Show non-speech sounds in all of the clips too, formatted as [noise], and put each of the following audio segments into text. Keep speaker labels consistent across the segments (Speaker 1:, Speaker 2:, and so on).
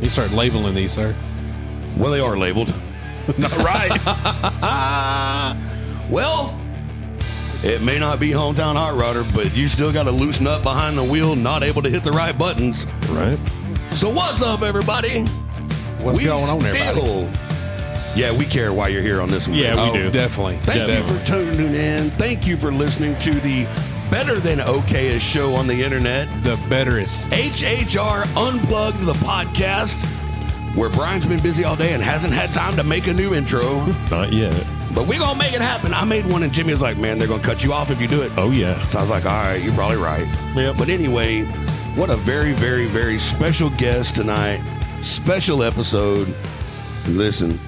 Speaker 1: You start labeling these, sir.
Speaker 2: Well, they are labeled. not right. [laughs] well, it may not be hometown hot rodder, but you still got to loosen up behind the wheel, not able to hit the right buttons.
Speaker 3: Right.
Speaker 2: So what's up, everybody?
Speaker 1: What's
Speaker 2: we
Speaker 1: going on, everybody?
Speaker 2: still- Yeah, we care why you're here on this one.
Speaker 3: Yeah, we
Speaker 1: oh,
Speaker 3: do.
Speaker 1: definitely.
Speaker 2: Thank
Speaker 1: definitely.
Speaker 2: you for tuning in. Thank you for listening to the Better Than OKest show on the internet.
Speaker 1: The betterest.
Speaker 2: HHR Unplugged, the podcast, where Brian's been busy all day and hasn't had time to make a new intro.
Speaker 3: Not yet.
Speaker 2: but we're going to make it happen. I made one, and Jimmy was like, man, they're going to cut you off if you do it.
Speaker 3: Oh yeah.
Speaker 2: So I was like, all right, you're probably right.
Speaker 3: Yep.
Speaker 2: But anyway, what a very, very, very special guest tonight. Special episode. Listen,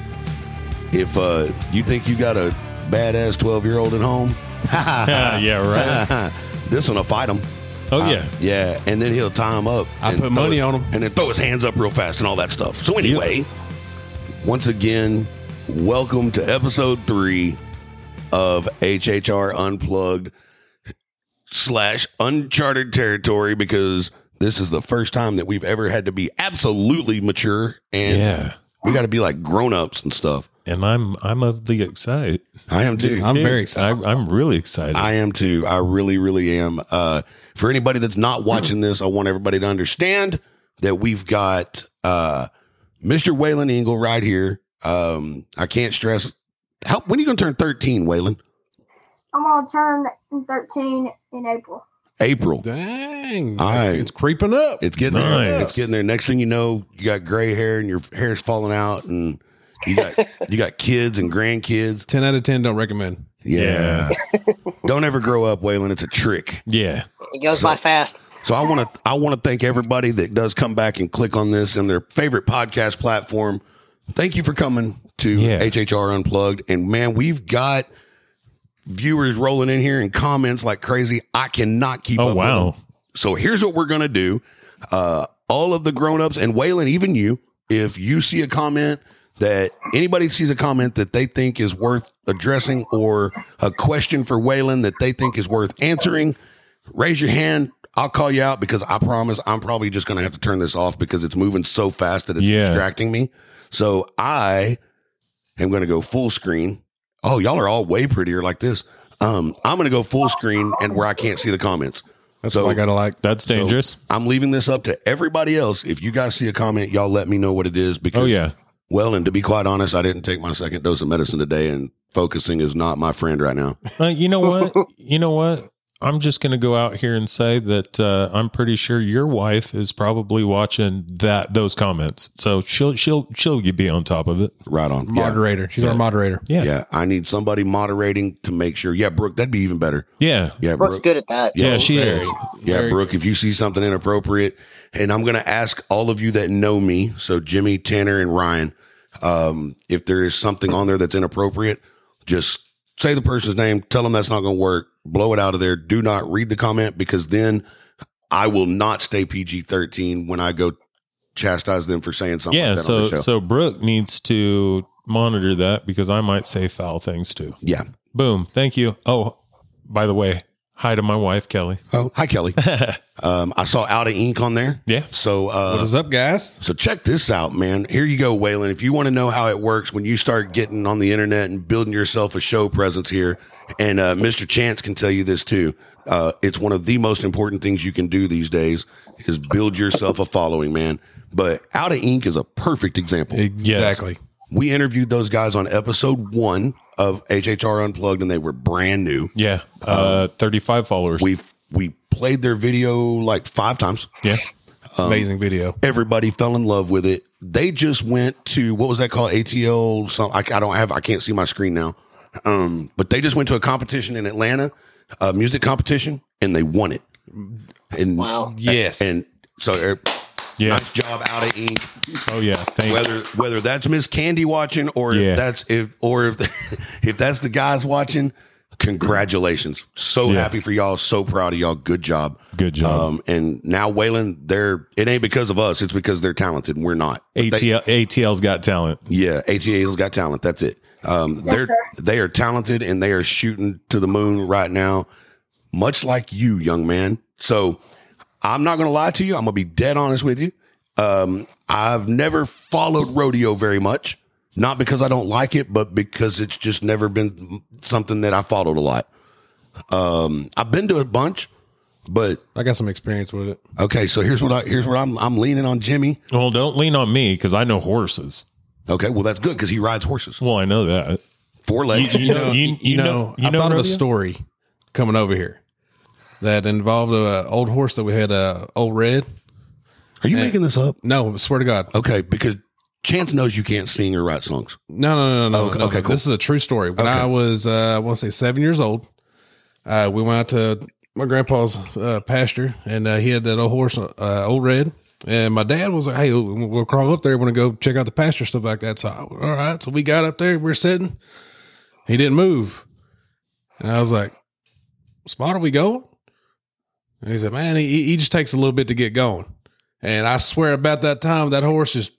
Speaker 2: if uh, you think you got a badass 12 year old at home, [laughs]
Speaker 3: Ah, yeah. Right.
Speaker 2: this one'll fight him.
Speaker 3: [laughs] Oh yeah.
Speaker 2: Yeah, and then he'll tie him up.
Speaker 1: I
Speaker 2: and
Speaker 1: put
Speaker 2: throw
Speaker 1: money
Speaker 2: his-
Speaker 1: on him.
Speaker 2: And then throw his hands up real fast and all that stuff. So, anyway, once again, welcome to episode three of HHR Unplugged slash Uncharted Territory because this is the first time that we've ever had to be absolutely mature and
Speaker 3: Yeah.
Speaker 2: we got to be like grown ups and stuff.
Speaker 3: And I'm I'm of the excite.
Speaker 2: I am too.
Speaker 1: I'm
Speaker 3: Dude,
Speaker 1: very excited.
Speaker 3: I, I'm really excited.
Speaker 2: I am too. I really, really am. Uh, for anybody that's not watching this, I want everybody to understand that we've got uh, Mr. Waylon Engle right here. Um, I can't stress how when are you gonna turn 13, Waylon?
Speaker 4: I'm gonna turn 13 in April.
Speaker 2: April.
Speaker 1: Dang.
Speaker 2: All right.
Speaker 1: It's creeping up.
Speaker 2: It's getting there.
Speaker 3: Nice.
Speaker 2: It's getting there. Next thing you know, you got gray hair and your hair's falling out and you
Speaker 1: [laughs]
Speaker 2: got you got kids and grandkids.
Speaker 1: 10 out of 10, don't recommend.
Speaker 2: Yeah. Don't ever grow up, Waylon. It's a trick.
Speaker 3: yeah.
Speaker 5: It goes by fast.
Speaker 2: So I want to I want to thank everybody that does come back and click on this in their favorite podcast platform. Thank you for coming to
Speaker 3: Yeah.
Speaker 2: HHR Unplugged. And man, we've got viewers rolling in here and comments like crazy. I cannot keep
Speaker 3: Oh
Speaker 2: up. with
Speaker 3: wow.
Speaker 2: them. So here's what we're gonna do. Uh, all of the grown-ups and Waylon, even you, if you see a comment that anybody sees a comment that they think is worth addressing or a question for Waylon that they think is worth answering, raise your hand. I'll call you out because I promise I'm probably just gonna have to turn this off because it's moving so fast that it's
Speaker 3: Yeah.
Speaker 2: distracting me. So I am gonna go full screen. Oh, y'all are all way prettier like this. Um, I'm gonna go full screen and where I can't see the comments.
Speaker 1: That's
Speaker 2: So-
Speaker 1: what I got to like.
Speaker 3: That's dangerous.
Speaker 2: I'm leaving this up to everybody else. If you guys see a comment, y'all let me know what it is because
Speaker 3: oh yeah.
Speaker 2: well, and to be quite honest, I didn't take my second dose of medicine today and focusing is not my friend right now.
Speaker 3: Uh, you know what? you know what? I'm just going to go out here and say that uh, I'm pretty sure your wife is probably watching that those comments, so she'll she'll she'll be on top of it.
Speaker 2: Right on. Yeah.
Speaker 1: Moderator. She's our moderator.
Speaker 3: Yeah, yeah,
Speaker 2: Yeah, I need somebody moderating to make sure. Yeah, Brooke, that'd be even better.
Speaker 3: yeah.
Speaker 2: Yeah,
Speaker 5: Brooke's
Speaker 2: Brooke.
Speaker 5: good at that.
Speaker 2: Yeah,
Speaker 3: she
Speaker 1: very.
Speaker 3: is.
Speaker 2: Yeah,
Speaker 1: Very-
Speaker 2: Brooke, if you see something inappropriate, and I'm going to ask all of you that know me, so Jimmy, Tanner, and Ryan, um, if there is something on there that's inappropriate, just say the person's name, tell them that's not going to work, blow it out of there. Do not read the comment because then I will not stay PG 13 when I go chastise them for saying something.
Speaker 3: Yeah,
Speaker 2: like that on
Speaker 3: so
Speaker 2: the show.
Speaker 3: so Brooke needs to monitor that because I might say foul things too.
Speaker 2: yeah.
Speaker 3: Boom. Thank you. Oh, by the way, hi to my wife Kelly.
Speaker 2: Oh,
Speaker 3: [laughs]
Speaker 2: hi, Kelly. um, I saw Out of Ink on there.
Speaker 3: Yeah.
Speaker 2: So, uh,
Speaker 1: What is up, guys?
Speaker 2: So check this out, man. Here you go, Waylon. If you want to know how it works when you start getting on the internet and building yourself a show presence here, and uh, Mr. Chance can tell you this too. Uh, it's one of the most important things you can do these days is build yourself a following, man. But Out of Ink is a perfect example.
Speaker 1: Exactly.
Speaker 2: We interviewed those guys on episode one of HHR Unplugged, and they were brand new.
Speaker 3: Yeah, uh, 35 followers.
Speaker 2: We we played their video like five times.
Speaker 3: yeah,
Speaker 1: Amazing video.
Speaker 2: everybody fell in love with it. They just went to what was that called? ATL. Some I, I don't have. I can't see my screen now. Um, but they just went to a competition in Atlanta, a music competition, and they won it. And
Speaker 5: Wow.
Speaker 1: Yes.
Speaker 2: and so er,
Speaker 3: yeah.
Speaker 2: nice job out of ink.
Speaker 3: Oh yeah. Thank
Speaker 2: Whether whether that's Miss Candy watching or
Speaker 3: Yeah.
Speaker 2: if that's if or if [laughs] if that's the guys watching. Congratulations. So
Speaker 3: Yeah.
Speaker 2: happy for y'all. So proud of y'all. Good job.
Speaker 3: Good job.
Speaker 2: Um, and now Waylon, they're it ain't because of us, it's because they're talented and we're not. But they-
Speaker 3: ATL ATL's got talent.
Speaker 2: Yeah, ATA's got talent. That's it. Um, they're
Speaker 4: sir.
Speaker 2: they are talented and they are shooting to the moon right now, much like you, young man. So I'm not going to lie to you. I'm going to be dead honest with you. Um, I've never followed rodeo very much, not because I don't like it, but because it's just never been something that I followed a lot. Um, I've been to a bunch, but
Speaker 1: I got some experience with it.
Speaker 2: okay. So here's what I here's what I'm I'm leaning on Jimmy.
Speaker 3: Well, don't lean on me because I know horses.
Speaker 2: Okay, well that's good because he rides horses,
Speaker 3: Well, I know that.
Speaker 2: four legs.
Speaker 3: You know, Uh, you, you, know, you
Speaker 1: I
Speaker 3: know
Speaker 1: thought of a
Speaker 3: rodeo?
Speaker 1: story coming over here that involved a old horse that we had, uh, old red.
Speaker 2: Are you making this up?
Speaker 1: No, swear to God.
Speaker 3: Oh.
Speaker 2: Okay, because Chance knows you can't sing or write songs.
Speaker 1: No,
Speaker 3: Oh,
Speaker 1: no, no, no.
Speaker 2: Okay,
Speaker 1: no.
Speaker 2: okay, cool.
Speaker 1: This is a true story.
Speaker 2: Okay.
Speaker 1: When I was, uh, I want to say seven years old, uh, we went out to my grandpa's uh, pasture, and uh, he had that old horse, uh, old red. And my dad was like, "Hey, we'll we'll crawl up there. Want to go check out the pasture stuff like that?" So, I- all right. So we got up there. We're sitting. He didn't move, and I was like, "Spot, are we going?" And he said, "Man, he, he just takes a little bit to get going." And I swear, about that time, that horse just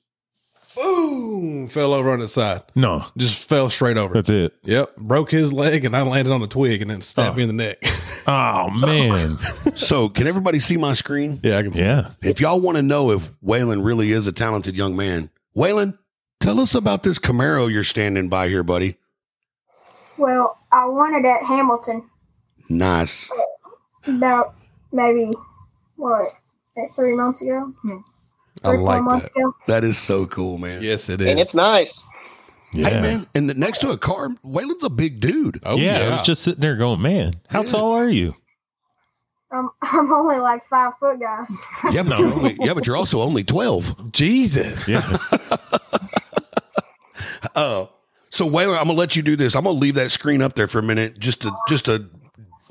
Speaker 1: boom fell over on its side
Speaker 3: No,
Speaker 1: just fell straight over.
Speaker 3: that's it.
Speaker 1: yep, broke his leg, and I landed on a twig, and then stabbed
Speaker 3: Oh.
Speaker 1: me in the neck. [laughs]
Speaker 3: Oh man,
Speaker 2: So can everybody see my screen?
Speaker 1: yeah, I can.
Speaker 3: yeah.
Speaker 2: If y'all want to know if Waylon really is a talented young man, Waylon, tell us about this Camaro you're standing by here, buddy.
Speaker 4: Well, I won it at Hamilton
Speaker 2: Nice.
Speaker 4: about maybe what like three months ago. Three
Speaker 1: I
Speaker 4: or four
Speaker 1: like
Speaker 4: months
Speaker 1: that.
Speaker 4: ago.
Speaker 2: That is so cool, man.
Speaker 1: Yes, it
Speaker 5: and
Speaker 1: is.
Speaker 5: it's nice.
Speaker 3: Yeah.
Speaker 2: Hey, man, and next to a car, Waylon's a big dude.
Speaker 1: Oh
Speaker 3: yeah, I was just sitting there going, man, how tall are you?
Speaker 4: I'm [laughs] I'm only like five foot, guys.
Speaker 2: Yeah, but,
Speaker 3: No.
Speaker 2: you're, only, yeah, but you're also only 12.
Speaker 1: Jesus.
Speaker 3: Yeah.
Speaker 2: Oh, so Waylon, I'm gonna let you do this. I'm gonna leave that screen up there for a minute, just to just to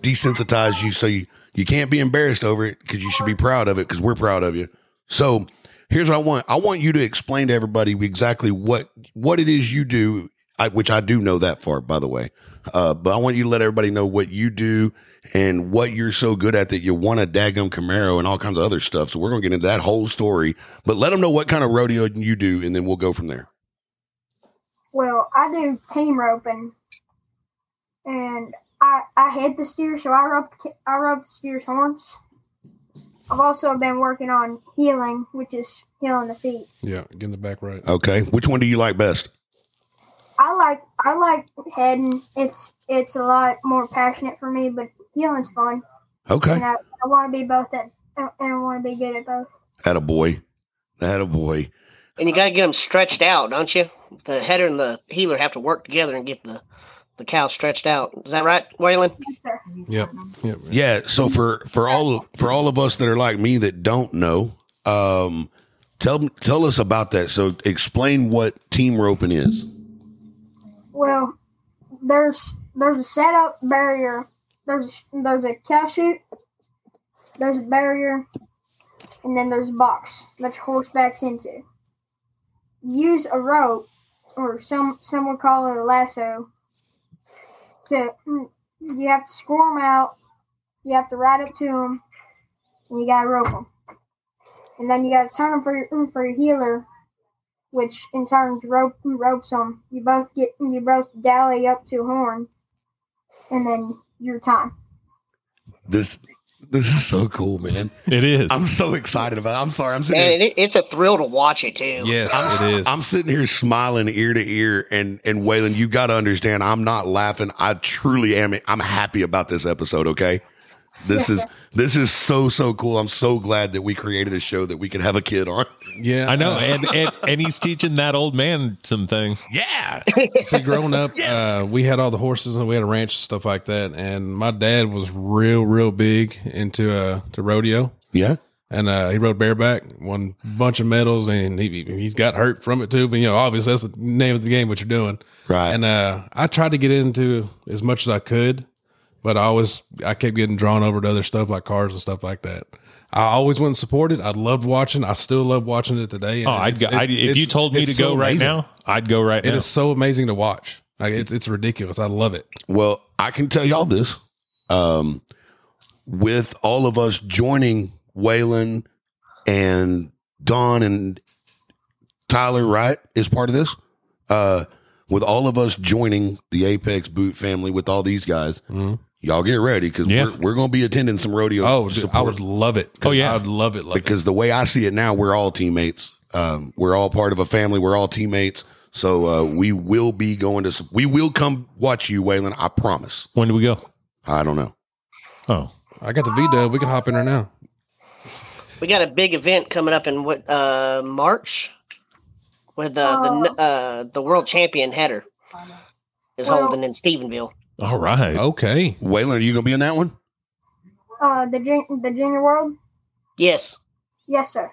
Speaker 2: desensitize you, so you you can't be embarrassed over it because you should be proud of it because we're proud of you. So here's what I want. I want you to explain to everybody exactly what what it is you do, I, which I do know that far, by the way. Uh, but I want you to let everybody know what you do and what you're so good at that you want a daggum Camaro and all kinds of other stuff. So we're gonna get into that whole story. But let them know what kind of rodeo you do, and then we'll go from there.
Speaker 4: Well, I do team roping, and I I head the steer, so I rope the ki- I rope the steer's horns. I've also been working on healing, which is healing the feet.
Speaker 1: Yeah, get in the back right.
Speaker 2: Okay, which one do you like best?
Speaker 4: I like I like heading. It's it's a lot more passionate for me, but healing's fun,
Speaker 2: Okay.
Speaker 4: and I, I want to be both at and I want to be good at both.
Speaker 2: Had a boy. Had a boy.
Speaker 5: And you got to get them stretched out, don't you? The header and the healer have to work together and get the the cow stretched out. Is that right,
Speaker 4: [laughs]
Speaker 5: Waylon?
Speaker 4: Yes, sir.
Speaker 1: Yep. Yep.
Speaker 2: Yeah. So for for all for all of us that are like me that don't know, um, tell tell us about that. So explain what team roping is.
Speaker 4: Well, there's there's a setup barrier. There's there's a cow chute. There's a barrier, and then there's a box that your horse backs into. Use a rope, or some some would call it a lasso. To mm, you have to score them out. You have to ride up to them, and you gotta rope them. And then you gotta turn them for your for your healer, which in turn rope, ropes them. You both get you both dally up to horn, and then your time.
Speaker 2: This this is so cool, man.
Speaker 3: It is.
Speaker 2: I'm so excited about. It. I'm sorry. I'm sitting.
Speaker 5: Man,
Speaker 2: Here,
Speaker 5: it, it's a thrill to watch it too.
Speaker 1: Yes,
Speaker 2: I'm,
Speaker 1: it is.
Speaker 2: I'm sitting here smiling ear to ear, and and Waylon, you got to understand, I'm not laughing. I truly am. I'm happy about this episode. Okay, this is this is so so cool. I'm so glad that we created a show that we could have a kid on.
Speaker 1: yeah,
Speaker 3: I know,
Speaker 2: [laughs]
Speaker 1: uh,
Speaker 3: and, and and he's teaching that old man some things.
Speaker 2: Yeah.
Speaker 1: See, growing up, uh, we had all the horses and we had a ranch and stuff like that. And my dad was real, real big into uh, to rodeo,
Speaker 2: Yeah.
Speaker 1: and uh, he rode bareback, won a bunch of medals, and he he's got hurt from it too. But you know, obviously, that's the name of the game. What you're doing,
Speaker 2: Right.
Speaker 1: and uh, I tried to get into as much as I could, but I always I kept getting drawn over to other stuff like cars and stuff like that. I always wouldn't support it. I loved watching. I still love watching it today. and
Speaker 3: Oh, I'd
Speaker 1: it's-
Speaker 3: go.
Speaker 1: it-
Speaker 3: I, if
Speaker 1: it's-
Speaker 3: you told me
Speaker 1: it's
Speaker 3: to
Speaker 1: so
Speaker 3: go right
Speaker 1: amazing.
Speaker 3: now, I'd go right
Speaker 1: it
Speaker 3: now.
Speaker 1: is so amazing to watch. Like it's it's ridiculous. I love it.
Speaker 2: well, I can tell y'all this. Um, with all of us joining Waylon and Don and Tyler, right, is part of this. Uh, with all of us joining the Apex Boot family with all these guys, y'all get ready because
Speaker 3: Yeah.
Speaker 2: we're, we're going to be attending some rodeo.
Speaker 1: Mm-hmm. Oh, dude, I
Speaker 2: support.
Speaker 1: would love it.
Speaker 3: Oh, yeah.
Speaker 1: I'd love it. Love it.
Speaker 2: because the way I see it now, we're all teammates. Um, we're all part of a family. We're all teammates. So uh, we will be going to. s- We will come watch you, Waylon. I promise.
Speaker 3: When do we go?
Speaker 2: I don't know.
Speaker 3: Oh,
Speaker 1: I got the V dub. We can hop in right now.
Speaker 5: We got a big event coming up in what uh, March with uh, the n- uh, the world champion header is
Speaker 4: Well-
Speaker 5: holding in Stephenville.
Speaker 3: all
Speaker 1: Oh,
Speaker 3: right.
Speaker 1: Okay.
Speaker 2: Waylon, are you going to be in that one?
Speaker 4: Uh, the jun- the junior world.
Speaker 5: Yes,
Speaker 4: Yes, sir.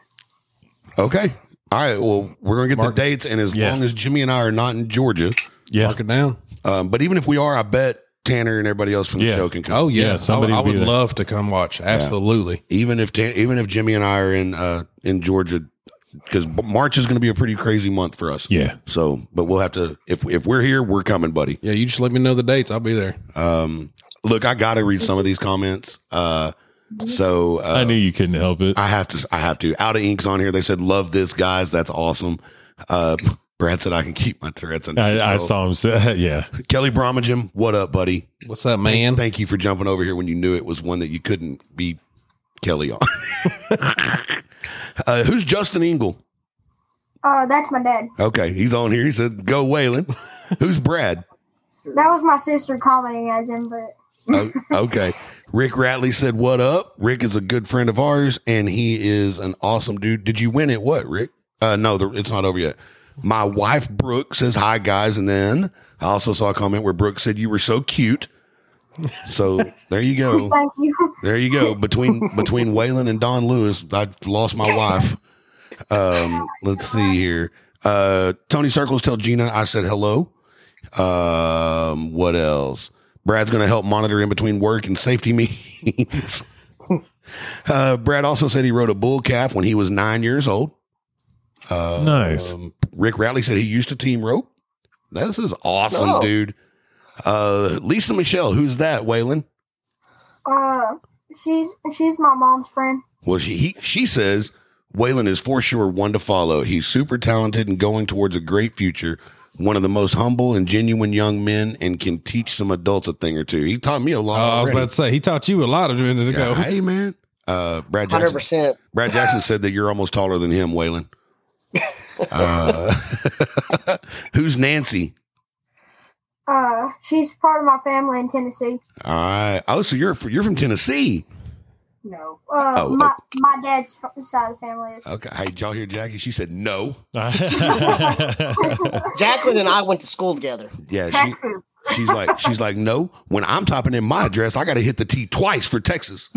Speaker 2: Okay. All right. Well, we're going to get
Speaker 1: Mark-
Speaker 2: the dates, and as
Speaker 3: Yeah.
Speaker 2: long as Jimmy and I are not in Georgia,
Speaker 3: Yeah.
Speaker 1: Mark it down.
Speaker 2: um, but even if we are, I bet Tanner and everybody else from the
Speaker 3: Yeah.
Speaker 2: show can come.
Speaker 1: Oh yeah,
Speaker 3: Yeah, somebody
Speaker 1: I, I
Speaker 3: would be there.
Speaker 1: would love to come watch. Absolutely.
Speaker 2: even if Tan- even if Jimmy and I are in uh, in Georgia, because March is going to be a pretty crazy month for us.
Speaker 3: Yeah.
Speaker 2: So, but we'll have to if if we're here, we're coming, buddy.
Speaker 1: Yeah, you just let me know the dates. I'll be there.
Speaker 2: Um, look, I got to read some of these comments. Uh, so uh,
Speaker 3: I knew you couldn't help it.
Speaker 2: I have to. I have to. Out of inks on here. They said, "Love this, guys. That's awesome." Uh, Brad said, "I can keep my Tourette's under
Speaker 3: I, I
Speaker 1: Oh.
Speaker 2: control."
Speaker 3: saw him say, [laughs] yeah.
Speaker 2: Kelly Bromagem, what up, buddy?
Speaker 1: What's up, man?
Speaker 2: Thank you for jumping over here when you knew it was one that you couldn't be Kelly on. [laughs] uh, who's Justin Engel?
Speaker 4: Uh, that's my dad.
Speaker 2: Okay, he's on here. He said, "Go Waylon." Who's Brad?
Speaker 4: That was my sister commenting as him, but
Speaker 2: Oh, okay. Rick Ratley said, "What up?" Rick is a good friend of ours, and he is an awesome dude. Did you win it? What, Rick? Uh, no, the, it's not over yet. My wife Brooke says, "Hi guys," and then I also saw a comment where Brooke said, "You were so cute." So there you go.
Speaker 4: thank you. [laughs]
Speaker 2: There you go. Between between Waylon and Don Lewis, I lost my wife. Um, let's see here. Uh, Tony Circles tell Gina I said hello. Um, what else? Brad's going to help monitor in between work and safety [laughs] meetings. uh, Brad also said he rode a bull calf when he was nine years old. Uh,
Speaker 3: Nice. [laughs]
Speaker 2: um, Rick Ratley said he used to team rope. This is awesome,
Speaker 5: Oh.
Speaker 2: dude. Uh, Lisa Michelle, who's that, Waylon?
Speaker 4: Uh, she's she's my mom's friend.
Speaker 2: Well, she he, she says Waylon is for sure one to follow. He's super talented and going towards a great future. One of the most humble and genuine young men, and can teach some adults a thing or two. He taught me a
Speaker 1: Oh,
Speaker 2: lot.
Speaker 1: I was
Speaker 2: already.
Speaker 1: about to say he taught you a lot a minute ago.
Speaker 2: Yeah, Hey, man. Uh, Brad
Speaker 5: hundred
Speaker 2: Jackson.
Speaker 5: percent.
Speaker 2: Brad Jackson said that you're almost taller than him,
Speaker 5: [laughs]
Speaker 2: Waylon. Uh, [laughs] who's Nancy?
Speaker 4: Uh, she's part of my family in Tennessee.
Speaker 2: All right. Oh, so you're fr- you're from Tennessee.
Speaker 4: No. Uh,
Speaker 2: Oh,
Speaker 4: my my dad's f- side of the family is.
Speaker 2: Okay. Hey, did y'all hear Jackie? She said no.
Speaker 5: Jacqueline and I went to school together.
Speaker 2: Yeah. She,
Speaker 4: Texas.
Speaker 2: She's like, she's like, no. When I'm typing in my address, I got to hit the T twice for [laughs] Texas.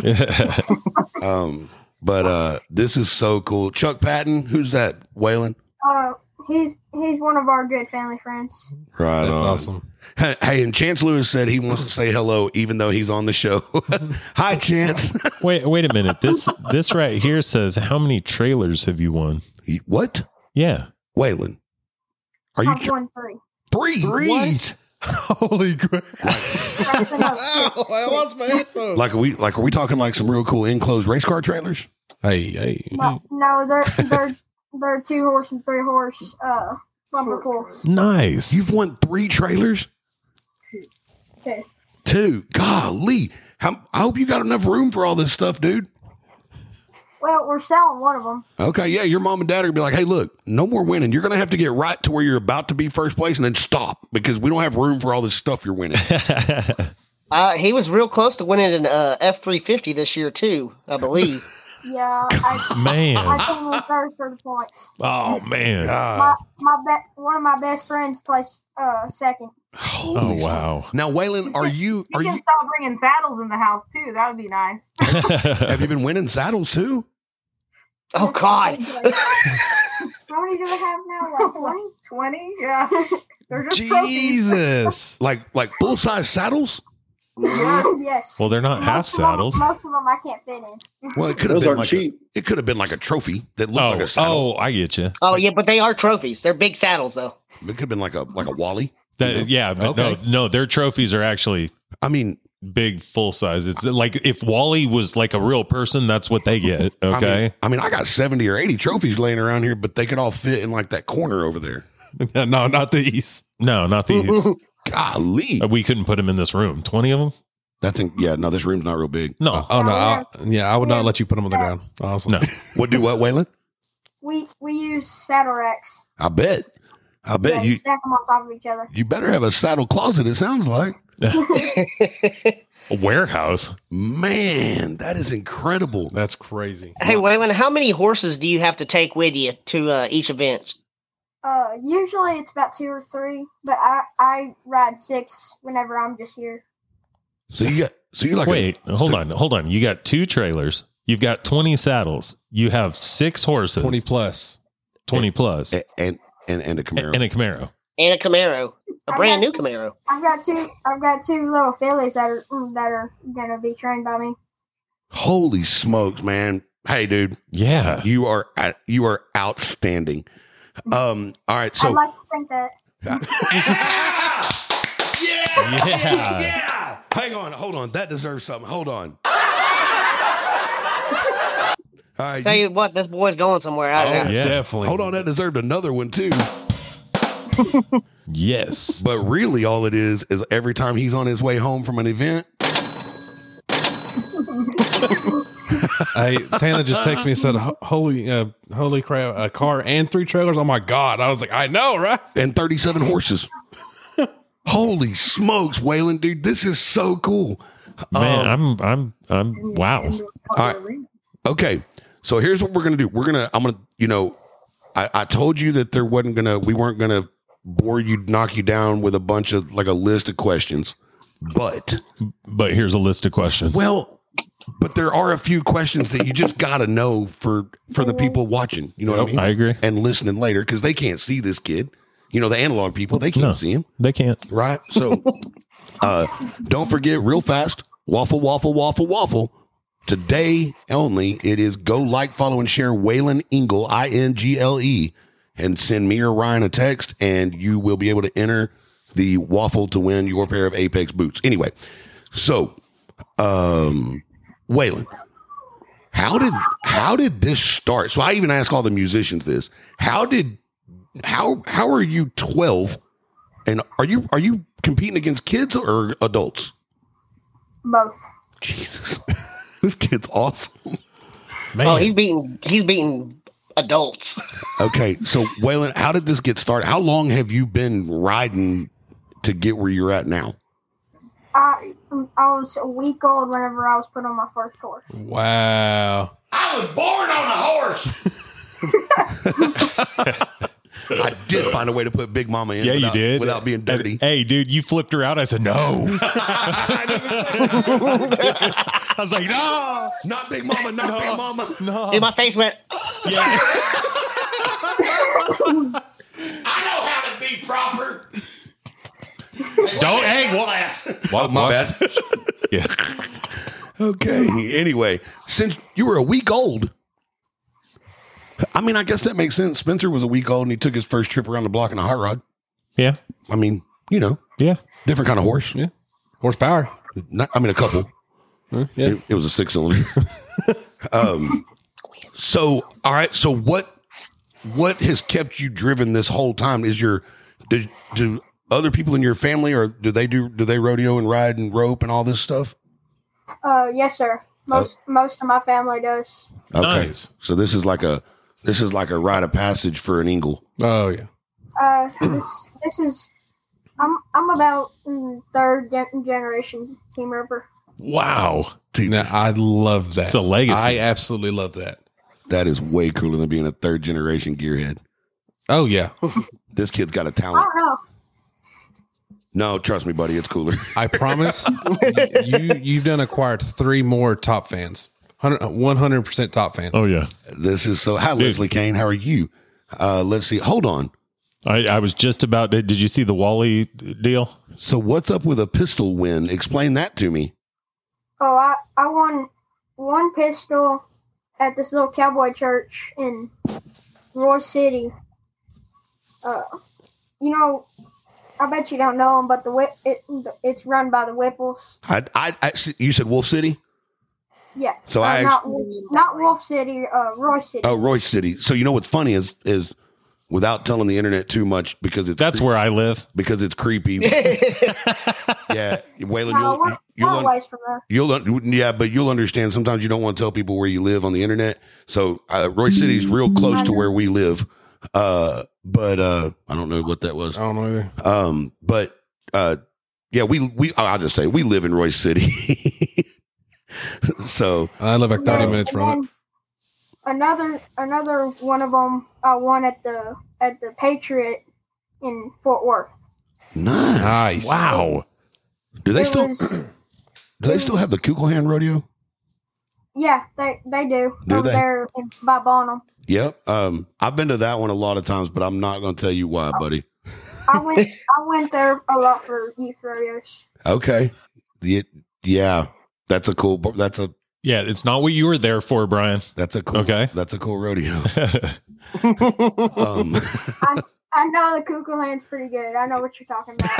Speaker 2: Um, but uh, this is so cool. Chuck Patton, who's that? Waylon.
Speaker 4: Uh, he's he's one of our good family friends.
Speaker 2: Right.
Speaker 3: um,
Speaker 1: That's
Speaker 2: on.
Speaker 1: awesome.
Speaker 2: Hey, hey, and Chance Lewis said he wants to say hello, even though he's on the show. [laughs] Hi, Chance. [laughs]
Speaker 3: wait, wait a minute. This this right here says how many trailers have you won?
Speaker 2: You- what,
Speaker 3: Yeah.
Speaker 2: Waylon? Are you
Speaker 4: I've won three.
Speaker 2: three? [laughs] What?
Speaker 1: Holy crap!
Speaker 4: That's enough.
Speaker 1: Oh, I lost my headphones.
Speaker 2: Like are we like are we talking like some real cool enclosed race car trailers?
Speaker 1: hey, hey.
Speaker 4: No,
Speaker 3: Mm-hmm.
Speaker 4: no, they're they're they're two horse and three horse uh bumper pools.
Speaker 3: Nice.
Speaker 2: You've won three trailers.
Speaker 4: Okay.
Speaker 2: Two. Golly. How, I hope you got enough room for all this stuff, dude.
Speaker 4: Well, we're selling one of them.
Speaker 2: Okay, yeah, your mom and dad are gonna be like, "Hey, look, no more winning. You're gonna have to get right to where you're about to be first place, and then stop because we don't have room for all this stuff
Speaker 3: [laughs]
Speaker 2: you're winning."
Speaker 3: Oh,
Speaker 5: Uh, he was real close to winning an uh, F three fifty this year too, I believe.
Speaker 4: Yeah, I
Speaker 3: [laughs] man. [laughs]
Speaker 1: [laughs]
Speaker 4: I came in third for the points.
Speaker 3: Oh man.
Speaker 4: My my be- one of my best friends placed uh second.
Speaker 3: Oh wow.
Speaker 2: Now, Waylon, are
Speaker 6: You
Speaker 2: you are
Speaker 6: can
Speaker 2: you
Speaker 6: start bringing saddles in the house too. That would be nice. [laughs]
Speaker 3: [laughs]
Speaker 2: have you been winning saddles too?
Speaker 5: oh God,
Speaker 4: How many do we have now?
Speaker 5: [laughs]
Speaker 4: Like twenty?
Speaker 6: Twenty, yeah. [laughs] They're just trophies.
Speaker 1: Jesus.
Speaker 2: Like like full size saddles?
Speaker 5: Mm-hmm.
Speaker 4: Uh, yes.
Speaker 3: Well, they're not half
Speaker 4: Most of 'em-
Speaker 3: saddles.
Speaker 4: most of them I can't fit in.
Speaker 2: Well, it could have
Speaker 7: Those
Speaker 2: been
Speaker 7: aren't
Speaker 2: like a,
Speaker 7: cheap.
Speaker 2: it could have been like a trophy that looked like
Speaker 3: Oh,
Speaker 2: a saddle.
Speaker 3: oh, I get you.
Speaker 5: oh yeah, but they are trophies. They're big saddles
Speaker 7: [laughs]
Speaker 5: though.
Speaker 3: oh.
Speaker 2: It could have been like a like a wally.
Speaker 3: That, yeah, but
Speaker 1: Okay.
Speaker 3: no, no, their trophies are actually
Speaker 2: I mean,
Speaker 3: big full size. It's like if Wally was like a real person, that's what they get.
Speaker 2: [laughs] I mean-
Speaker 3: Okay.
Speaker 2: I mean, I got seventy or eighty trophies laying around here, but they could all fit in like that corner over there.
Speaker 1: no, not these.
Speaker 3: No, not these.
Speaker 2: Golly, [laughs]
Speaker 3: Uh, we couldn't put them in this room. 20 of them?
Speaker 2: That's in, yeah. No, this room's not real big.
Speaker 3: No,
Speaker 1: Oh no, I, yeah, I would not let you put them on the ground. Awesome.
Speaker 3: No.
Speaker 2: What do what, Waylon?
Speaker 4: We we use saddle racks.
Speaker 2: I bet. I
Speaker 4: Yeah,
Speaker 2: bet you.
Speaker 4: stack them on top of each other.
Speaker 2: You better have a saddle closet. It sounds like.
Speaker 3: a warehouse.
Speaker 2: Man, that is incredible.
Speaker 1: That's crazy.
Speaker 5: Hey, Waylon, how many horses do you have to take with you to uh, each event?
Speaker 4: Uh, usually it's about two or three, but I I ride six whenever I'm just here.
Speaker 2: So you got. So you're like. a-
Speaker 3: Wait, hold on, hold on. You got two trailers. You've got twenty saddles. You have six horses. 20,
Speaker 1: Twenty plus.
Speaker 3: plus,
Speaker 2: a- and and and a Camaro.
Speaker 3: and a Camaro.
Speaker 5: And a Camaro, a
Speaker 4: I
Speaker 5: brand new
Speaker 4: got you.
Speaker 5: Camaro.
Speaker 4: I've got two. I've got two little fillies that are mm, that are gonna be trained by me.
Speaker 2: Holy smokes, man! Hey, dude,
Speaker 3: Yeah,
Speaker 2: you are at- you are outstanding. Um. All right. So.
Speaker 4: I'd like to think that.
Speaker 2: yeah.
Speaker 3: Yeah.
Speaker 2: [laughs] Yeah. Hang on. Hold on. That deserves something. Hold on. All right.
Speaker 5: Tell
Speaker 2: you-
Speaker 5: you what, this boy's going somewhere. I,
Speaker 2: Oh,
Speaker 5: I-
Speaker 3: Yeah.
Speaker 1: Definitely.
Speaker 2: hold on. That deserved another one too.
Speaker 3: yes.
Speaker 2: But really, all it is is every time he's on his way home from an event.
Speaker 1: Hey, Tana just texted me and said, "Ho- "Holy, uh, holy crap! A car and three trailers. Oh my god!" I was like, "I know, right?"
Speaker 2: and 37 horses. [laughs] Holy smokes, Waylon, dude, this is so cool.
Speaker 3: Man,
Speaker 2: Um,
Speaker 3: I'm I'm I'm wow.
Speaker 2: All right. Okay. So here's what we're gonna do. We're gonna I'm gonna you know, I, I told you that there wasn't gonna we weren't gonna bore you, knock you down with a bunch of like a list of questions. But
Speaker 3: But here's a list of questions.
Speaker 2: well, but there are a few questions that you just gotta know for for the people watching. You know what I mean?
Speaker 3: I agree.
Speaker 2: and listening later because they can't see this kid. You know, the analog people, they can't
Speaker 3: No.
Speaker 2: see him.
Speaker 3: They can't.
Speaker 2: right? So, uh, don't forget, real fast, waffle, waffle, waffle, waffle. Today only, it is go like, follow, and share Waylon Ingle, I N G L E, and send me or Ryan a text, and you will be able to enter the waffle to win your pair of Apex boots. Anyway, so, um, Waylon. How did how did this start? So I even ask all the musicians this. How did how how are you 12 and are you are you competing against kids or adults?
Speaker 4: Both.
Speaker 2: [laughs] Jesus, this kid's awesome.
Speaker 3: Man,
Speaker 5: oh, he's beating he's beating adults.
Speaker 2: Okay, so Waylon, how did this get started? How long have you been riding to get where you're at now?
Speaker 4: I I was a week old whenever I was put on my first horse.
Speaker 1: Wow.
Speaker 2: I was born on a horse. I did find a way to put Big Mama in.
Speaker 3: yeah,
Speaker 2: without,
Speaker 3: you did
Speaker 2: without being
Speaker 3: And-
Speaker 2: dirty.
Speaker 3: hey, dude, you flipped her out. I said
Speaker 2: [laughs]
Speaker 3: no. I was like no,
Speaker 2: Not Big Mama, not Big Mama.
Speaker 3: [laughs]
Speaker 5: Dude,
Speaker 3: no.
Speaker 5: my face went.
Speaker 3: Yeah.
Speaker 2: I know how to be proper.
Speaker 3: Don't hey, what?
Speaker 2: Well, my bad.
Speaker 3: Yeah.
Speaker 2: Okay. Anyway, since you were a week old, I mean, I guess that makes sense. Spencer was a week old and he took his first trip around the block in a hot rod.
Speaker 3: Yeah.
Speaker 2: I mean, you know,
Speaker 3: Yeah.
Speaker 2: different kind of horse.
Speaker 1: Yeah. Horsepower.
Speaker 2: Not, I mean, a couple.
Speaker 1: Huh? Yeah.
Speaker 2: It, it was a six
Speaker 1: [laughs]
Speaker 2: cylinder. um, so, all right. So, what what has kept you driven this whole time? Is your do, do other people in your family or do they do do they rodeo and ride and rope and all this stuff?
Speaker 4: Uh, yes, sir. Most most of my family does.
Speaker 2: Okay.
Speaker 3: Nice.
Speaker 2: So this is like a this is like a rite of passage for an Ingle.
Speaker 1: Oh yeah.
Speaker 4: Uh, this this is. I'm I'm about mm, third gen- generation team roper.
Speaker 3: Wow.
Speaker 1: Now, I love that.
Speaker 3: It's a legacy.
Speaker 1: I absolutely love that.
Speaker 2: That is way cooler than being a third generation gearhead.
Speaker 1: Oh yeah.
Speaker 2: This kid's got a
Speaker 4: I
Speaker 2: talent.
Speaker 4: don't know.
Speaker 2: No, trust me, buddy, it's cooler. [laughs]
Speaker 5: [laughs]
Speaker 1: I promise y- you you've done acquired three more top fans. 100 percent top fans.
Speaker 3: Oh yeah.
Speaker 2: This is so. Hi,
Speaker 3: Dude.
Speaker 2: Leslie Kane. How are you? Uh, let's see. Hold on.
Speaker 3: I, I was just about. Did you see the Wally deal?
Speaker 2: So what's up with a pistol win? Explain that to me.
Speaker 4: Oh, I I won one pistol at this little cowboy church in Roy City. Uh, you know, I bet you don't know them, but the whip it it's run by the Whipples.
Speaker 2: I, I, I you said Wolf City.
Speaker 4: Yeah.
Speaker 2: So
Speaker 4: uh,
Speaker 2: I
Speaker 4: not Wolf, not Wolf City, uh, Roy City.
Speaker 2: Oh, Roy City. So you know what's funny is is without telling the internet too much because it's [laughs]
Speaker 3: That's where I live.
Speaker 2: because it's creepy. yeah, Waylon,
Speaker 4: No,
Speaker 2: you'll,
Speaker 4: we're,
Speaker 2: you'll,
Speaker 4: we're a
Speaker 2: un-
Speaker 4: Uh, ways from there.
Speaker 2: You'll un- yeah, but you'll understand. Sometimes you don't want to tell people where you live on the internet. So uh, Roy City's real close to where we live, uh, but uh, I don't know what that was.
Speaker 1: I don't know either.
Speaker 2: Um, but uh, yeah, we we I'll just say we live in Roy City. [laughs] so
Speaker 1: I live like 30
Speaker 4: Yeah,
Speaker 1: minutes
Speaker 4: and
Speaker 1: from it.
Speaker 4: then Another another one of them. I won at the at the Patriot in Fort Worth.
Speaker 2: nice.
Speaker 1: Nice.
Speaker 3: Wow.
Speaker 2: Do they
Speaker 4: It
Speaker 2: still
Speaker 4: was-
Speaker 2: do they still have the Kugelhan Rodeo?
Speaker 4: yeah, they they do,
Speaker 2: Do
Speaker 4: over
Speaker 2: they?
Speaker 4: there in, by Bonham.
Speaker 2: Yep. Um, I've been to that one a lot of times, but I'm not going to tell you why, buddy.
Speaker 4: I
Speaker 7: [laughs]
Speaker 4: went I went there a lot for youth rodeos.
Speaker 2: Okay. Yeah, yeah. That's a cool. That's a
Speaker 3: Yeah, it's not what you were there for, Brian. [laughs]
Speaker 2: that's a cool.
Speaker 3: Okay.
Speaker 2: That's a cool rodeo. Um, [laughs]
Speaker 4: I know the Cuckoo Land's pretty good. I know what you're talking about.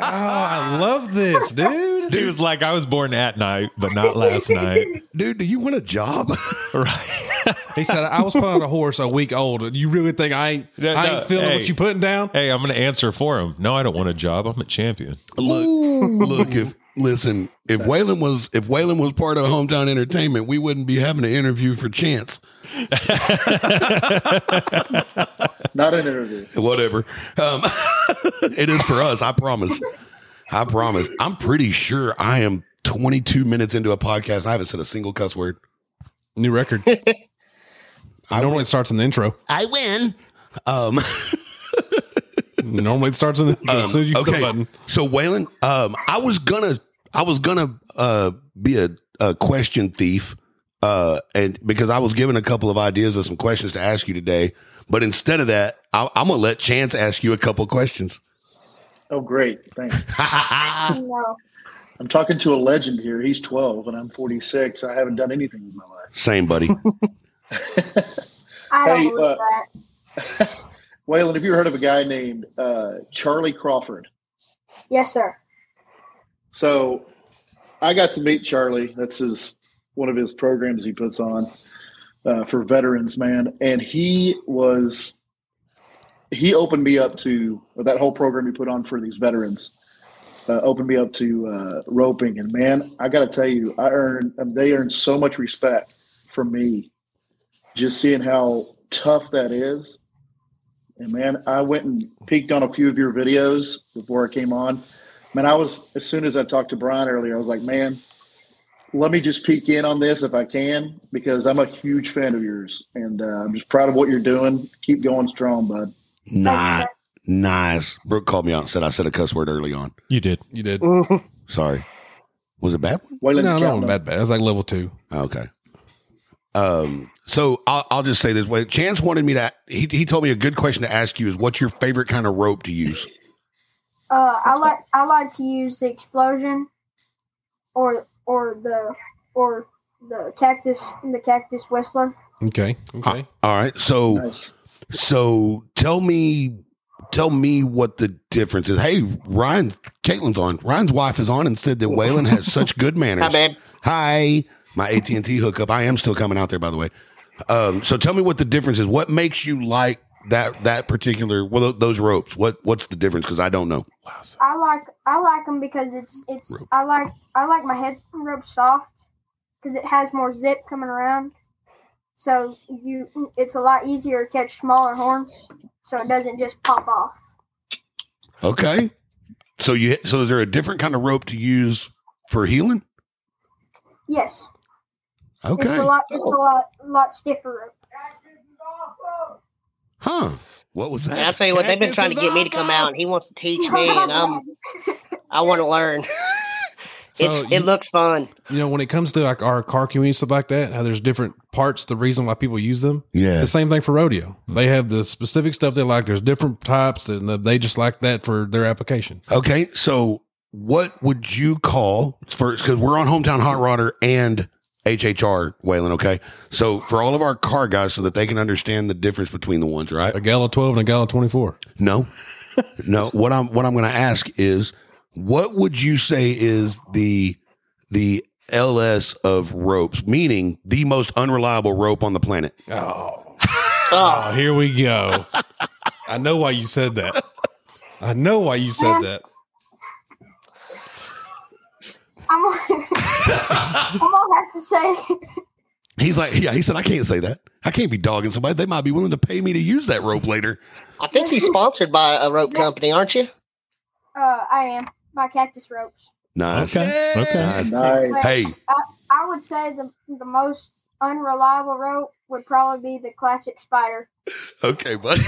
Speaker 1: Oh, I love
Speaker 5: [laughs]
Speaker 1: this, dude.
Speaker 3: he was like, I was born at night, but not
Speaker 4: [laughs]
Speaker 3: last night.
Speaker 2: Dude, do you want a job?
Speaker 3: Right.
Speaker 1: He said, I was pulling a horse a week old. You really think I ain't,
Speaker 3: No,
Speaker 1: I
Speaker 3: no,
Speaker 1: ain't feeling
Speaker 3: hey.
Speaker 1: what you putting down?
Speaker 3: Hey, I'm going to answer for him. No, I don't want a job. I'm a champion.
Speaker 2: look, look. If [laughs] listen, if Waylon was if Waylon was part of hometown entertainment, we wouldn't be having an interview for Chance.
Speaker 7: [laughs] Not an interview.
Speaker 2: Whatever. Um, [laughs] it is for us. I promise. I promise. I'm pretty sure I am 22 minutes into a podcast. I haven't said a single cuss word.
Speaker 1: New
Speaker 5: [laughs]
Speaker 1: record.
Speaker 2: I
Speaker 1: Normally it starts in the intro.
Speaker 2: I win. Um,
Speaker 1: Normally it starts in the intro.
Speaker 3: Um,
Speaker 1: as soon as you click
Speaker 2: okay.
Speaker 1: the button.
Speaker 2: So Waylon, um, I was gonna, I was gonna uh, be a, a question thief, uh, and because I was given a couple of ideas of some questions to ask you today, but instead of that, I, I'm gonna let Chance ask you a couple questions. [laughs]
Speaker 7: Oh, great. Thanks.
Speaker 4: no,
Speaker 7: I'm talking to a legend here. He's 12 and I'm 46. I haven't done anything with my life.
Speaker 2: Same, buddy.
Speaker 4: I don't
Speaker 7: Hey,
Speaker 4: believe
Speaker 7: uh,
Speaker 4: that.
Speaker 7: Waylon, have you heard of a guy named uh, Charlie Crawford?
Speaker 4: Yes, sir.
Speaker 7: So I got to meet Charlie. That's his one of his programs he puts on uh, for veterans, man. And he was he opened me up to or that whole program he put on for these veterans. Uh, opened me up to uh, roping, and man, I got to tell you, I earned um, they earned so much respect from me just seeing how tough that is. And man, I went and peeked on a few of your videos before I came on. Man, I was as soon as I talked to Brian earlier, I was like, man, let me just peek in on this if I can, because I'm a huge fan of yours, and uh, I'm just proud of what you're doing. Keep going strong, bud.
Speaker 2: Nah, nice. Brooke called me out and said I said a cuss word early on.
Speaker 3: You did.
Speaker 1: You did. No,
Speaker 5: Mhm.
Speaker 2: Sorry, was it a bad one?
Speaker 7: Waylon's
Speaker 1: no,
Speaker 7: counting
Speaker 1: no,
Speaker 7: on-
Speaker 1: bad, bad. That's like level two.
Speaker 2: Oh, Okay. Um. So I'll, I'll just say this way. Chance wanted me to. He he told me a good question to ask you is what's your favorite kind of rope to use.
Speaker 4: Uh, I like I like to use the explosion, or or the or the cactus the cactus whistler.
Speaker 1: Okay. Okay.
Speaker 2: Uh, All right. So
Speaker 7: Nice.
Speaker 2: so tell me tell me what the difference is. Hey, Ryan, Caitlin's on. Ryan's wife is on and said that Waylon has such
Speaker 5: [laughs]
Speaker 2: good manners.
Speaker 5: Hi, babe.
Speaker 2: Hi. My AT and T hookup. I am still coming out there, by the way. Um, so tell me what the difference is. What makes you like that that particular well those ropes? What what's the difference? Because I don't know.
Speaker 4: I like I like them because it's it's
Speaker 2: Rope.
Speaker 4: I like I like my head rope soft because it has more zip coming around, so you it's a lot easier to catch smaller horns, so it doesn't just pop off.
Speaker 2: Okay. So you so is there a different kind of rope to use for healing?
Speaker 4: Yes,
Speaker 2: Okay. Oh.
Speaker 4: it's a lot it's a lot lot stiffer rope.
Speaker 2: Huh. What was that?
Speaker 5: And I'll tell you what, they've been
Speaker 2: Cactus
Speaker 5: trying to
Speaker 2: is
Speaker 5: get me to
Speaker 2: awesome.
Speaker 5: come out, and he wants to teach
Speaker 4: [laughs]
Speaker 5: me, and I'm I want to learn.
Speaker 1: So
Speaker 5: it's,
Speaker 1: you,
Speaker 5: it looks fun.
Speaker 1: you know, when it comes to like our car community stuff like that, how there's different parts, the reason why people use them.
Speaker 2: Yeah.
Speaker 1: It's the same thing for rodeo. They have the specific stuff they like. There's different types, and they just like that for their application.
Speaker 2: Okay, so what would you call first? Because we're on hometown hot rodder and HHR Waylon. Okay, so for all of our car guys, so that they can understand the difference between the ones, right?
Speaker 1: A gala twelve and a gala twenty four.
Speaker 2: No, no. What I'm what I'm going to ask is, what would you say is the the LS of ropes, meaning the most unreliable rope on the planet?
Speaker 1: Oh,
Speaker 5: Oh,
Speaker 1: here we go. I know why you said that. [laughs] I know why you said that.
Speaker 4: I'm gonna, I'm gonna have to say
Speaker 2: He's like, yeah, he said, I can't say that. I can't be dogging somebody. They might be willing to pay me to use that rope later.
Speaker 5: I think he's sponsored by a rope company, aren't you?
Speaker 4: uh, I am by Cactus Ropes.
Speaker 2: Nice.
Speaker 3: Okay. Okay.
Speaker 2: Nice.
Speaker 7: Nice.
Speaker 2: Hey,
Speaker 4: I would say the the most unreliable rope would probably be the classic spider.
Speaker 2: okay, buddy.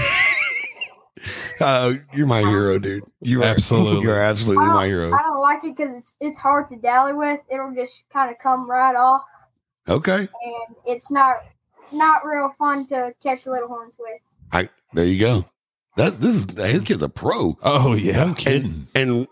Speaker 2: [laughs] uh, you're my hero, dude. You are,
Speaker 1: Absolutely.
Speaker 2: You're absolutely my hero.
Speaker 4: I don't like it because it's it's hard to dally with. It'll just kind of come right off,
Speaker 2: Okay.
Speaker 4: and it's not not real fun to catch little horns with.
Speaker 2: I there you go. That this is his kid's a pro.
Speaker 1: Oh yeah.
Speaker 3: No kidding.
Speaker 2: And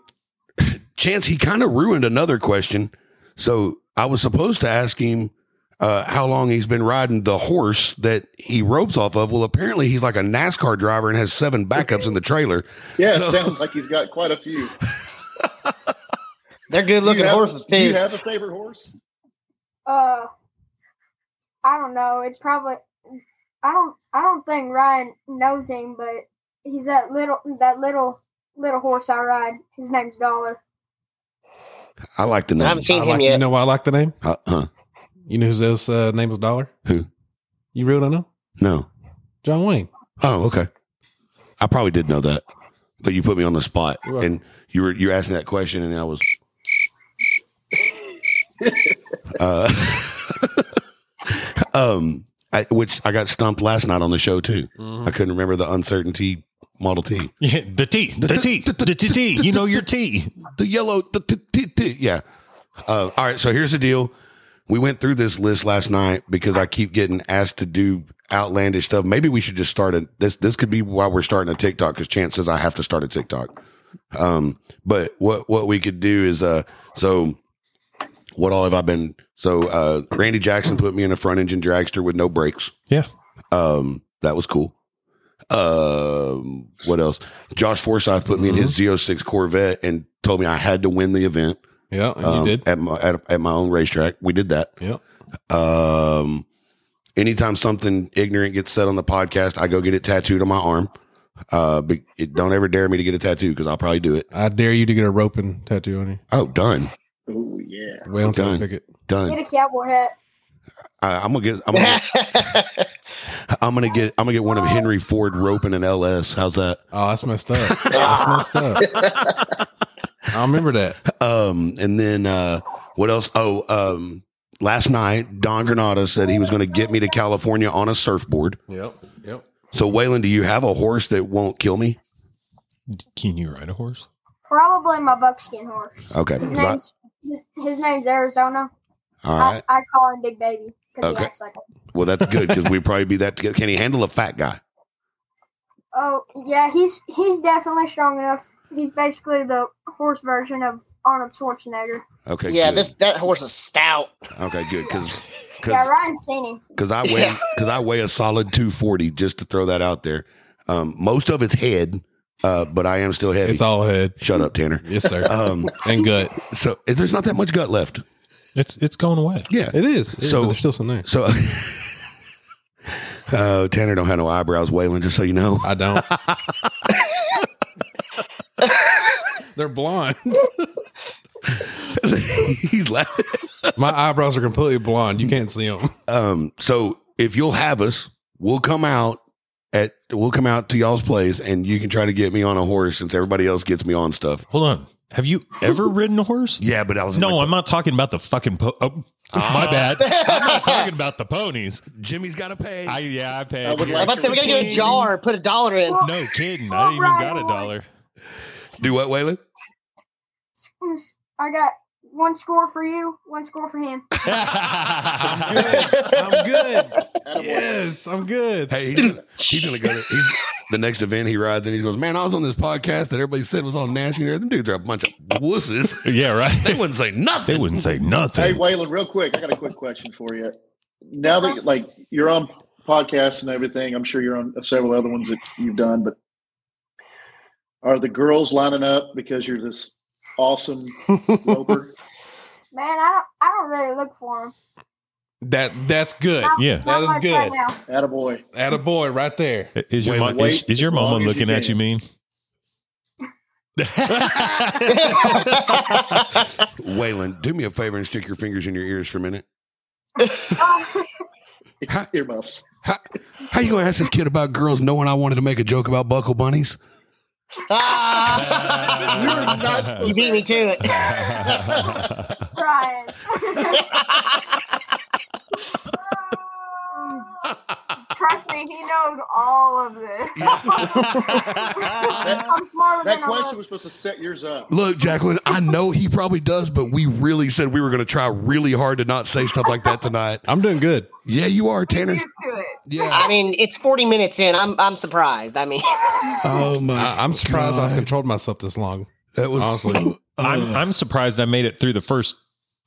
Speaker 2: chance he kind of ruined another question. So I was supposed to ask him uh, how long he's been riding the horse that he ropes off of. Well, apparently he's like a NASCAR driver and has seven backups in the trailer.
Speaker 7: Yeah,
Speaker 2: So-
Speaker 7: it sounds like he's got quite a few. Do
Speaker 5: They're good
Speaker 7: you
Speaker 5: looking
Speaker 7: have-
Speaker 5: horses
Speaker 7: Do you
Speaker 5: too.
Speaker 7: have a favorite horse?
Speaker 4: Uh, I don't know. It probably I don't I don't think Ryan knows him, but he's that little that little little horse I ride. His name's Dollar.
Speaker 2: I like the
Speaker 5: I
Speaker 2: name.
Speaker 5: haven't seen
Speaker 1: I
Speaker 5: him
Speaker 1: like,
Speaker 5: yet.
Speaker 1: You know why I like the name?
Speaker 2: Uh, huh.
Speaker 1: You know whose else uh, name was Dollar?
Speaker 2: Who?
Speaker 1: You really don't know?
Speaker 2: No.
Speaker 1: John Wayne.
Speaker 2: Oh, okay. I probably did know that, but you put me on the spot,
Speaker 1: You're welcome.
Speaker 2: and you were you asked me that question, and I was. [laughs] uh, [laughs] um, I, which I got stumped last night on the show too. I couldn't remember the uncertainty Model T,
Speaker 3: Yeah, the T, the T, the T, T. You know your T.
Speaker 2: the yellow, the t- t- t- yeah. Uh, all right, so here's the deal. We went through this list last night because I keep getting asked to do outlandish stuff. Maybe we should just start a this. This could be why we're starting a TikTok because Chance says I have to start a TikTok. Um, but what what we could do is uh, so what all have I been? So uh, Randy Jackson put me in a front engine dragster with no brakes.
Speaker 3: Yeah.
Speaker 2: um, that was cool. Um, what else? Josh Forsyth put me in his Z06 Corvette and told me I had to win the event
Speaker 1: Yeah, and
Speaker 2: um,
Speaker 1: you did.
Speaker 2: at my at, at my own racetrack. We did that.
Speaker 1: Yep.
Speaker 2: Um, anytime something ignorant gets said on the podcast, I go get it tattooed on my arm. Uh, but it, don't ever dare me to get a tattoo because I'll probably do it.
Speaker 1: I dare you to get a roping tattoo on you.
Speaker 2: Oh, done,
Speaker 7: Oh yeah.
Speaker 1: Wait until I
Speaker 2: Done.
Speaker 1: pick it.
Speaker 2: done.
Speaker 4: Get a cowboy hat.
Speaker 2: I, I'm gonna get. I'm gonna,
Speaker 1: [laughs]
Speaker 2: I'm gonna get. I'm gonna get one of Henry Ford roping an LS. How's that?
Speaker 1: Oh, that's messed up. that's messed up. I remember that.
Speaker 2: Um, and then uh, what else? Oh, um, last night Don Granada said he was gonna get me to California on a surfboard.
Speaker 1: Yep. Yep.
Speaker 2: So Waylon, do you have a horse that won't kill me?
Speaker 3: Can you ride a horse?
Speaker 4: Probably my buckskin horse.
Speaker 2: Okay.
Speaker 4: His
Speaker 2: 'cause I-
Speaker 4: name's his, his name's Arizona.
Speaker 2: all right.
Speaker 4: I, I call him Big Baby because
Speaker 2: Okay.
Speaker 4: he acts like one.
Speaker 2: Well, that's good because we probably be that together. Can he handle a fat guy?
Speaker 4: Oh yeah, he's he's definitely strong enough. He's basically the horse version of Arnold Schwarzenegger.
Speaker 2: Okay.
Speaker 5: yeah,
Speaker 2: good.
Speaker 5: this that horse is stout.
Speaker 2: Okay, good
Speaker 5: [laughs]
Speaker 2: because
Speaker 4: Yeah, Ryan's seen him.
Speaker 2: because I weigh
Speaker 5: Yeah.
Speaker 2: because I weigh a solid two forty. Just to throw that out there, um, most of it's head, uh, but I am still heavy.
Speaker 1: It's all head.
Speaker 2: Shut up, Tanner.
Speaker 1: Yes, sir.
Speaker 2: Um,
Speaker 1: and gut.
Speaker 2: so if there's not that much gut left.
Speaker 3: It's it's going away.
Speaker 2: Yeah.
Speaker 1: It is. It is,
Speaker 2: So-
Speaker 1: but there's still some there.
Speaker 2: So. [laughs] Uh, Tanner don't have no eyebrows, Waylon. Just so you know, [laughs]
Speaker 1: I don't. They're blonde.
Speaker 2: he's laughing.
Speaker 1: My eyebrows are completely blonde. You can't see them.
Speaker 2: Um, so if you'll have us, we'll come out at we'll come out to y'all's place, and you can try to get me on a horse since everybody else gets me on stuff.
Speaker 3: Hold on. Have you ever ridden a horse?
Speaker 2: Yeah, but I was
Speaker 3: No,
Speaker 2: like,
Speaker 3: I'm not talking about the fucking. Po- oh, my bad. I'm not talking about the ponies.
Speaker 2: Jimmy's got to pay.
Speaker 3: I yeah, I paid.
Speaker 7: I
Speaker 5: I'm
Speaker 7: would like
Speaker 5: about to say we gotta get a jar and put a dollar in.
Speaker 3: No kidding. I even got a dollar. [laughs]
Speaker 2: Do what, Waylon?
Speaker 4: I got one score for you, one score for him.
Speaker 1: I'm good.
Speaker 7: Attaboy.
Speaker 1: Yes, I'm good.
Speaker 2: Hey, he's gonna, he's gonna go. To,
Speaker 3: [laughs]
Speaker 2: he's the next event he rides, and he goes, "Man, I was on this podcast that everybody said was on national. Air. Them dudes are a bunch of wusses. [laughs]
Speaker 3: yeah,
Speaker 2: They
Speaker 3: right.
Speaker 2: wouldn't say nothing.
Speaker 3: They wouldn't say
Speaker 7: Hey,
Speaker 3: nothing.
Speaker 7: Waylon, real quick, I got a quick question for you. Now that like you're on podcasts and everything, I'm sure you're on several other ones that you've done, but are the girls lining up because you're this awesome roper?
Speaker 4: Man, I don't I don't really look for him.
Speaker 1: That that's good.
Speaker 3: Yeah.
Speaker 1: That
Speaker 4: Not
Speaker 1: is
Speaker 4: much
Speaker 1: good.
Speaker 4: right now.
Speaker 7: Attaboy.
Speaker 1: At a boy right there.
Speaker 3: Is your
Speaker 2: Wait,
Speaker 3: mom,
Speaker 7: wait
Speaker 3: is, is your
Speaker 7: as
Speaker 3: mama
Speaker 7: long as you
Speaker 3: looking at
Speaker 7: can.
Speaker 3: you mean?
Speaker 2: Waylon, do me a favor and stick your fingers in your ears for a minute.
Speaker 7: [laughs] Earmuffs.
Speaker 2: How, how you gonna ask this kid about girls knowing I wanted to make a joke about buckle bunnies?
Speaker 5: Ah!
Speaker 7: [laughs] You were not
Speaker 5: [laughs]
Speaker 7: supposed
Speaker 5: you beat me to it.
Speaker 6: Brian. [laughs] Trust me, he knows all of this. [laughs] I'm smarter
Speaker 7: That
Speaker 6: than all of
Speaker 7: question was supposed to set yours up.
Speaker 2: Look, Jacqueline, I know he probably does, but we really said we were gonna try really hard to not say stuff like that tonight.
Speaker 1: I'm doing good.
Speaker 2: Yeah, you are,
Speaker 6: you
Speaker 2: Tanner.
Speaker 6: used to it.
Speaker 2: Yeah.
Speaker 5: I mean, it's 40 minutes in. I'm I'm surprised. I mean, [laughs]
Speaker 2: Oh my.
Speaker 1: I, I'm surprised I've
Speaker 2: God.
Speaker 1: controlled myself this long.
Speaker 2: That was
Speaker 1: Honestly.
Speaker 3: [laughs]
Speaker 2: uh,
Speaker 3: I'm I'm surprised I made it through the first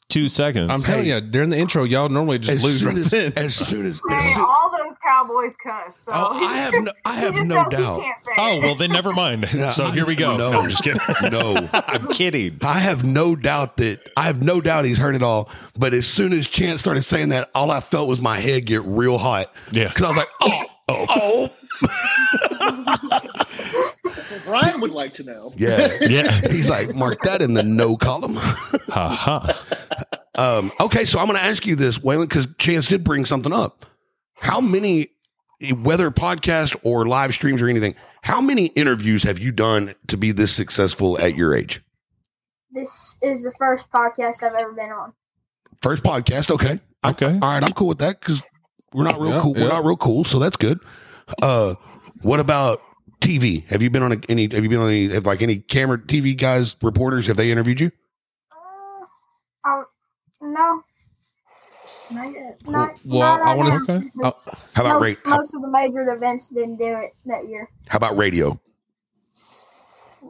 Speaker 3: two seconds.
Speaker 1: I'm telling you, during the intro, y'all normally just
Speaker 2: as
Speaker 1: lose
Speaker 2: soon
Speaker 1: right
Speaker 2: as,
Speaker 1: [laughs] then.
Speaker 2: as soon as, as
Speaker 6: Hey,
Speaker 2: soon-
Speaker 6: all those cowboys cuss. So
Speaker 2: Oh, I have no, I
Speaker 6: he
Speaker 2: have
Speaker 6: just
Speaker 2: no
Speaker 6: knows he
Speaker 2: doubt.
Speaker 6: can't say
Speaker 3: oh
Speaker 6: it.
Speaker 3: well, then never mind. so here we go.
Speaker 2: No.
Speaker 3: No. I'm just kidding.
Speaker 2: [laughs] No,
Speaker 3: I'm kidding.
Speaker 2: I have no doubt that I have no doubt he's heard it all. But as soon as Chance started saying that, all I felt was my head get real hot.
Speaker 3: Yeah.
Speaker 2: because I was like, oh, oh,
Speaker 7: Brian would like to know.
Speaker 2: yeah,
Speaker 3: [laughs] Yeah.
Speaker 2: [laughs] He's like, mark that in the no column.
Speaker 3: Ha ha.
Speaker 2: Um, okay, so I'm going to ask you this, Waylon, because Chance did bring something up. How many, whether podcast or live streams or anything, how many interviews have you done to be this successful at your age?
Speaker 4: [laughs] This is the first podcast I've ever been on.
Speaker 2: First podcast, okay.
Speaker 3: Okay.
Speaker 2: All right, I'm cool with that because we're not real
Speaker 1: Yeah,
Speaker 2: cool. We're
Speaker 1: yeah.
Speaker 2: not real cool, so that's good. Uh, what about TV? Have you been on a, any? Have you been on any? Have like any camera TV guys, reporters? Have they interviewed you?
Speaker 4: Uh, I, no.
Speaker 6: Not yet.
Speaker 4: Not,
Speaker 1: Well,
Speaker 4: not
Speaker 1: I uh,
Speaker 4: right
Speaker 1: want
Speaker 4: now.
Speaker 1: to.
Speaker 3: Okay.
Speaker 2: How about rate?
Speaker 4: most, most of the major events didn't do it that year.
Speaker 2: How about radio?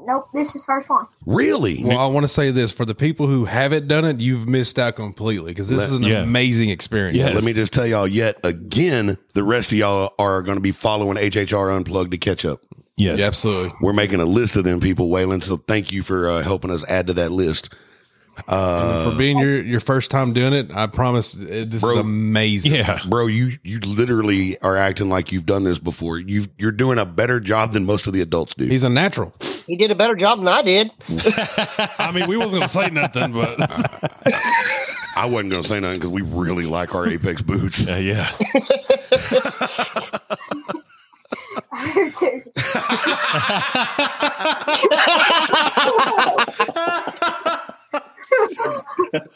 Speaker 4: Nope, this is first one. [laughs]
Speaker 2: Really?
Speaker 1: Well, I want to say this for the people who haven't done it, you've missed out completely because this
Speaker 2: Let-
Speaker 1: is an
Speaker 3: yeah.
Speaker 1: amazing experience.
Speaker 3: Yeah.
Speaker 2: Let me just tell y'all yet again, the rest of y'all are going to be following HHR Unplugged to catch up.
Speaker 3: Yes.
Speaker 1: Yeah, absolutely.
Speaker 2: We're making a list of them people, Waylon. So thank you for uh, helping us add to that list.
Speaker 1: And for being your your first time doing it, I promise uh, this
Speaker 2: Bro.
Speaker 1: is amazing.
Speaker 3: Yeah.
Speaker 2: bro you you literally are acting like you've done this before you you're doing a better job than most of the adults do
Speaker 1: He's a natural.
Speaker 5: he did a better job than I did.
Speaker 1: I mean, we wasn't gonna say nothing, but
Speaker 2: i wasn't gonna say nothing because we really like our apex boots
Speaker 3: Uh, yeah.
Speaker 4: I do
Speaker 1: [laughs]
Speaker 4: too.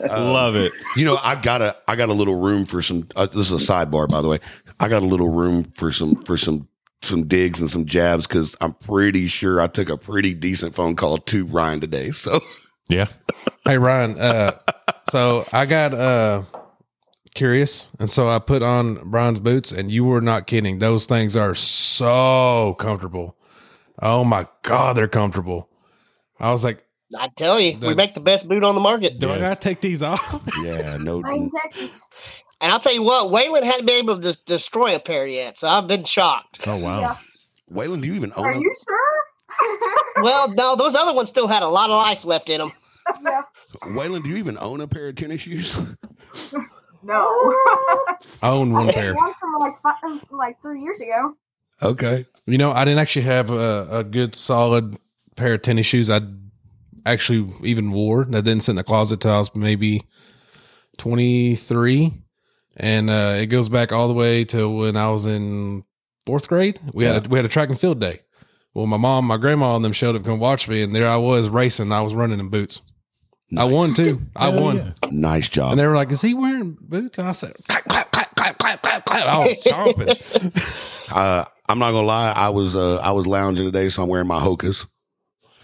Speaker 3: Love it.
Speaker 2: you know i got a i got a little room for some uh, this is a sidebar by the way i got a little room for some for some some digs and some jabs because i'm pretty sure i took a pretty decent phone call to ryan today so
Speaker 3: Yeah.
Speaker 1: [laughs] hey, Ryan. Uh, so I got uh, curious, and so I put on Brian's boots, and you were not kidding. Those things are so comfortable. Oh my god, they're comfortable. I was like,
Speaker 5: I tell you, we
Speaker 1: The-
Speaker 5: make the best boot on the market.
Speaker 1: do I
Speaker 3: Yes.
Speaker 1: gotta take these off?
Speaker 2: yeah
Speaker 1: [laughs]
Speaker 2: no
Speaker 4: I'm in Texas.
Speaker 5: And I'll tell you what, Waylon hadn't been able to destroy a pair yet, so I've been shocked.
Speaker 3: Oh wow.
Speaker 6: Yeah.
Speaker 2: waylon do you even
Speaker 6: Are
Speaker 2: own
Speaker 6: you sure?
Speaker 5: Well, no, those other ones still had a lot of life left in them.
Speaker 6: yeah.
Speaker 2: a waylon do you even own a pair of tennis shoes [laughs]
Speaker 6: [laughs] No.
Speaker 1: I own one pair.
Speaker 4: One from like five, like three years ago.
Speaker 2: okay
Speaker 1: You know, I didn't actually have a, a good solid pair of tennis shoes. I actually even wore that didn't sit in the closet till I was maybe twenty three, and uh, it goes back all the way to when I was in fourth grade. We had a, we had a track and field day. Well, my mom, my grandma, and them showed up and watch me, and there I was racing. I was running in boots. I won too. I
Speaker 3: Hell
Speaker 1: won,
Speaker 3: yeah.
Speaker 2: nice job
Speaker 1: and they were like, "Is he wearing boots?" I said, "Clap, clap, clap, clap, clap, clap,
Speaker 2: [laughs]
Speaker 1: clap." [laughs] I was chomping.
Speaker 2: Oh, Uh, I'm not gonna lie. I was uh, I was lounging today, so I'm wearing my Hokas.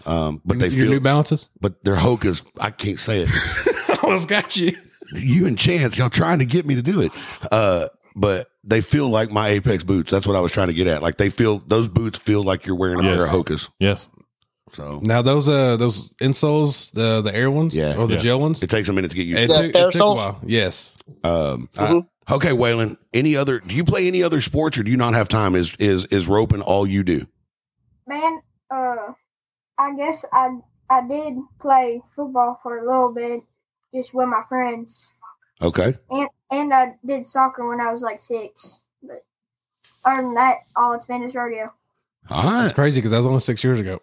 Speaker 2: Um, but they
Speaker 1: Your
Speaker 2: feel,
Speaker 1: New Balances.
Speaker 2: but they're Hokas. I can't say it.
Speaker 1: [laughs] I almost got you.
Speaker 2: you and Chance, y'all trying to get me to do it. Uh, but they feel like my Apex boots. That's what I was trying to get at. Like they feel those boots feel like you're wearing a
Speaker 3: Yes.
Speaker 2: pair of Hokas.
Speaker 3: Yes.
Speaker 2: So
Speaker 1: Now those uh those insoles, the the air ones,
Speaker 2: Yeah.
Speaker 1: or the
Speaker 3: Yeah.
Speaker 1: gel ones.
Speaker 2: it takes a minute to get
Speaker 1: It,
Speaker 2: used.
Speaker 5: The
Speaker 1: took, it took a
Speaker 5: Therasols?
Speaker 1: while. Yes,
Speaker 2: to Um,
Speaker 5: Mhm.
Speaker 2: uh, okay, Waylon. Any other? Do you play any other sports, or do you not have time? Is is is roping all you do?
Speaker 4: Man, uh, I guess I I did play football for a little bit, just with my friends,
Speaker 2: Okay.
Speaker 4: and and I did soccer when I was like six. But other than that, all it's been is rodeo.
Speaker 2: All right.
Speaker 1: it's crazy because that was only six years ago.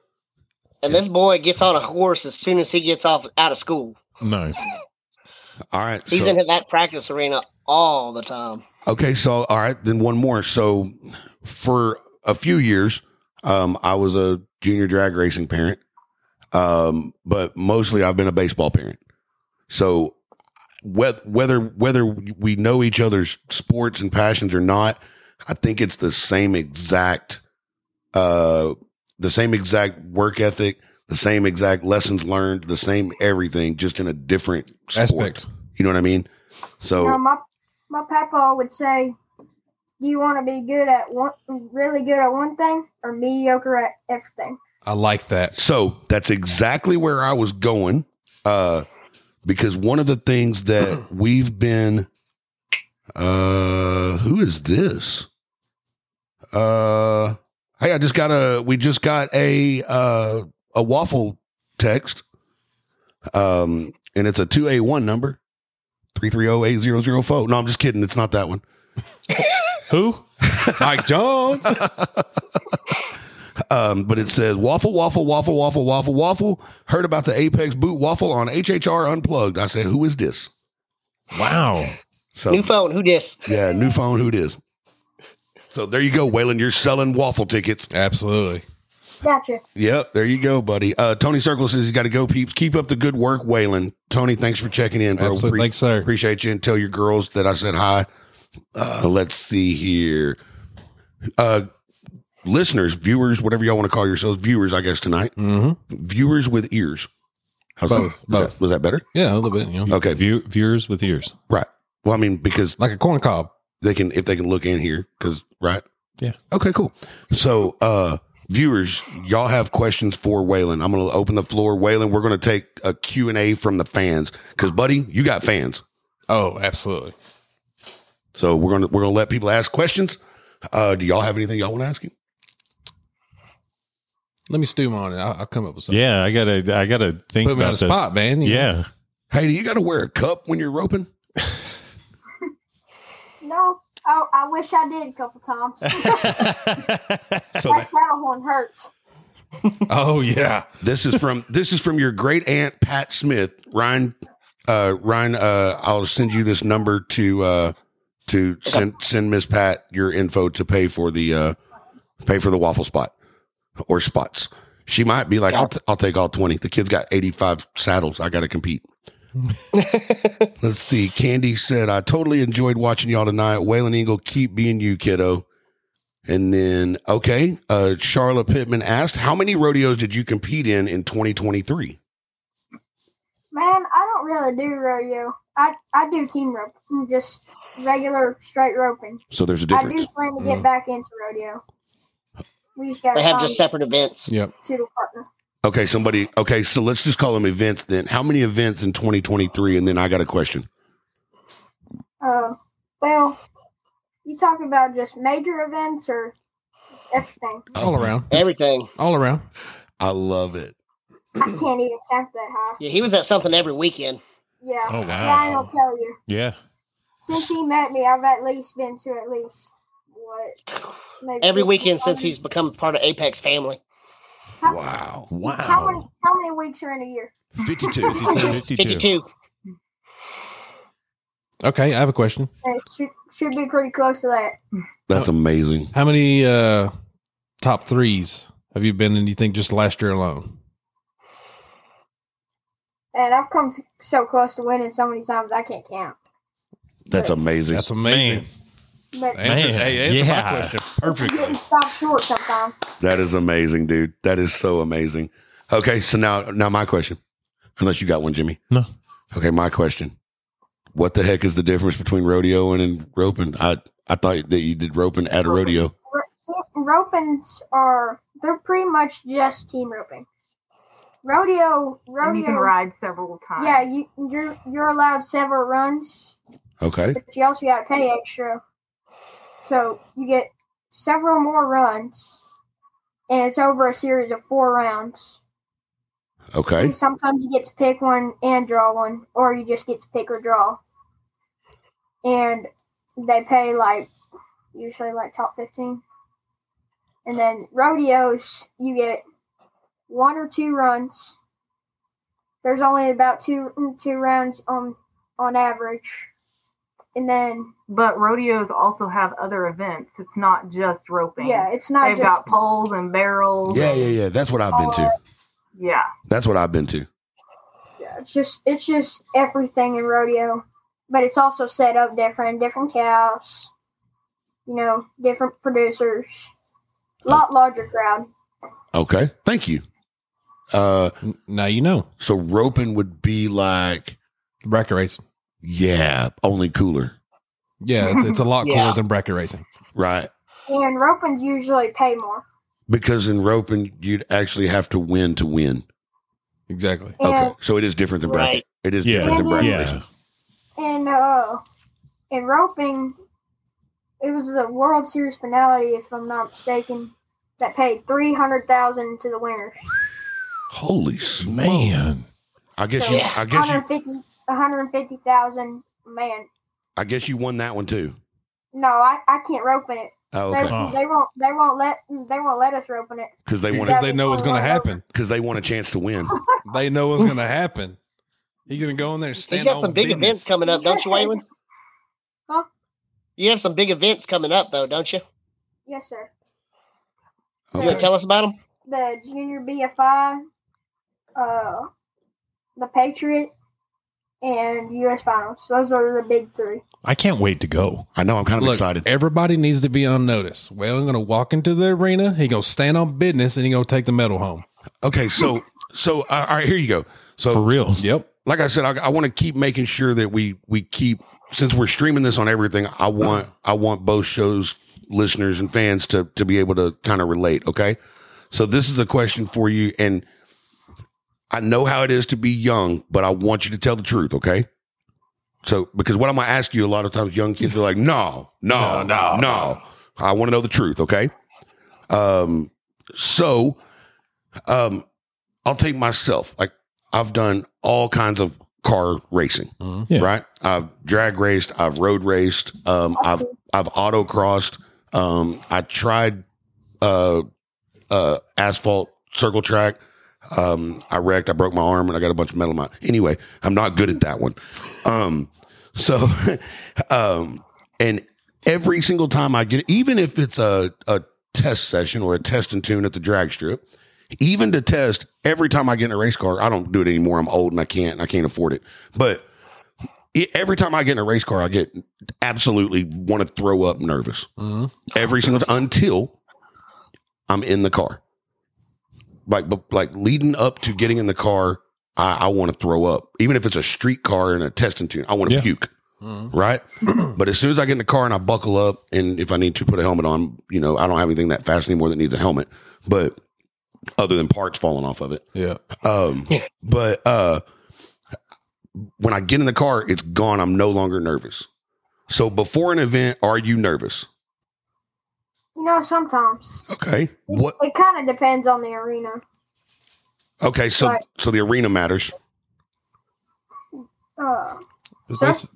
Speaker 5: And this boy gets on a horse as soon as he gets off out of school.
Speaker 3: Nice.
Speaker 2: All right.
Speaker 5: He's
Speaker 2: so-
Speaker 5: in that practice arena all the time.
Speaker 2: Okay, so all right, then one more. So for a few years, um, I was a junior drag racing parent, um, but mostly I've been a baseball parent. So whether whether whether we know each other's sports and passions or not, I think it's the same exact, uh, the same exact work ethic, the same exact lessons learned, the same everything, just in a different sport.
Speaker 1: Aspect.
Speaker 2: You know what I mean? So
Speaker 4: Now, my my papa would say, "Do you want to be good at one, really good at one thing, or mediocre at everything?"
Speaker 1: I like that.
Speaker 2: So that's exactly where I was going. Uh, because one of the things that we've been, uh, who is this? Uh, hey, I just got a, we just got a, uh, a waffle text. Um, and it's a 2A1 number 3308004. No, I'm just kidding. It's not that one.
Speaker 3: Who?
Speaker 1: Mike Jones.
Speaker 2: Um, but it says waffle, waffle, waffle, waffle, waffle, waffle. Heard about the Apex boot waffle on HHR Unplugged. I said, who is this?
Speaker 3: Wow.
Speaker 2: So
Speaker 5: New phone, who dis?
Speaker 2: yeah, new phone. Who it is? So there you go, Waylon. You're selling waffle tickets.
Speaker 1: Absolutely.
Speaker 4: Gotcha.
Speaker 2: Yep, there you go, buddy. Uh, Tony Circle says you got to go, peeps. Keep up the good work, Waylon. Tony, thanks for checking in, bro.
Speaker 1: Absolutely.
Speaker 2: Pre-
Speaker 1: Thanks, sir.
Speaker 2: Appreciate you, and tell your girls that I said hi. Uh, let's see here, uh, listeners, viewers, whatever y'all want to call yourselves, viewers, I guess tonight,
Speaker 1: Mm-hmm.
Speaker 2: viewers with ears. How's that?
Speaker 1: Both,
Speaker 2: Was
Speaker 1: both.
Speaker 2: That, was that better?
Speaker 1: Yeah, a little bit. You know,
Speaker 2: Okay.
Speaker 3: View, viewers with ears.
Speaker 2: Right. Well, I mean, because
Speaker 1: like a corn cob.
Speaker 2: they can if they can look in here because right
Speaker 3: Yeah.
Speaker 2: okay cool so uh viewers y'all have questions for waylon i'm gonna open the floor waylon we're gonna take a q&a from the fans because buddy you got fans
Speaker 1: Oh, absolutely.
Speaker 2: so we're gonna we're gonna let people ask questions uh do y'all have anything y'all want to ask him
Speaker 1: Let me stew on it. I'll, I'll come up with something.
Speaker 3: Yeah, I gotta, I gotta think
Speaker 1: Put me
Speaker 3: about
Speaker 1: on the
Speaker 3: this.
Speaker 1: spot, man. You
Speaker 3: Yeah,
Speaker 2: hey do you gotta wear a cup when you're roping
Speaker 4: No, I, I wish I did a couple times. that saddle horn hurts.
Speaker 1: know. Oh yeah.
Speaker 2: this is from this is from your great aunt pat smith ryan uh ryan uh i'll send you this number to uh to send send miss pat your info to pay for the uh pay for the waffle spot or spots she might be like i'll, t- I'll take all 20 the kid's got 85 saddles i gotta compete let's see candy said i totally enjoyed watching y'all tonight waylon eagle keep being you kiddo and then, okay, uh, Charlotte Pittman asked, "How many rodeos did you compete in in 2023?"
Speaker 4: Man, I don't really do rodeo. I I do team rope, mm, just regular straight roping.
Speaker 2: So there's a
Speaker 4: I do
Speaker 2: difference.
Speaker 4: plan to get
Speaker 1: Mm.
Speaker 4: back into rodeo. We just got
Speaker 5: They
Speaker 4: to
Speaker 5: have
Speaker 4: find
Speaker 5: just separate events.
Speaker 1: Yep.
Speaker 4: a suitable partner.
Speaker 2: Okay, somebody. Okay, so let's just call them events then. How many events in 2023? And then I got a question.
Speaker 4: Uh, well, you talk about just major events or everything.
Speaker 1: All around.
Speaker 5: Everything.
Speaker 1: All around.
Speaker 2: I love it.
Speaker 4: I can't even count that high.
Speaker 5: Yeah, he was at something every weekend.
Speaker 4: Yeah,
Speaker 3: Oh, wow.
Speaker 4: Ryan will tell you.
Speaker 3: yeah.
Speaker 4: Since he met me, I've at least been to at least what maybe
Speaker 5: Every
Speaker 4: 15
Speaker 5: weekend since
Speaker 4: times.
Speaker 5: he's become part of Apex family.
Speaker 2: Wow,
Speaker 4: How many how many weeks are in a year?
Speaker 2: 52.
Speaker 3: 52.
Speaker 5: 52.
Speaker 1: Okay, I have a question.
Speaker 4: It should, should be pretty close to that.
Speaker 2: That's amazing.
Speaker 1: How many uh top threes have you been in? You think just last year alone?
Speaker 4: And I've come so close to winning so many times I can't count.
Speaker 2: That's amazing.
Speaker 1: That's amazing.
Speaker 4: But
Speaker 1: Answer,
Speaker 3: Man,
Speaker 1: hey, answer
Speaker 3: yeah.
Speaker 1: my question
Speaker 4: you
Speaker 1: perfectly.
Speaker 4: getting stopped short sometimes.
Speaker 2: That is amazing, dude. That is so amazing. Okay, so now now my question. Unless you got one, Jimmy.
Speaker 3: No.
Speaker 2: Okay, my question. What the heck is the difference between rodeoing and roping? I I thought that you did roping at a rodeo.
Speaker 4: Ropings are they're pretty much just team roping. Rodeo
Speaker 6: And you
Speaker 4: rodeo
Speaker 6: can ride several times.
Speaker 4: Yeah, you you're you're allowed several runs,
Speaker 2: Okay.
Speaker 4: but you also gotta pay extra. So you get several more runs and it's over a series of four rounds.
Speaker 2: Okay.
Speaker 4: Sometimes you get to pick one and draw one, or you just get to pick or draw. And they pay like usually like top fifteen. And then rodeos, you get one or two runs. There's only about two two rounds on on average, and then
Speaker 8: But rodeos also have other events. It's not just roping.
Speaker 4: yeah, it's not
Speaker 8: They've
Speaker 4: just
Speaker 8: got poles and barrels.
Speaker 2: Yeah, yeah, yeah. That's what I've been to.
Speaker 8: Yeah.
Speaker 2: That's what I've been to.
Speaker 4: Yeah, it's just it's just everything in rodeo, but it's also set up different, different cows, you know, different producers, lot larger crowd.
Speaker 2: Okay. Thank you. Uh,
Speaker 1: N- Now you know.
Speaker 2: so roping would be like,
Speaker 1: Bracket racing.
Speaker 2: yeah, only cooler,
Speaker 1: Yeah, it's, it's a lot
Speaker 5: [laughs]
Speaker 1: cooler
Speaker 5: Yeah.
Speaker 1: than bracket racing.
Speaker 2: right?
Speaker 4: And roping's usually pay more,
Speaker 2: Because in roping, you'd actually have to win to win.
Speaker 1: Exactly.
Speaker 4: and
Speaker 2: Okay. So it is different than bracket.
Speaker 5: Right.
Speaker 2: It is
Speaker 3: Yeah.
Speaker 2: different than bracket
Speaker 3: Yeah.
Speaker 2: racing.
Speaker 4: and uh, in roping, it was the World Series finale, if I'm not mistaken, that paid three hundred thousand to the winners.
Speaker 2: Holy smokes.
Speaker 3: Man,
Speaker 2: I guess you,
Speaker 5: Yeah.
Speaker 2: I guess you,
Speaker 4: 150 150,000 man.
Speaker 2: I guess you won that one too.
Speaker 4: No, I, I can't rope in it.
Speaker 2: Oh,
Speaker 4: They,
Speaker 2: okay.
Speaker 3: Oh.
Speaker 4: they won't. They won't let. They won't let us rope in it.
Speaker 2: Because they want,
Speaker 1: Because
Speaker 4: Yeah.
Speaker 1: they know what's going to happen.
Speaker 2: because they want a chance to win.
Speaker 1: They know what's going to happen. You going to go in there and stand
Speaker 5: You got
Speaker 1: on
Speaker 5: some big
Speaker 1: business.
Speaker 5: events coming up, don't you, Waylon?
Speaker 4: Huh?
Speaker 5: You have some big events coming up, though, don't you?
Speaker 4: Yes, sir.
Speaker 5: You want
Speaker 2: Okay.
Speaker 5: to tell us about them?
Speaker 4: The junior BFI, uh, the Patriot, and U.S. Finals. Those are the big three.
Speaker 3: I can't wait to go.
Speaker 2: I know. I'm kind of
Speaker 1: Look,
Speaker 2: excited.
Speaker 1: everybody needs to be on notice. Well, I'm going to walk into the arena. He going to stand on business and he going to take the medal home.
Speaker 2: Okay. So, so, uh, all right, here you go. So
Speaker 3: For real.
Speaker 1: Yep.
Speaker 2: like I said, I, I want to keep making sure that we we keep since we're streaming this on everything. I want I want both shows listeners and fans to to be able to kind of relate. Okay, so this is a question for you, and I know how it is to be young, but I want you to tell the truth. Okay. So, because what I'm gonna ask you a lot of times, young kids are like, no, no, no, no. I want to know the truth. Okay. Um. So, um, I'll take myself. Like, I've done all kinds of car racing,
Speaker 1: Mhm.
Speaker 3: Yeah.
Speaker 2: right? I've drag raced, I've road raced, um, I've I've autocrossed. Um, I tried uh, uh, asphalt circle track. Um, I wrecked. I broke my arm, and I got a bunch of metal in my. Anyway, I'm not good at that one. Um, so, [laughs] um, and every single time I get, even if it's a a test session or a test and tune at the drag strip, even to test every time I get in a race car, I don't do it anymore. I'm old and I can't, and I can't afford it. But it, every time I get in a race car, I get absolutely want to throw up nervous
Speaker 1: hmm
Speaker 2: every single time until I'm in the car. Like, but like leading up to getting in the car, I, I want to throw up. Even if it's a street car and a testing tune, I want to
Speaker 3: Yeah.
Speaker 2: puke right? but as soon as I get in the car and I buckle up, and if I need to put a helmet on, you know, I don't have anything that fast anymore that needs a helmet, but other than parts falling off of it.
Speaker 1: Yeah.
Speaker 2: Um, but uh, when I get in the car, it's gone. I'm no longer nervous. So before an event, are you nervous?
Speaker 4: You know, sometimes
Speaker 2: Okay. What?
Speaker 4: it kind of depends on the arena.
Speaker 2: Okay. So
Speaker 4: Right.
Speaker 2: so the arena matters.
Speaker 4: Uh,
Speaker 1: It's
Speaker 4: Sure.
Speaker 1: basi-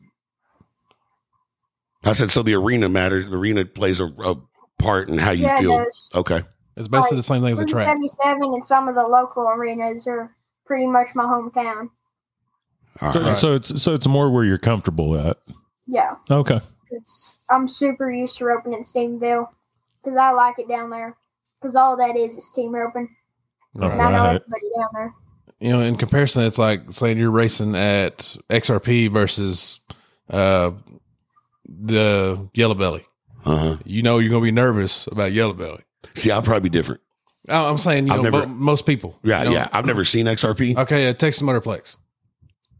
Speaker 2: I said so the arena matters. The arena plays a, a part in how you
Speaker 4: yeah, it
Speaker 2: feel.
Speaker 4: does.
Speaker 2: Okay.
Speaker 1: It's basically the same thing as a
Speaker 4: Route
Speaker 1: track.
Speaker 4: 77 and some of the local arenas are pretty much my hometown.
Speaker 2: All
Speaker 3: So,
Speaker 2: right.
Speaker 3: so it's so it's more where you're comfortable at.
Speaker 4: Yeah,
Speaker 3: Okay.
Speaker 4: 'cause I'm super used to roping in Steamville because I like it down there. Because all that is is team roping.
Speaker 3: All
Speaker 4: And I know
Speaker 3: right.
Speaker 4: everybody down there.
Speaker 1: You know, in comparison, it's like saying you're racing at XRP versus uh, the Yellow Belly.
Speaker 2: Uh-huh.
Speaker 1: You know, you're going to be nervous about Yellow Belly.
Speaker 2: See, I'll probably be different.
Speaker 1: I- Oh, I'm saying, you
Speaker 2: I've
Speaker 1: know,
Speaker 2: never-
Speaker 1: mo- most people.
Speaker 2: Yeah,
Speaker 1: you know.
Speaker 2: yeah. I've never seen XRP.
Speaker 1: Okay, uh, Texas Motorplex.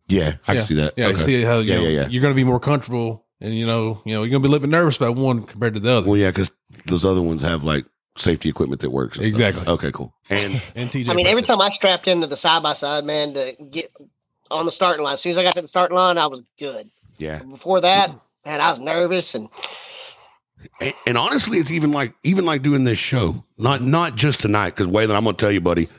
Speaker 2: Yeah, I
Speaker 1: yeah.
Speaker 2: can see that.
Speaker 1: Yeah,
Speaker 2: okay.
Speaker 1: you see how you
Speaker 2: Yeah,
Speaker 1: know,
Speaker 2: yeah, yeah.
Speaker 1: you're going to be more comfortable, and you know, you know, you're going to be a little bit nervous about one compared to the other.
Speaker 2: Well, yeah, because those other ones have like safety equipment that works. and stuff.
Speaker 1: Exactly.
Speaker 2: Okay, cool. And
Speaker 1: And TJ,
Speaker 5: I mean, every
Speaker 1: Brett.
Speaker 5: time I strapped into the side by side, man, to get on the starting line, as soon as I got to the starting line, I was good.
Speaker 2: yeah,
Speaker 5: Before that, man, I was nervous and [laughs]
Speaker 2: and, and honestly, it's even like even like doing this show. Not not just tonight, because Waylon, I'm gonna tell you, buddy.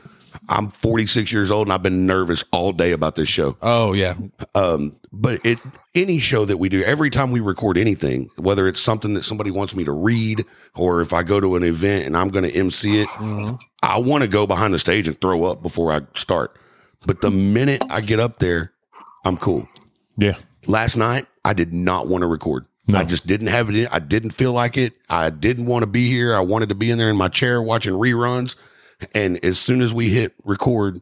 Speaker 2: I'm 46 years old and I've been nervous all day about this show.
Speaker 1: Oh yeah,
Speaker 2: Um, but it any show that we do, every time we record anything, whether it's something that somebody wants me to read or if I go to an event and I'm going to MC it,
Speaker 1: Mhm.
Speaker 2: I want to go behind the stage and throw up before I start. But the minute I get up there, I'm cool.
Speaker 3: Yeah.
Speaker 2: Last night, I did not want to record.
Speaker 3: No.
Speaker 2: I just didn't have it. In, I didn't feel like it. I didn't want to be here. I wanted to be in there in my chair watching reruns. And as soon as we hit record,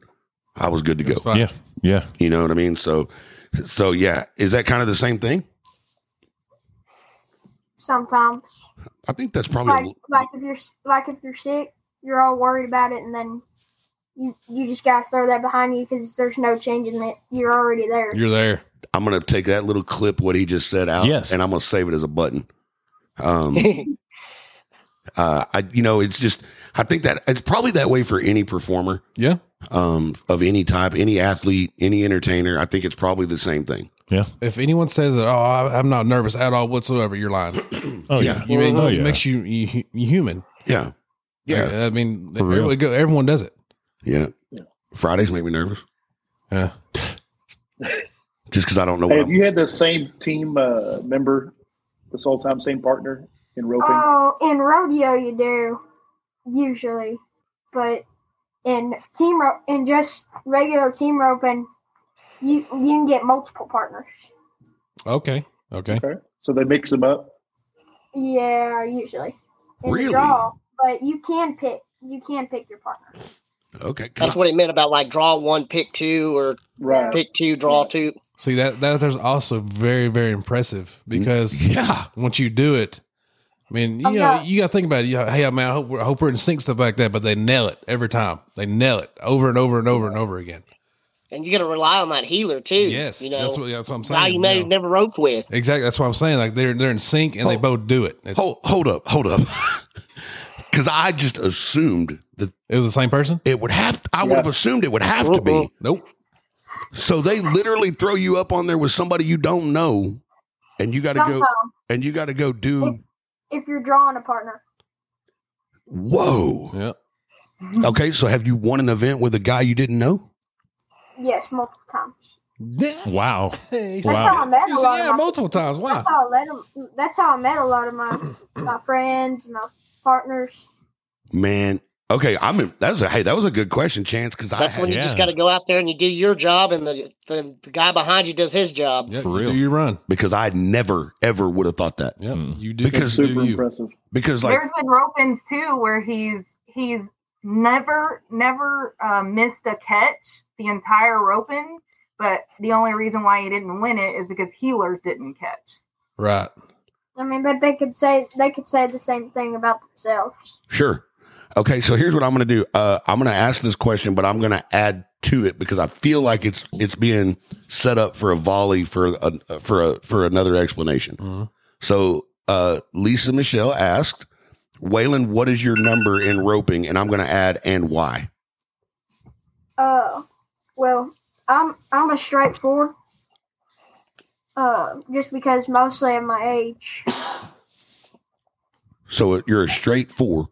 Speaker 2: I was good to go.
Speaker 1: It's fine.
Speaker 3: Yeah. Yeah.
Speaker 2: You know what I mean? So, so yeah, is that kind of the same thing?
Speaker 4: sometimes.
Speaker 2: I think that's probably. a
Speaker 4: Like
Speaker 2: l-
Speaker 4: like if you're s- like if you're sick, you're all worried about it, and then you you just gotta throw that behind you because there's no changing it. You're already there.
Speaker 1: You're there.
Speaker 2: I'm gonna take that little clip what he just said out,
Speaker 3: Yes.
Speaker 2: and I'm gonna save it as a button. Um,
Speaker 5: [laughs]
Speaker 2: uh, I you know it's just I think that it's probably that way for any performer,
Speaker 1: Yeah,
Speaker 2: um, of any type, any athlete, any entertainer. I think it's probably the same thing.
Speaker 1: if anyone says that, oh, I, I'm not nervous at all whatsoever,
Speaker 2: [clears throat]
Speaker 1: you're lying.
Speaker 3: Oh
Speaker 2: Yeah.
Speaker 3: yeah.
Speaker 1: You mean,
Speaker 3: Oh,
Speaker 1: it
Speaker 3: yeah.
Speaker 1: makes you, you, you human.
Speaker 2: Yeah, yeah,
Speaker 1: I, I mean,
Speaker 3: For real.
Speaker 1: everyone, go- everyone does it.
Speaker 2: yeah.
Speaker 7: Yeah.
Speaker 2: Fridays make me nervous
Speaker 1: Yeah.
Speaker 2: just because I don't know
Speaker 7: Hey,
Speaker 2: what.
Speaker 7: have
Speaker 2: I'm,
Speaker 7: you had the same team uh, member this whole time, same partner in roping?
Speaker 4: Oh, in rodeo you do usually, but in team rope in just regular team roping, you you can get multiple partners.
Speaker 1: Okay. Okay.
Speaker 7: okay, so they mix them up.
Speaker 4: Yeah, usually. In the
Speaker 2: Really?
Speaker 4: draw, but you can pick you can pick your partner.
Speaker 2: okay,
Speaker 5: That's what he meant about like draw one, pick two, or
Speaker 7: Right.
Speaker 5: pick two, draw two.
Speaker 1: See that that there's also very very impressive because
Speaker 2: yeah,
Speaker 1: once you do it, I mean, you
Speaker 4: Oh,
Speaker 1: know,
Speaker 4: yeah.
Speaker 1: you got to think about it. You know, hey, I mean, I hope, we're, I hope we're in sync stuff like that, but they nail it every time. They nail it over and over and over and over again.
Speaker 5: And you got to rely on that healer too.
Speaker 1: Yes,
Speaker 5: you know,
Speaker 1: that's what that's what I'm
Speaker 5: guy
Speaker 1: saying.
Speaker 5: you
Speaker 1: you
Speaker 5: may
Speaker 1: know.
Speaker 5: have never roped with.
Speaker 1: Exactly, that's what I'm saying. Like they're they're in sync and they
Speaker 2: Oh.
Speaker 1: both do it. It,
Speaker 2: hold hold up, hold up, [laughs] because I just assumed that
Speaker 1: it was the same person.
Speaker 2: it would have. I would
Speaker 7: Yeah.
Speaker 2: have assumed it would have to be.
Speaker 1: Nope.
Speaker 2: So they literally throw you up on there with somebody you don't know, and you got to
Speaker 4: Sometimes
Speaker 2: go and you got to go
Speaker 5: Oh.
Speaker 2: do.
Speaker 4: if you're drawing a partner.
Speaker 2: Whoa.
Speaker 1: Yeah.
Speaker 2: Okay, so have you won an event with a guy you didn't know?
Speaker 4: Yes, multiple times.
Speaker 3: Wow.
Speaker 1: Hey,
Speaker 4: That's
Speaker 3: Wow.
Speaker 4: how I met
Speaker 1: you
Speaker 4: a
Speaker 1: see,
Speaker 4: lot
Speaker 1: yeah,
Speaker 4: of my,
Speaker 1: multiple times. Wow.
Speaker 4: that's how I let 'em- that's how I met a lot of my my friends, my partners.
Speaker 2: Man, okay, I'm in, that was a hey, that was a good question, Chance, because I
Speaker 5: That's when
Speaker 2: had,
Speaker 5: you just
Speaker 3: yeah.
Speaker 5: got to go out there and you do your job, and the, the, the guy behind you does his job.
Speaker 1: Yeah,
Speaker 3: For
Speaker 1: you
Speaker 3: real.
Speaker 1: do you run?
Speaker 2: because I never ever would have thought that
Speaker 1: Yeah,
Speaker 3: Mm.
Speaker 1: you do.
Speaker 2: Because-
Speaker 7: That's
Speaker 1: you do
Speaker 7: super
Speaker 1: you.
Speaker 7: impressive.
Speaker 2: because like
Speaker 8: There's been rope-ins too where he's he's never never uh, missed a catch the entire rope-in, but the only reason why he didn't win it is because healers didn't catch.
Speaker 1: Right.
Speaker 4: I mean, but they could say they could say the same thing about themselves.
Speaker 2: Sure. Okay, so here's what I'm going to do. Uh, I'm going to ask this question, but I'm going to add to it because I feel like it's it's being set up for a volley for a, uh, for a, for another explanation.
Speaker 1: Mhm.
Speaker 2: So uh, Lisa Michelle asked, Waylon, what is your number in roping? And I'm going to add and why.
Speaker 4: Uh, well, I'm I'm a straight four. Uh, just because mostly of my age.
Speaker 2: So you're a straight four.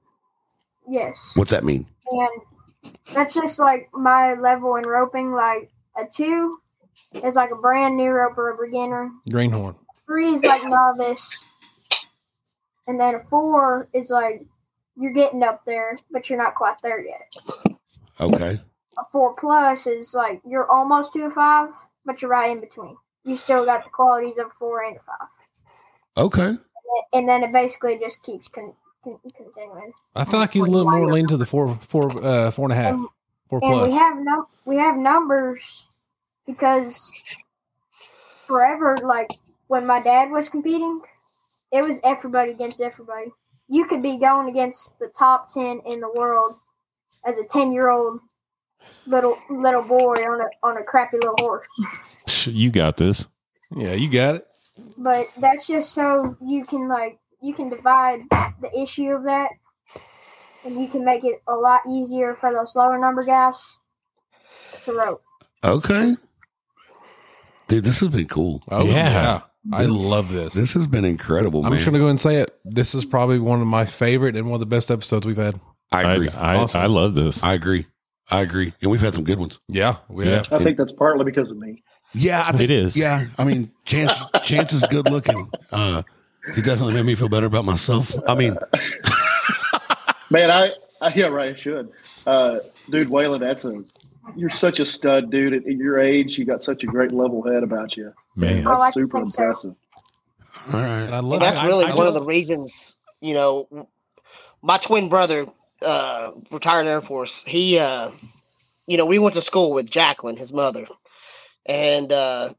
Speaker 4: Yes,
Speaker 2: What's that mean?
Speaker 4: and that's just like my level in roping. Like a two is like a brand new roper, a beginner.
Speaker 1: Greenhorn.
Speaker 4: Three is like novice, and then a four is like you're getting up there, but you're not quite there yet.
Speaker 2: Okay.
Speaker 4: a four plus is like you're almost to a five, but you're right in between. You still got the qualities of a four and a five,
Speaker 2: Okay.
Speaker 4: and then it basically just keeps con- con- continuing.
Speaker 1: I feel like he's a little more lean to the four, four, uh, four and a half,
Speaker 4: And-
Speaker 1: four
Speaker 4: Um, And
Speaker 1: plus.
Speaker 4: we have no we have numbers because forever, like when my dad was competing, it was everybody against everybody. You could be going against the top ten in the world as a ten year old little little boy on a on a crappy little horse.
Speaker 3: You got this.
Speaker 1: yeah, you got it.
Speaker 4: but that's just so you can like you can divide the issue of that and you can make it a lot easier for those lower number guys to rope
Speaker 2: Okay. Dude, this has been cool.
Speaker 1: Oh
Speaker 3: Yeah.
Speaker 1: I love this.
Speaker 2: This has been incredible,
Speaker 1: I'm
Speaker 2: man.
Speaker 1: just gonna go ahead and say it. This is probably one of my favorite and one of the best episodes we've had.
Speaker 2: I
Speaker 3: I
Speaker 2: agree.
Speaker 3: I,
Speaker 1: Awesome.
Speaker 3: I love this.
Speaker 2: I agree. I agree, and we've had some good ones.
Speaker 1: Yeah, we
Speaker 3: Yeah.
Speaker 1: have.
Speaker 7: I think that's partly because of me.
Speaker 2: Yeah, I think,
Speaker 3: It is.
Speaker 2: Yeah, I mean, chance chance is good looking. Uh, he definitely made me feel better about myself. I mean,
Speaker 7: Man, I, I yeah, right. It should, uh, dude. Waylon, that's a you're such a stud, dude. At, at your age, you got such a great level head about you.
Speaker 3: Man.
Speaker 7: that's
Speaker 4: Oh, I like
Speaker 7: super
Speaker 4: to think so.
Speaker 7: impressive.
Speaker 2: all right.
Speaker 1: I love
Speaker 5: And that's
Speaker 1: I-
Speaker 5: really
Speaker 1: I
Speaker 5: one
Speaker 1: just-
Speaker 5: of the reasons, you know, my twin brother, uh, retired Air Force, he, uh, you know, we went to school with Jacqueline, his mother. And uh,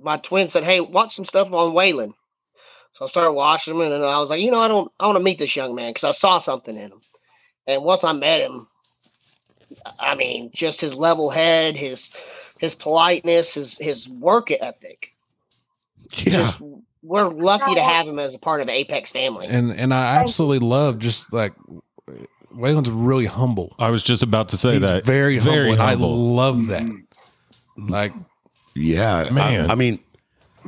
Speaker 5: my twin said, Hey, watch some stuff on Waylon. So I started watching him, and then I was like, You know, I don't, I want to meet this young man because I saw something in him. And once I met him, I mean, just his level head, his, his politeness, his, his work ethic.
Speaker 2: Yeah,
Speaker 5: Just, we're lucky to have him as a part of the Apex family.
Speaker 1: and and I absolutely love just like Waylon's really humble.
Speaker 3: I was just about to say
Speaker 1: He's
Speaker 3: that.
Speaker 1: very humble.
Speaker 3: Very
Speaker 1: and I
Speaker 3: humble.
Speaker 1: love that. Like
Speaker 2: yeah, I-
Speaker 3: Man.
Speaker 2: I mean,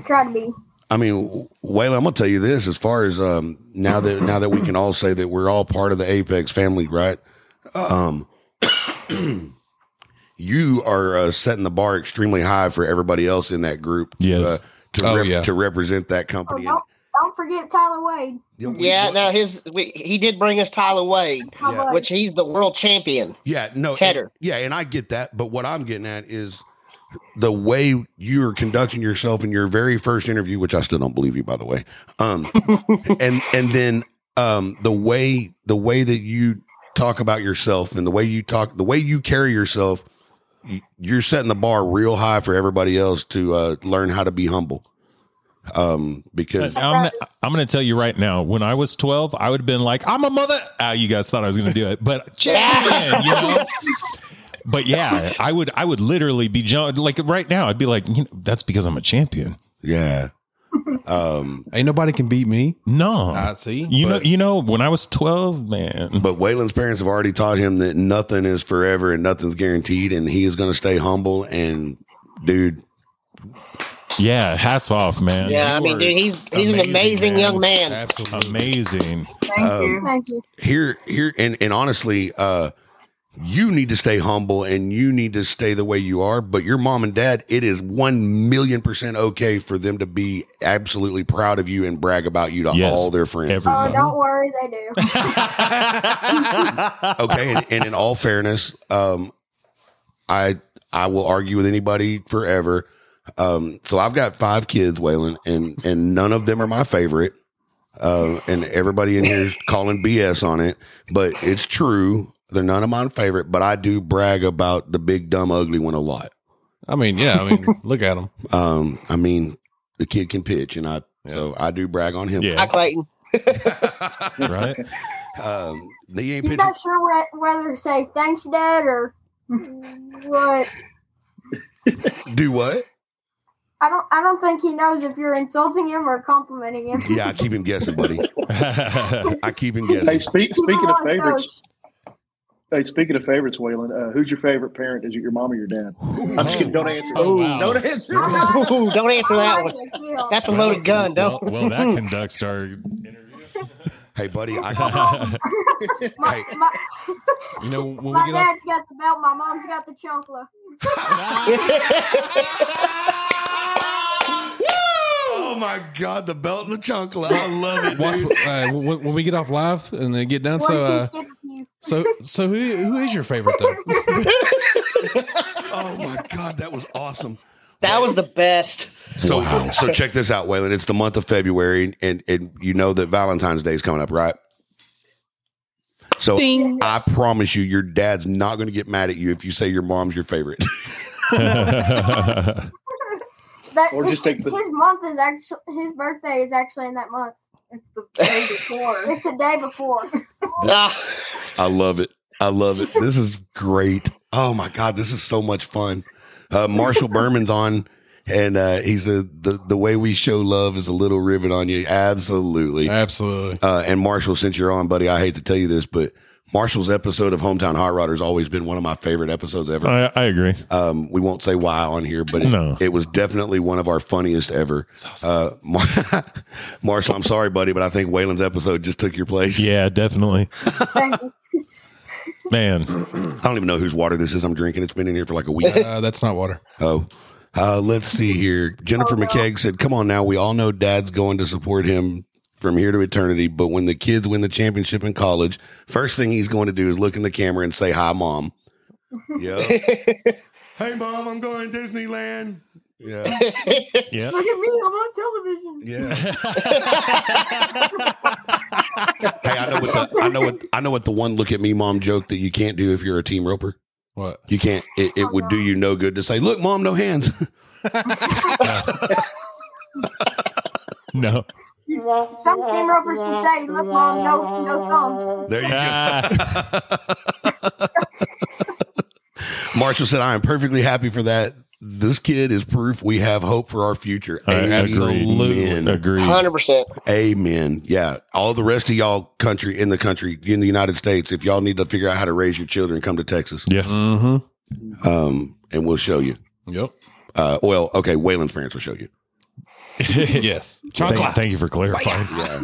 Speaker 4: Try to be.
Speaker 2: I mean, Waylon, I'm gonna tell you this: as far as um, now that now that we can all say that we're all part of the Apex family, right? Um, [clears throat] you are uh, setting the bar extremely high for everybody else in that group. to,
Speaker 3: Yes.
Speaker 2: uh, to
Speaker 1: Oh,
Speaker 2: rep-
Speaker 1: yeah.
Speaker 2: to represent that
Speaker 4: Oh,
Speaker 2: company.
Speaker 4: don't, don't forget Tyler Wade.
Speaker 2: And-
Speaker 5: Yeah, no, his we, he did bring us Tyler Wade,
Speaker 4: My
Speaker 2: Yeah.
Speaker 4: bud.
Speaker 5: which he's the world champion.
Speaker 2: Yeah, no. and-
Speaker 5: Header.
Speaker 2: yeah, and I get that, but what I'm getting at is the way you are conducting yourself in your very first interview, which I still don't believe you, by the way. Um, and and then um, the way the way that you talk about yourself and the way you talk, the way you carry yourself, y- you're setting the bar real high for everybody else to uh, learn how to be humble. Um, because
Speaker 3: I'm, I'm going to tell you right now. When I was 12, I would have been like, "I'm a mother." Ah, you guys thought I was going to do it,
Speaker 2: [laughs]
Speaker 3: but champion, you know. But yeah, I would. I would literally be jump like right now. I'd be like, you know, that's because I'm a champion.
Speaker 2: yeah, um,
Speaker 1: ain't nobody can beat me.
Speaker 3: No,
Speaker 1: I see.
Speaker 3: Uh-huh. you
Speaker 1: Uh, But-
Speaker 3: know, you know, when I was 12, man,
Speaker 2: But Waylon's parents have already taught him that nothing is forever and nothing's guaranteed, and he is going to stay humble. And dude,
Speaker 3: yeah, hats off, man.
Speaker 5: yeah, I mean, dude, he's he's an amazing
Speaker 3: amazing, man.
Speaker 5: young man.
Speaker 1: Absolutely.
Speaker 3: amazing.
Speaker 8: Thank
Speaker 3: Um,
Speaker 8: you.
Speaker 4: Thank you.
Speaker 2: here, here, and and honestly, uh, you need to stay humble and you need to stay the way you are. But your mom and dad, it is one million percent okay for them to be absolutely proud of you and brag about you to
Speaker 3: Yes.
Speaker 2: all their friends.
Speaker 4: Oh,
Speaker 3: Everybody.
Speaker 4: don't worry, they do.
Speaker 2: okay, and, and in all fairness, um, I I will argue with anybody forever. Um, so I've got five kids, Waylon, and and none of them are my favorite. Uh, and everybody in here is calling BS on it, but it's true. They're none of my favorite, but I do brag about the big dumb ugly one a lot.
Speaker 1: I mean, yeah.
Speaker 3: [laughs]
Speaker 1: I mean, look at him.
Speaker 2: Um, I mean, the kid can pitch, and I so I do brag on him.
Speaker 5: Hi,
Speaker 3: yeah,
Speaker 5: [laughs] Clayton.
Speaker 3: right.
Speaker 2: [laughs] Um, he ain't
Speaker 4: He's
Speaker 2: pitching.
Speaker 4: not sure whe- whether to say thanks, Dad, or what.
Speaker 2: Do what?
Speaker 4: I don't. I don't think he knows if you're insulting him or complimenting him. [laughs]
Speaker 2: Yeah, I keep him guessing, buddy.
Speaker 3: [laughs]
Speaker 2: I keep him guessing.
Speaker 7: Hey, speak,
Speaker 4: Keep
Speaker 7: speaking
Speaker 4: him
Speaker 7: of
Speaker 4: on his
Speaker 7: favorites,
Speaker 4: toes.
Speaker 7: hey, speaking of favorites, Waylon, uh, who's your favorite parent? Is it your mom or your dad? I'm just kidding. Don't answer.
Speaker 5: Oh, wow.
Speaker 7: Don't answer.
Speaker 5: Ooh, don't answer that one.
Speaker 4: Thank you.
Speaker 5: That's a loaded gun. Don't.
Speaker 3: Well, well,
Speaker 5: [laughs]
Speaker 3: that conducts our interview.
Speaker 2: Hey, buddy,
Speaker 3: Oh
Speaker 2: I,
Speaker 4: My, my,
Speaker 1: You know, when
Speaker 4: my
Speaker 1: we get off,
Speaker 4: dad's got the belt. My mom's got the chunkla.
Speaker 2: oh my god, the belt and the chunk. I love it.
Speaker 1: [laughs] watch, uh, when, when we get off live and then get done.
Speaker 4: One,
Speaker 1: So,
Speaker 4: two,
Speaker 1: uh,
Speaker 4: skip a few.
Speaker 1: so, so who who is your favorite though?
Speaker 2: Oh my god, that was awesome.
Speaker 5: That was the best.
Speaker 2: So, so check this out, Waylon. It's the month of February, and and you know that Valentine's Day is coming up, right? So I promise you, your dad's not going to get mad at you if you say your mom's your favorite.
Speaker 4: That,
Speaker 7: Or just take the-
Speaker 4: his month is actually his birthday is actually in that
Speaker 7: [laughs]
Speaker 4: month.
Speaker 8: It's the day before.
Speaker 4: It's the day before.
Speaker 5: Ah,
Speaker 2: I love it. I love it. This is great. Oh my God, this is so much fun. Uh, Marshall Berman's on, and uh, he's a, the the way we show love is a little rivet on you. Absolutely.
Speaker 1: [laughs] Absolutely.
Speaker 2: Uh, and Marshall, since you're on, buddy, I hate to tell you this, but Marshall's episode of Hometown Hot Rodder has always been one of my favorite episodes ever.
Speaker 3: [laughs] I, I agree.
Speaker 2: Um, we won't say why on here, but it,
Speaker 3: Uh, No.
Speaker 2: it was definitely one of our funniest ever. Uh, Mar- [laughs] Marshall, I'm sorry, buddy, but I think Waylon's episode just took your place.
Speaker 3: Yeah, definitely.
Speaker 4: Thank you.
Speaker 3: Man,
Speaker 2: I don't even know whose water this is. I'm drinking. It's been in here for like a week.
Speaker 1: Uh, that's not water.
Speaker 2: Oh, uh, let's see here. Jennifer
Speaker 6: Oh, no.
Speaker 2: McKeag said, "Come on now, we all know Dad's going to support him from here to eternity. But when the kids win the championship in college, first thing he's going to do is look in the camera and say hi, Mom.' Yeah. hey, Mom, I'm going to Disneyland. Yeah.
Speaker 3: yeah.
Speaker 6: Look at me, I'm on television.
Speaker 2: [laughs] Yeah. Hey, I know what the, I know what I know what the one look at me, Mom joke that you can't do if you're a team roper.
Speaker 1: What?
Speaker 2: You can't. It, it would do you no good to say, "Look, Mom, no hands."
Speaker 3: no.
Speaker 4: Some team ropers can say, "Look, mom, no, no thumbs."
Speaker 2: There you go.
Speaker 3: Ah.
Speaker 2: Marshall said, I am perfectly happy for that. This kid is proof we have hope for our future.
Speaker 3: I Agreed.
Speaker 2: Amen.
Speaker 3: Agreed.
Speaker 5: Hundred percent.
Speaker 2: Amen. Yeah. All the rest of y'all country in the country, in the United States, if y'all need to figure out how to raise your children, come to Texas.
Speaker 3: Yeah.
Speaker 1: Mm-hmm.
Speaker 2: Um, and we'll show you.
Speaker 1: [laughs] Yep.
Speaker 2: Uh, well, okay, Waylon's parents will show you.
Speaker 1: Yes.
Speaker 3: [laughs] Thank, thank you for clarifying.
Speaker 2: Yeah.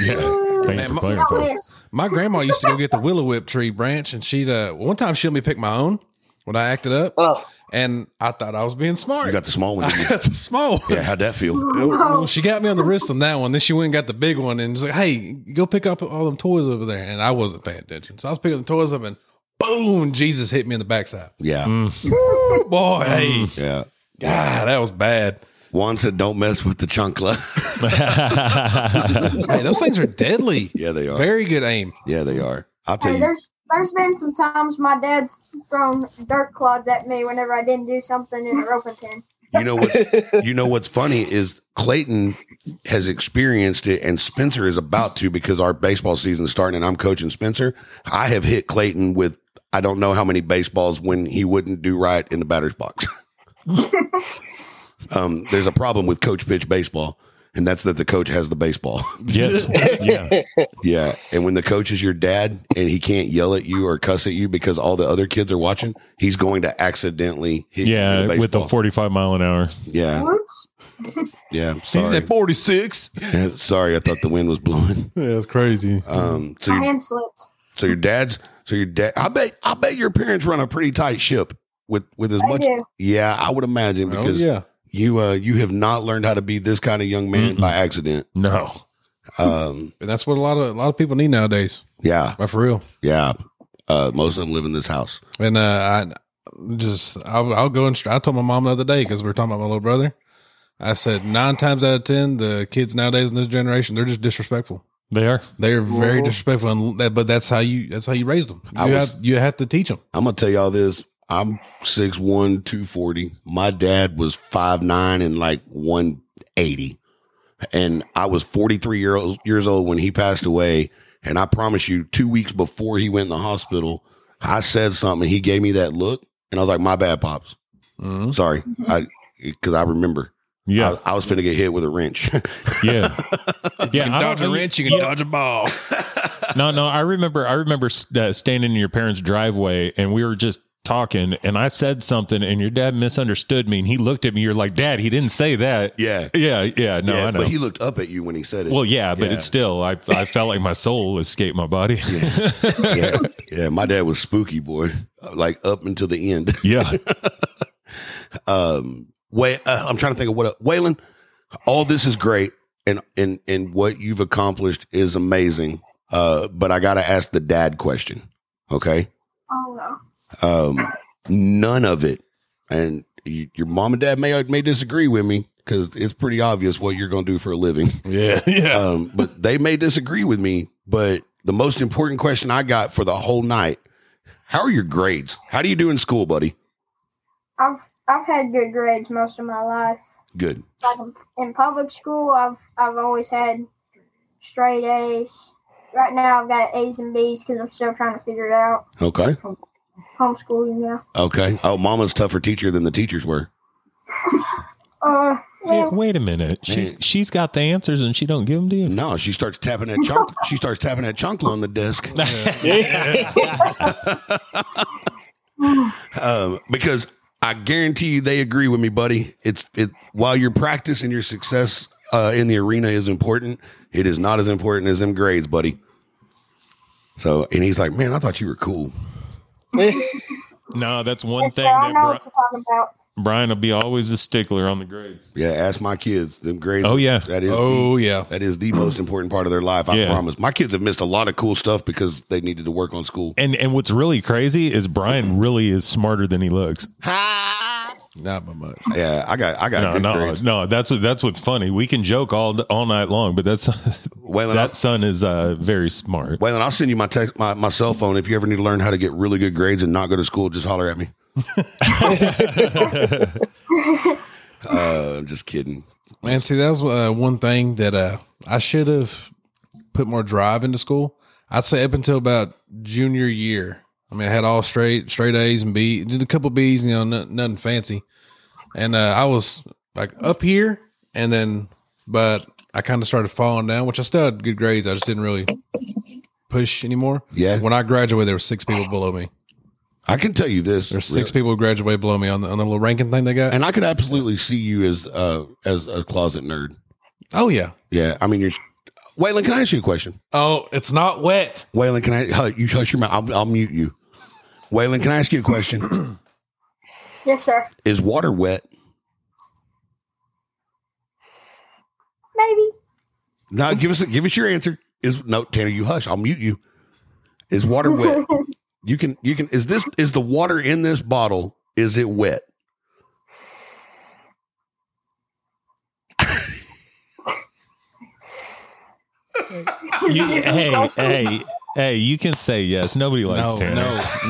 Speaker 3: Yeah. Thank
Speaker 1: Man,
Speaker 3: you
Speaker 1: my-
Speaker 3: for
Speaker 4: Not
Speaker 3: clarifying.
Speaker 4: this.
Speaker 1: My grandma used to go get the willow whip tree branch, and she'd uh one time she let me pick my own when I acted up,
Speaker 5: [laughs] Oh,
Speaker 1: and I thought I was being smart.
Speaker 2: You got the small one.
Speaker 1: I
Speaker 2: didn't you?
Speaker 1: [laughs] got the small. one.
Speaker 2: Yeah, how'd that feel?
Speaker 1: Well, she got me on the wrist on that one. Then she went and got the big one, and was like, "Hey, go pick up all them toys over there." And I wasn't paying attention, so I was picking the toys up, and boom, Jesus hit me in the backside.
Speaker 2: Yeah.
Speaker 1: Woo,
Speaker 2: Mm.
Speaker 1: boy, hey,
Speaker 2: Yeah.
Speaker 1: God, that was bad.
Speaker 2: Juan said, don't mess with the chunkla.
Speaker 3: [laughs]
Speaker 1: Hey, those things are deadly.
Speaker 2: [laughs] yeah, they are.
Speaker 1: Very good aim.
Speaker 2: Yeah, they are. I'll tell
Speaker 4: Hey,
Speaker 2: you.
Speaker 4: there's there's been some times my dad's thrown dirt clods at me whenever I didn't do something in a roping pin.
Speaker 2: You know what's you know what's funny is Clayton has experienced it, and Spencer is about to because our baseball season is starting, and I'm coaching Spencer. I have hit Clayton with I don't know how many baseballs when he wouldn't do right in the batter's box. [laughs] um, there's a problem with coach pitch baseball, and that's that the coach has the baseball. [laughs]
Speaker 3: yes. Yeah.
Speaker 2: yeah, and when the coach is your dad and he can't yell at you or cuss at you because all the other kids are watching, he's going to accidentally hit you
Speaker 3: Yeah. With the
Speaker 2: baseball.
Speaker 3: 45 mile an hour.
Speaker 2: yeah
Speaker 4: Oops.
Speaker 2: yeah.
Speaker 1: He's
Speaker 2: Sorry.
Speaker 1: at forty six.
Speaker 2: Yeah, Sorry, I thought the wind was blowing. [laughs]
Speaker 1: that's crazy.
Speaker 2: Um, so
Speaker 4: My
Speaker 2: your,
Speaker 4: hand slipped.
Speaker 2: so your dad's, so your dad. I bet, I bet your parents run a pretty tight ship with with as
Speaker 4: I
Speaker 2: much.
Speaker 4: do.
Speaker 2: Yeah, I would imagine
Speaker 1: Oh
Speaker 2: because
Speaker 1: yeah,
Speaker 2: you uh you have not learned how to be this kind of young man
Speaker 3: Mm-mm.
Speaker 2: by accident.
Speaker 3: No.
Speaker 2: Um,
Speaker 1: and that's what a lot of a lot of people need nowadays.
Speaker 2: yeah,
Speaker 1: But for real.
Speaker 2: yeah. Uh, most of them live in this house.
Speaker 1: And uh, I just, I'll, I'll go and I told my mom the other day because we were talking about my little brother. I said nine times out of ten, the kids nowadays in this generation, they're just disrespectful.
Speaker 3: They are.
Speaker 1: They are very
Speaker 5: Mhm.
Speaker 1: disrespectful, and that, but that's how you that's how you raise them.
Speaker 2: I
Speaker 1: You
Speaker 2: was-
Speaker 1: have you have to teach them.
Speaker 2: I'm gonna tell y'all this. I'm six one, two forty. My dad was five nine and like one eighty, and I was forty three year old, years old when he passed away. And I promise you, two weeks before he went in the hospital, I said something. He gave me that look, and I was like, "My bad, pops. Sorry, I because I remember.
Speaker 3: Mm-hmm. Yeah.
Speaker 2: I, I was finna get hit with a wrench. [laughs]
Speaker 3: Yeah. Yeah. I don't know-
Speaker 1: you can dodge a ball.
Speaker 3: no, no. I remember. I remember uh, standing in your parents' driveway, and we were just talking, and I said something, and your dad misunderstood me, and he looked at me. You're like, Dad, he didn't say that.
Speaker 2: yeah,
Speaker 3: Yeah, yeah. No,
Speaker 2: yeah.
Speaker 3: I know.
Speaker 2: But he looked up at you when he said it.
Speaker 3: well, yeah, but
Speaker 2: Yeah.
Speaker 3: it's still. I I felt like my soul escaped my body. [laughs] Yeah.
Speaker 2: yeah, yeah. My dad was spooky boy, like up until the end. um way uh, i'm trying to think of what uh, waylon all this is great and and and what you've accomplished is amazing uh but i gotta ask the dad question okay
Speaker 6: Oh no.
Speaker 2: um none of it and you, your mom and dad may may disagree with me because it's pretty obvious what you're gonna do for a living
Speaker 1: [laughs] Yeah, yeah.
Speaker 2: um, but they may disagree with me. But the most important question I got for the whole night: How are your grades? How do you do in school, buddy?
Speaker 4: I've I've had good grades most of my life.
Speaker 2: Good.
Speaker 4: Like in public school, I've I've always had straight A's. Right now, I've got A's and B's because I'm still trying to figure it out.
Speaker 2: Okay.
Speaker 4: Homeschooling, yeah.
Speaker 2: Okay. Oh, mama's tougher teacher than the teachers were.
Speaker 4: Uh,
Speaker 3: Wait,
Speaker 4: well,
Speaker 3: wait a minute. She's
Speaker 2: Man.
Speaker 3: she's got the answers, and she don't give them to you.
Speaker 2: No, she starts tapping that chunk. she starts tapping that chunkla on the desk. um, because I guarantee you, they agree with me, buddy. It's it while your practice and your success uh, in the arena is important. It is not as important as them grades, buddy. So, and he's like, man, I thought you were cool.
Speaker 3: [laughs] No, that's one
Speaker 4: Yes,
Speaker 3: thing
Speaker 4: sir, I
Speaker 3: that
Speaker 4: know what
Speaker 3: Bri-
Speaker 4: you're talking about.
Speaker 3: Brian will be always a stickler on the grades.
Speaker 2: Yeah, ask my kids. Them grades.
Speaker 3: Oh, yeah.
Speaker 2: that is.
Speaker 1: Oh yeah.
Speaker 2: the, that is the most important part of their life. I
Speaker 3: Yeah.
Speaker 2: promise. My kids have missed a lot of cool stuff because they needed to work on school.
Speaker 3: And and what's really crazy is Brian really is smarter than he looks.
Speaker 1: Not by much.
Speaker 2: Yeah, I got, I got
Speaker 3: No,
Speaker 2: good
Speaker 3: no,
Speaker 2: grades.
Speaker 3: no. That's what that's what's funny. We can joke all all night long, but that's [laughs]
Speaker 2: Waylon,
Speaker 3: that son is uh, very smart.
Speaker 2: Waylon, I'll send you my text, my, my cell phone. If you ever need to learn how to get really good grades and not go to school, just holler at
Speaker 1: [laughs]
Speaker 2: me. uh, just kidding.
Speaker 1: Man, see, that was uh, one thing that uh, I should have put more drive into school. I'd say up until about junior year. I mean, I had all straight, straight A's and B, did a couple B's, you know, no- nothing fancy. And uh, I was like up here, and then, but I kind of started falling down, which I still had good grades. I just didn't really push anymore.
Speaker 2: Yeah.
Speaker 1: When I graduated, there were six people below me.
Speaker 2: I can tell you this.
Speaker 1: There's six people who graduated below me on the on the little ranking thing they got.
Speaker 2: and I could absolutely see you as uh, as a closet nerd.
Speaker 1: oh yeah.
Speaker 2: Yeah, I mean, you're. Waylon, can I ask you a question?
Speaker 1: Oh, it's not wet.
Speaker 2: Waylon, can I? huh, You hush your mouth. I'll, I'll mute you. Waylon, can I ask you a question? [clears throat]
Speaker 4: Yes, sir.
Speaker 2: Is water wet?
Speaker 4: Maybe.
Speaker 2: No, give us a, give us your answer. Is no Tanner, you hush. I'll mute you. Is water wet? You can you can. Is this is the water in this bottle? Is it wet?
Speaker 3: You, hey, hey, hey! You can say yes. Nobody likes
Speaker 1: no,
Speaker 3: Tanner.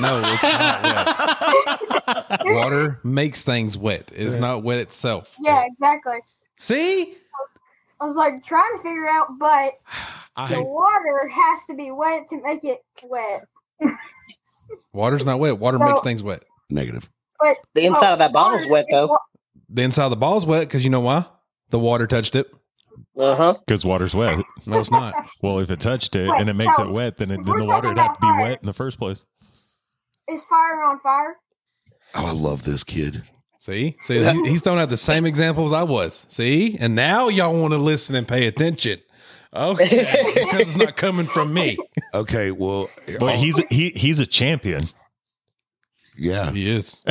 Speaker 1: no, no, it's not wet. Water makes things wet. It's not wet itself.
Speaker 4: Yeah, exactly.
Speaker 1: See?
Speaker 4: I was like trying to figure out, but the
Speaker 1: I,
Speaker 4: water has to be wet to make it wet.
Speaker 1: water's not wet. Water makes
Speaker 4: So-
Speaker 1: things wet.
Speaker 2: Negative.
Speaker 5: The inside of that bottle's
Speaker 4: Water
Speaker 5: wet
Speaker 4: is
Speaker 5: though.
Speaker 1: The inside of the ball's wet because you know why? The water touched it.
Speaker 5: Uh huh.
Speaker 3: Because water's wet.
Speaker 1: No,
Speaker 4: [laughs]
Speaker 1: it's not.
Speaker 3: Well, if it touched it
Speaker 4: Wait,
Speaker 3: and it makes
Speaker 4: so
Speaker 3: it wet, then it,
Speaker 4: if
Speaker 3: then
Speaker 4: we're
Speaker 3: the water would
Speaker 4: talking
Speaker 3: have to be
Speaker 4: about fire-
Speaker 3: wet in the first place.
Speaker 4: Is fire on fire?
Speaker 2: Oh, I love this kid.
Speaker 1: See? See, he- he's throwing out the same examples I was. See? And now y'all want to listen and pay attention. Okay. because it's not coming from me.
Speaker 2: Okay, well,
Speaker 3: But
Speaker 2: oh,
Speaker 3: he's he he's a champion.
Speaker 2: yeah,
Speaker 1: Yes.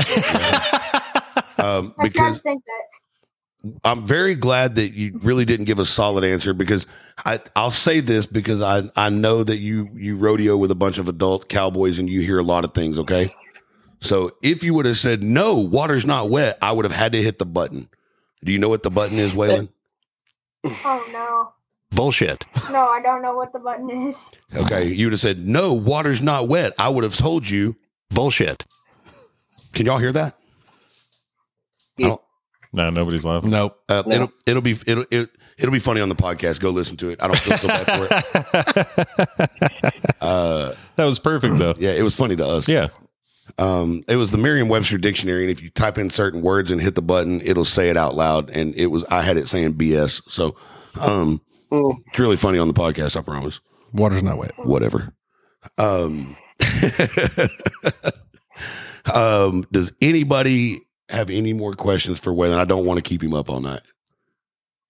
Speaker 2: um,
Speaker 4: I tried
Speaker 2: because
Speaker 4: to think that.
Speaker 2: I'm very glad that you really didn't give a solid answer because I, I'll say this because I, I know that you, you rodeo with a bunch of adult cowboys and you hear a lot of things. Okay. So if you would have said, no, water's not wet, I would have had to hit the button. Do you know what the button is, Waylon?
Speaker 4: Oh no.
Speaker 9: Bullshit.
Speaker 4: No, I don't know what the button is.
Speaker 2: Okay. You would have said, no, water's not wet. I would have told you.
Speaker 9: Bullshit.
Speaker 2: Can y'all hear that?
Speaker 3: No, nobody's laughing.
Speaker 1: Nope.
Speaker 2: Uh,
Speaker 5: No.
Speaker 2: it'll, it'll be, it'll, it, it'll be funny on the podcast. Go listen to it. I don't feel so bad for it.
Speaker 3: that
Speaker 2: Uh,
Speaker 3: was perfect though.
Speaker 2: yeah, it was funny to us.
Speaker 3: Yeah.
Speaker 2: um, it was the Merriam-Webster dictionary, and if you type in certain words and hit the button, it'll say it out loud. And it was I had it saying BS, so um,
Speaker 5: Mm.
Speaker 2: it's really funny on the podcast. I promise.
Speaker 1: Water's not wet.
Speaker 2: Whatever. Um, [laughs] um, does anybody have any more questions for Waylon? I don't want to keep him up all night.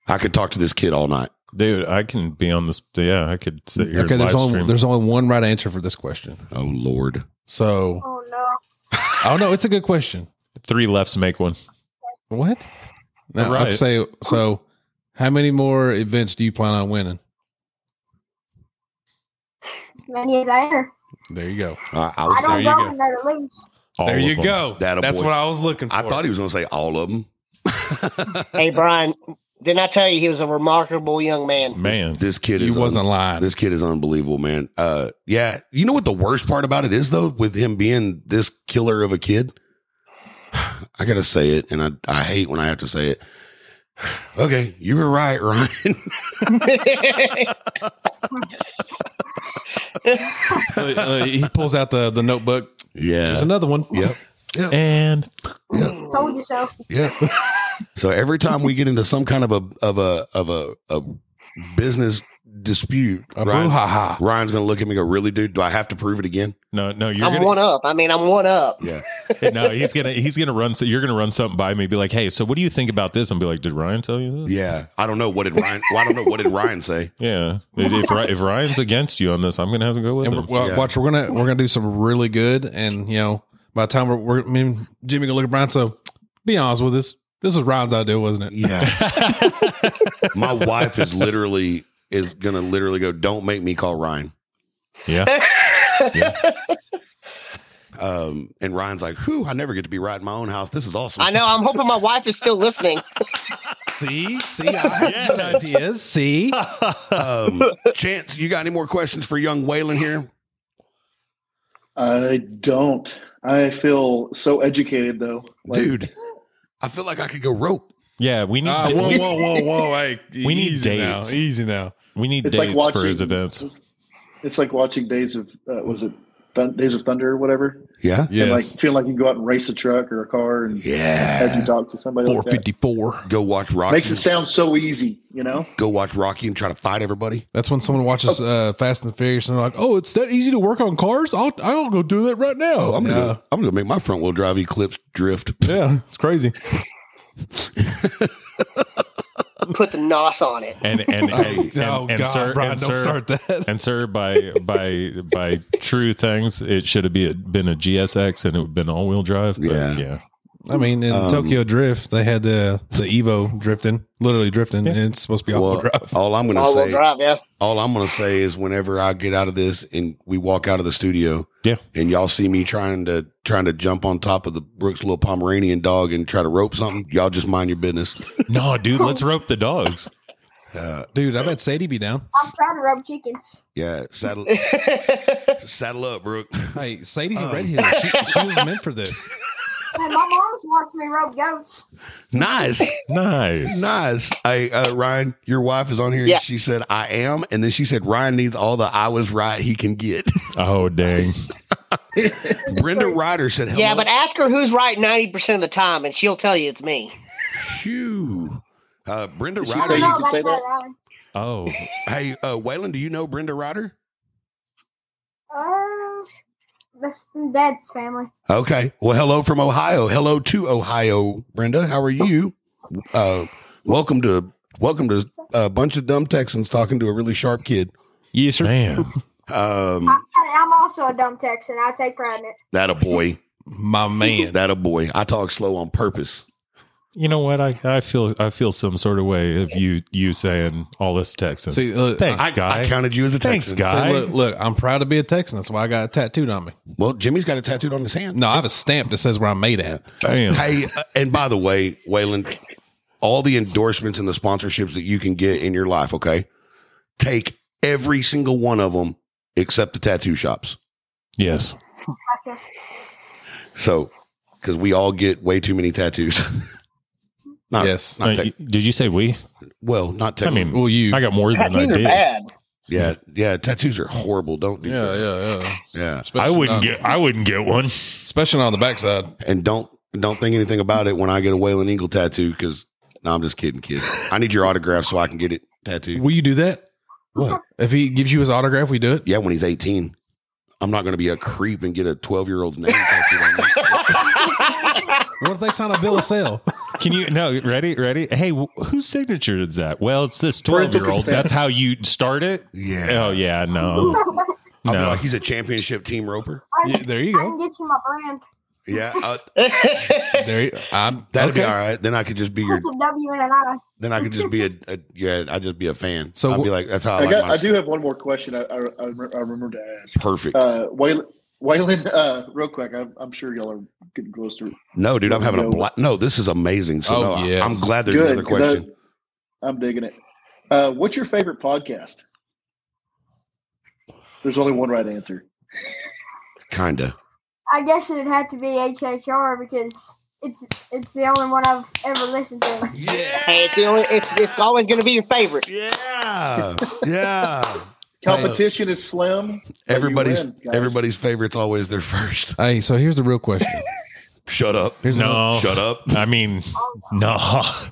Speaker 2: I could talk to this kid all night.
Speaker 3: Dude, I can be on this. Yeah, I could sit here.
Speaker 1: Okay,
Speaker 3: and
Speaker 1: there's
Speaker 3: live
Speaker 1: only
Speaker 3: stream.
Speaker 1: there's only one right answer for this question.
Speaker 2: Oh Lord,
Speaker 1: So
Speaker 4: Oh no.
Speaker 1: Oh no, it's a good question.
Speaker 3: three lefts make one.
Speaker 1: What? No,
Speaker 3: Right.
Speaker 1: I'd say so. How many more events do you plan on winning?
Speaker 4: As many as I enter.
Speaker 1: There you go.
Speaker 2: I, I
Speaker 4: I
Speaker 2: was.
Speaker 1: There
Speaker 4: don't
Speaker 1: you
Speaker 4: go
Speaker 1: go.
Speaker 4: in there to lose.
Speaker 3: All
Speaker 1: there
Speaker 3: of
Speaker 1: you
Speaker 3: them.
Speaker 1: go.
Speaker 2: That a
Speaker 1: That's
Speaker 2: boy.
Speaker 1: what I was looking for.
Speaker 2: I thought he was going to say all of them.
Speaker 5: Hey Brian, didn't I tell you he was a remarkable young man? [laughs]
Speaker 3: Man.
Speaker 2: this kid
Speaker 1: he
Speaker 2: is un-
Speaker 1: wasn't lying.
Speaker 2: This kid is unbelievable, man. Uh, yeah. You know what the worst part about it is though, with him being this killer of a kid. [sighs] I gotta say it, and I I hate when I have to say it. [sighs] Okay, you were right, [laughs] Ryan.
Speaker 1: [laughs] Uh, uh, he pulls out the the notebook. There's
Speaker 2: yeah.
Speaker 1: another one.
Speaker 2: Yep.
Speaker 3: And
Speaker 4: Told you so.
Speaker 2: Yeah. so every time we get into some kind of a of a of a, a business dispute,
Speaker 1: A
Speaker 2: Ryan-
Speaker 1: brouhaha.
Speaker 2: Ryan's going to look at me and go, Really, dude? Do I have to prove it again?
Speaker 3: No, no, you're
Speaker 5: I'm
Speaker 3: gonna
Speaker 5: one up. I mean, I'm one up.
Speaker 2: Yeah.
Speaker 3: no, he's gonna he's gonna run. So you're gonna run something by me, be like, hey, so what do you think about this? And be like, did Ryan tell you this?
Speaker 2: Yeah. I don't know. What did Ryan, well, I don't know. What did Ryan say?
Speaker 3: Yeah. If, if, Ry- if Ryan's against you on this, I'm gonna have to go with
Speaker 1: And
Speaker 3: him.
Speaker 1: we're, well,
Speaker 2: Yeah.
Speaker 1: watch, we're gonna we're gonna do some really good, and you know, by the time we're, we're me and Jimmy gonna look at Brian. So, be honest with us, this was Ryan's idea, wasn't it?
Speaker 2: Yeah. [laughs] My wife is literally, is going to literally go, Don't make me call Ryan.
Speaker 3: yeah.
Speaker 2: [laughs] Um, and Ryan's like, Whew, I never get to be right in my own house. This is awesome.
Speaker 5: I know. I'm hoping my wife is still listening.
Speaker 1: See, [laughs] see, I have
Speaker 3: some Yes.
Speaker 1: ideas. [laughs] See,
Speaker 2: Um, Chance, you got any more questions for young Waylon here?
Speaker 7: I don't. I feel so educated though, Like,
Speaker 2: Dude, I feel like I could go rope.
Speaker 3: Yeah. We need
Speaker 1: Ah, whoa, whoa, whoa,
Speaker 2: [laughs]
Speaker 1: whoa! Hey,
Speaker 3: We need
Speaker 1: easy now,
Speaker 3: dates.
Speaker 1: easy now.
Speaker 3: we need
Speaker 7: It's
Speaker 3: dates
Speaker 7: like
Speaker 3: for
Speaker 7: watching-
Speaker 3: his events.
Speaker 7: It's like watching Days of uh, was it Thun- Days of Thunder or whatever.
Speaker 2: Yeah.
Speaker 7: And like
Speaker 1: Yes,
Speaker 7: feeling like you go out and race a truck or a car and have you
Speaker 2: Yeah.
Speaker 7: talk to somebody.
Speaker 1: four
Speaker 7: Like that.
Speaker 1: fifty four.
Speaker 2: Go watch Rocky.
Speaker 7: Makes it sound so easy, you know.
Speaker 2: go watch Rocky and try to fight everybody.
Speaker 1: That's when someone watches
Speaker 3: Oh.
Speaker 1: uh, Fast and Furious and they're like, "Oh, it's that easy to work on cars? I'll I'll go do that right now."
Speaker 2: Oh,
Speaker 3: Oh,
Speaker 2: I'm
Speaker 1: yeah,
Speaker 2: gonna, I'm gonna make my front wheel drive eclipse drift.
Speaker 1: yeah, it's crazy.
Speaker 5: Put the nos on it.
Speaker 3: And and and, and,
Speaker 1: [laughs] oh
Speaker 3: and
Speaker 1: God,
Speaker 3: sir,
Speaker 1: Brian,
Speaker 3: and
Speaker 1: don't
Speaker 3: sir-
Speaker 1: start that.
Speaker 3: And sir, by by by true things, it should have be, been a GSX and it would have been all wheel drive. But
Speaker 2: Yeah.
Speaker 3: yeah.
Speaker 1: [laughs] I mean, in
Speaker 2: Um,
Speaker 1: Tokyo Drift, they had the the Evo drifting, literally drifting, and it's supposed to be all
Speaker 2: Well,
Speaker 1: wheel
Speaker 3: uh,
Speaker 1: drive.
Speaker 2: all I'm gonna
Speaker 5: All wheel
Speaker 2: say,
Speaker 5: drive. Yeah.
Speaker 2: all I'm gonna say is whenever I get out of this and we walk out of the studio,
Speaker 3: Yeah.
Speaker 2: and y'all see me trying to trying to jump on top of the Brooks little Pomeranian dog and try to rope something, y'all just mind your business.
Speaker 3: No, dude, let's rope the
Speaker 1: [laughs]
Speaker 3: dogs.
Speaker 2: Uh,
Speaker 1: Dude, I bet Sadie be down.
Speaker 4: I'm trying to rub chickens.
Speaker 2: yeah,
Speaker 5: [laughs]
Speaker 2: saddle saddle up, Brooke.
Speaker 1: Hey, Sadie's
Speaker 3: Oh.
Speaker 2: Um,
Speaker 1: a redhead. She, she was meant for this.
Speaker 4: Hey, my mom's watched me rub goats.
Speaker 2: Nice,
Speaker 3: Nice.
Speaker 2: nice. Hey, uh, Ryan, your wife is on here.
Speaker 5: Yeah.
Speaker 2: And she said I am, and then she said Ryan needs all the I was right he can
Speaker 5: [laughs]
Speaker 2: get.
Speaker 3: Oh dang.
Speaker 1: [laughs]
Speaker 2: Brenda Ryder said, Hello.
Speaker 5: Yeah, but ask her who's right 90% of the time, and she'll tell you it's me.
Speaker 2: Shoo. Uh, Brenda
Speaker 7: Did she
Speaker 2: Ryder.
Speaker 7: say you
Speaker 4: I don't
Speaker 7: can
Speaker 4: know
Speaker 7: say
Speaker 4: about
Speaker 7: that?
Speaker 4: Alan.
Speaker 3: Oh.
Speaker 2: hey, uh, Waylon, do you know Brenda Ryder?
Speaker 4: Uh, that's from Dad's family.
Speaker 2: Okay. Well, hello from Ohio. Hello to Ohio, Brenda. How are you? Uh, welcome to welcome to a bunch of dumb Texans talking to a really sharp kid.
Speaker 1: Yes, sir.
Speaker 3: Man.
Speaker 2: Um,
Speaker 4: I, I'm also a dumb Texan. I take pride in it. [laughs]
Speaker 2: that a boy.
Speaker 1: My man.
Speaker 2: That a boy. I talk slow on purpose.
Speaker 3: You know what? I, I feel I feel some sort of way of you you saying all this Texans.
Speaker 1: See, look,
Speaker 3: Thanks,
Speaker 2: I,
Speaker 3: guy.
Speaker 2: I counted you as a
Speaker 3: Thanks,
Speaker 2: Texan.
Speaker 3: guy.
Speaker 1: See, look, look, I'm proud to be a Texan. That's why I got it tattooed on me.
Speaker 2: Well, Jimmy's got it tattooed on his hand.
Speaker 1: No, I have a stamp that says where I'm made at.
Speaker 3: Damn.
Speaker 2: Hey, uh, and by the way, Waylon, all the endorsements and the sponsorships that you can get in your life, okay? Take every single one of them except the tattoo shops.
Speaker 3: Yes.
Speaker 2: So, because we all get way too many tattoos. [laughs] not,
Speaker 1: Yes.
Speaker 2: Not
Speaker 3: Uh,
Speaker 2: tech-
Speaker 3: y- did you say we?
Speaker 2: well, not
Speaker 3: I
Speaker 2: tech.
Speaker 3: mean,
Speaker 1: Well, you.
Speaker 3: I got more than I
Speaker 5: Tattoos are
Speaker 3: did.
Speaker 5: bad.
Speaker 2: yeah, yeah. Tattoos are horrible. Don't do
Speaker 1: yeah,
Speaker 2: that.
Speaker 1: yeah, yeah.
Speaker 2: Yeah.
Speaker 1: Especially on-
Speaker 3: get. I wouldn't get one.
Speaker 1: especially on the backside.
Speaker 2: And don't don't think anything about it when I get a Waylon Eagle tattoo because no, I'm just kidding, kid. I need your autograph so I can get it tattooed.
Speaker 1: Will you do that? What? If he gives you his autograph, we do it.
Speaker 2: Yeah, when he's 18. I'm not going to be a creep and get a 12 year old's name tattooed on me.
Speaker 1: What if they sign a bill
Speaker 5: [laughs]
Speaker 1: of sale?
Speaker 3: Can you? No. Ready? Ready? Hey, wh- whose signature is that? Well, it's this twelve-year-old.
Speaker 7: consent.
Speaker 3: That's how you start it.
Speaker 2: Yeah.
Speaker 3: Oh yeah. No.
Speaker 2: I'll be
Speaker 3: No.
Speaker 2: like, he's a championship team roper.
Speaker 4: I,
Speaker 1: Yeah, there you
Speaker 4: I can
Speaker 1: go.
Speaker 4: get you my brand.
Speaker 2: Yeah. Uh,
Speaker 1: There, you, I'm.
Speaker 2: that'd be
Speaker 1: okay.
Speaker 2: all right. Then I could just be your,
Speaker 4: That's a W and an I.
Speaker 2: then I could just be a, a yeah, I'd just be a fan. So
Speaker 1: So
Speaker 2: I'd be
Speaker 1: wh-
Speaker 2: like, that's how I,
Speaker 7: I,
Speaker 2: like
Speaker 7: got.
Speaker 2: my
Speaker 7: I do have one more question. I, I, I remember I remembered to ask.
Speaker 2: perfect.
Speaker 7: Uh, Waylon, Waylon, uh, real quick. I'm, I'm sure y'all are getting close to
Speaker 2: no, dude, I'm having a
Speaker 7: no.
Speaker 2: black. No, this is amazing. So
Speaker 1: Oh,
Speaker 2: no, I-
Speaker 1: yes.
Speaker 2: I'm glad there's another
Speaker 7: 'cause
Speaker 2: question.
Speaker 7: I, am digging it. Uh, what's your favorite podcast? There's only one right answer.
Speaker 2: Kinda.
Speaker 4: I guess it'd have to be HHR because it's it's the only one I've ever
Speaker 2: [laughs]
Speaker 4: listened to.
Speaker 5: hey, it's, the only, it's, it's always going to be your favorite.
Speaker 2: Yeah. [laughs] Yeah.
Speaker 7: Competition is slim. but you
Speaker 2: everybody's
Speaker 7: win, guys.
Speaker 2: everybody's favorite's always their first.
Speaker 1: Hey, so here's the real question:
Speaker 2: Shut up.
Speaker 1: Here's
Speaker 3: No.
Speaker 2: Shut up.
Speaker 3: I mean, no.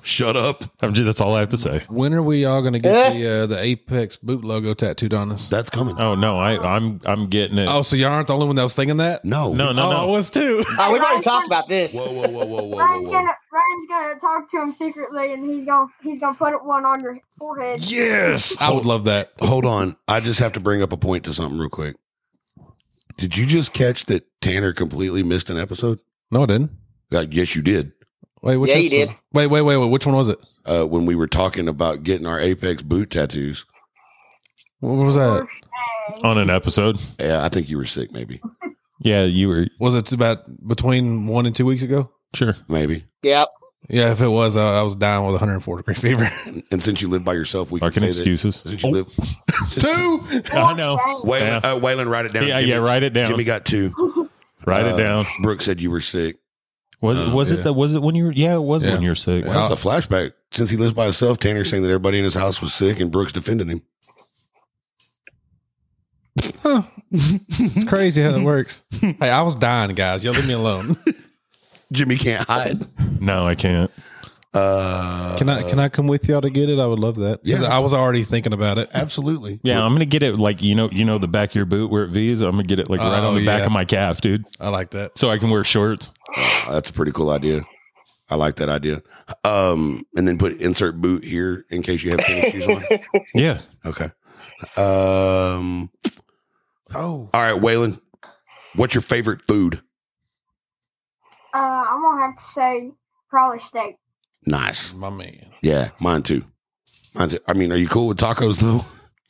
Speaker 2: Shut up.
Speaker 3: I'm just, that's all I have to say.
Speaker 1: When are we all going to get the uh, the Apex boot logo tattooed on us?
Speaker 2: That's coming.
Speaker 3: Oh no, I, I'm I'm getting it.
Speaker 1: Oh, so y'all aren't the only one that was thinking that?
Speaker 2: No.
Speaker 3: no,
Speaker 1: oh,
Speaker 3: no,
Speaker 1: I
Speaker 3: no.
Speaker 1: was too.
Speaker 5: Uh, we've already talked about this.
Speaker 2: Whoa, whoa, whoa, whoa, whoa, whoa,
Speaker 4: Ryan's
Speaker 2: whoa.
Speaker 4: gonna Ryan's gonna talk to him secretly, and he's gonna he's gonna put one on your forehead.
Speaker 1: Yes, I would love that.
Speaker 2: Hold on. I just have to bring up a point to something real quick. Did you just catch that Tanner completely missed an episode?
Speaker 1: No, I didn't.
Speaker 2: Uh, yes, you did.
Speaker 1: Wait, which
Speaker 5: Yeah, you
Speaker 1: episode?
Speaker 5: did.
Speaker 1: Wait, wait, wait, wait. Which one was it?
Speaker 2: Uh, when we were talking about getting our Apex boot tattoos.
Speaker 1: What was that?
Speaker 3: On an episode.
Speaker 2: Yeah, I think you were sick, maybe.
Speaker 3: Yeah, you were
Speaker 1: Was it about between one and two weeks ago?
Speaker 3: sure.
Speaker 2: Maybe.
Speaker 5: Yep.
Speaker 1: Yeah, if it was, I, I was dying with 104 degree fever. [laughs]
Speaker 2: And since you live by yourself, we
Speaker 3: Fucking
Speaker 2: can say that.
Speaker 3: excuses.
Speaker 2: Since you live two,
Speaker 3: I know.
Speaker 2: Waylon, uh, Waylon, write it down.
Speaker 3: Yeah,
Speaker 2: Jimmy,
Speaker 3: yeah. Write it down.
Speaker 2: Jimmy got two.
Speaker 3: write
Speaker 2: Uh,
Speaker 3: it down.
Speaker 2: Brooke said you were sick.
Speaker 3: Was
Speaker 2: uh,
Speaker 3: it? Was
Speaker 1: yeah.
Speaker 3: it that? Was it when you were? Yeah, it was
Speaker 1: Yeah.
Speaker 3: when you were sick.
Speaker 1: Yeah.
Speaker 2: Well, that's a flashback. Since he lives by himself, Tanner's saying that everybody in his house was sick, and Brooks defending him.
Speaker 1: Huh. It's crazy how that
Speaker 3: [laughs]
Speaker 1: works. hey, I was dying, guys. Y'all leave me alone.
Speaker 2: Jimmy can't hide.
Speaker 3: No, I can't.
Speaker 2: Uh,
Speaker 1: [laughs] Can I can I come with y'all to get it? I would love that. 'Cause
Speaker 2: Yeah.
Speaker 1: I was already thinking about it.
Speaker 2: Absolutely.
Speaker 3: Yeah, I'm gonna get it like you know, you know the back of your boot where it V's. I'm gonna get it like right
Speaker 1: Oh,
Speaker 3: on the back
Speaker 1: yeah.
Speaker 3: of my calf, dude,
Speaker 1: I like that.
Speaker 3: so I can wear shorts.
Speaker 2: That's a pretty cool idea. I like that idea. Um, and then put insert boot here in case you have tennis shoes on.
Speaker 3: Yeah,
Speaker 2: Okay. Um,
Speaker 1: Oh,
Speaker 2: all right, Waylon. What's your favorite food?
Speaker 4: Uh, I'm gonna have to say probably steak.
Speaker 2: Nice.
Speaker 1: my man.
Speaker 2: Yeah, mine too. Mine too. I mean, are you cool with tacos though?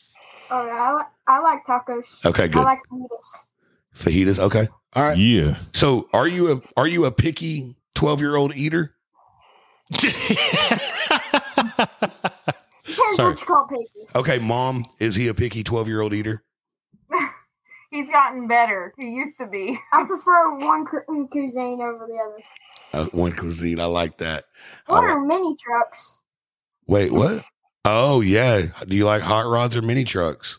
Speaker 2: [laughs]
Speaker 4: Oh, yeah, I, li- I like tacos.
Speaker 2: Okay,
Speaker 4: I
Speaker 2: good.
Speaker 4: like fajitas.
Speaker 2: Fajitas. Okay. All right.
Speaker 3: yeah.
Speaker 2: So, are you a are you a picky twelve year old eater?
Speaker 4: Depends
Speaker 3: Sorry.
Speaker 4: what you call picky.
Speaker 2: Okay, mom, is he a picky twelve year old eater?
Speaker 8: He's gotten better. He used to be.
Speaker 4: I prefer one cu- mm, cuisine over the other.
Speaker 2: Uh, one cuisine. I like that. I
Speaker 4: What
Speaker 2: like-
Speaker 4: are mini trucks?
Speaker 2: Wait, what? Oh yeah. Do you like hot rods or mini trucks?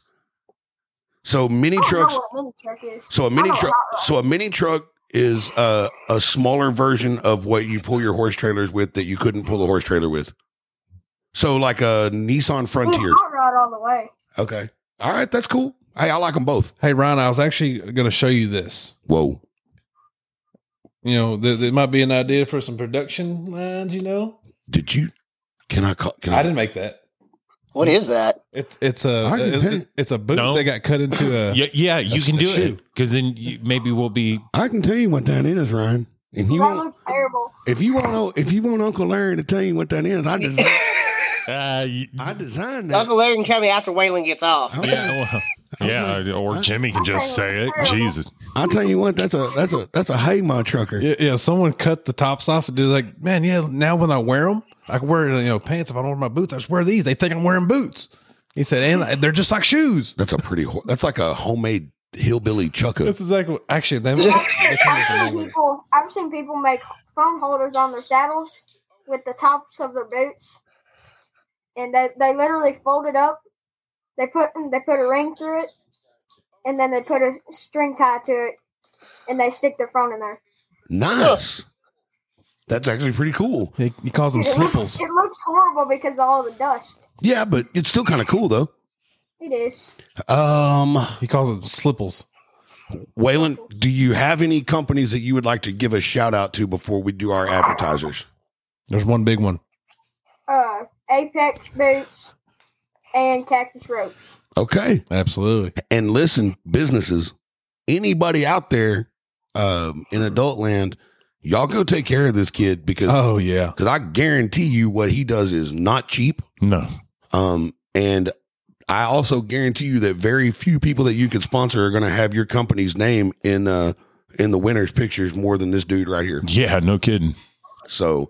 Speaker 2: So mini
Speaker 4: I don't
Speaker 2: trucks.
Speaker 4: know what mini truck is.
Speaker 2: So a
Speaker 4: I
Speaker 2: mini
Speaker 4: know
Speaker 2: truck.
Speaker 4: hot rods.
Speaker 2: So a mini truck is uh, a smaller version of what you pull your horse trailers with that you couldn't pull a horse trailer with. So like a Nissan
Speaker 4: Dude,
Speaker 2: Frontier.
Speaker 4: hot rod all the way.
Speaker 2: Okay. All right, that's cool. Hey, I like them both.
Speaker 1: Hey, Ryan, I was actually going to show you this.
Speaker 2: Whoa.
Speaker 1: You know, th- there might be an idea for some production lines. You know,
Speaker 2: Did you? Can I call? Can I?
Speaker 1: I didn't make that.
Speaker 5: What is that?
Speaker 1: It, it's a
Speaker 2: I didn't
Speaker 1: it-
Speaker 2: hear
Speaker 1: it-
Speaker 2: it.
Speaker 1: it's a boot
Speaker 3: No.
Speaker 1: that got cut into
Speaker 3: [laughs]
Speaker 1: a.
Speaker 3: Yeah, yeah, you
Speaker 1: A-
Speaker 3: can
Speaker 1: a
Speaker 3: do
Speaker 1: shoe.
Speaker 3: it because then you, maybe we'll be.
Speaker 2: I can tell you what that is, Ryan. If you
Speaker 4: that
Speaker 2: want,
Speaker 4: looks terrible.
Speaker 2: if you want, if you want Uncle Larry to tell you what that [laughs] is, I designed,
Speaker 3: Uh, y-
Speaker 2: I designed that. Oh,
Speaker 5: Uncle Larry can tell me after Waylon gets off.
Speaker 2: Okay.
Speaker 3: yeah, well, yeah, or Jimmy can just say it. Jesus,
Speaker 2: I'll tell you what. That's a that's a that's a hay my trucker.
Speaker 1: Yeah, yeah, someone cut the tops off and they're like, man, yeah, now when I wear them, I can wear, you know, pants. If I don't wear my boots, I just wear these. They think I'm wearing boots. He said, and they're just like shoes.
Speaker 2: That's a pretty. Ho- that's like a homemade hillbilly chucker.
Speaker 1: That's exactly what, actually, they,
Speaker 2: [laughs]
Speaker 1: they
Speaker 4: I've seen,
Speaker 1: come with the
Speaker 4: I've
Speaker 1: name
Speaker 4: seen
Speaker 1: of it.
Speaker 4: people. I've seen people make phone holders on their saddles with the tops of their boots, and they they literally fold it up. They put they put a ring through it, and then they put a string tie to it, and they stick their phone in there.
Speaker 2: Nice. That's actually pretty cool.
Speaker 1: He, he calls them
Speaker 4: Dude, it,
Speaker 1: slipples.
Speaker 4: looks, it looks horrible because of all the dust.
Speaker 2: Yeah, but it's still kind of cool though.
Speaker 4: It is.
Speaker 2: Um,
Speaker 1: He calls them slipples.
Speaker 2: Waylon, do you have any companies that you would like to give a shout out to before we do our advertisers?
Speaker 1: There's one big one.
Speaker 4: Uh, Apex boots and cactus ropes.
Speaker 2: Okay.
Speaker 1: Absolutely.
Speaker 2: and listen, businesses, anybody out there um, in adult land, y'all go take care of this kid because
Speaker 1: Oh yeah.
Speaker 2: cause I guarantee you what he does is not cheap.
Speaker 3: no,
Speaker 2: Um, and I also guarantee you that very few people that you could sponsor are going to have your company's name in uh, in the winner's pictures more than this dude right here.
Speaker 3: yeah, no kidding.
Speaker 2: So,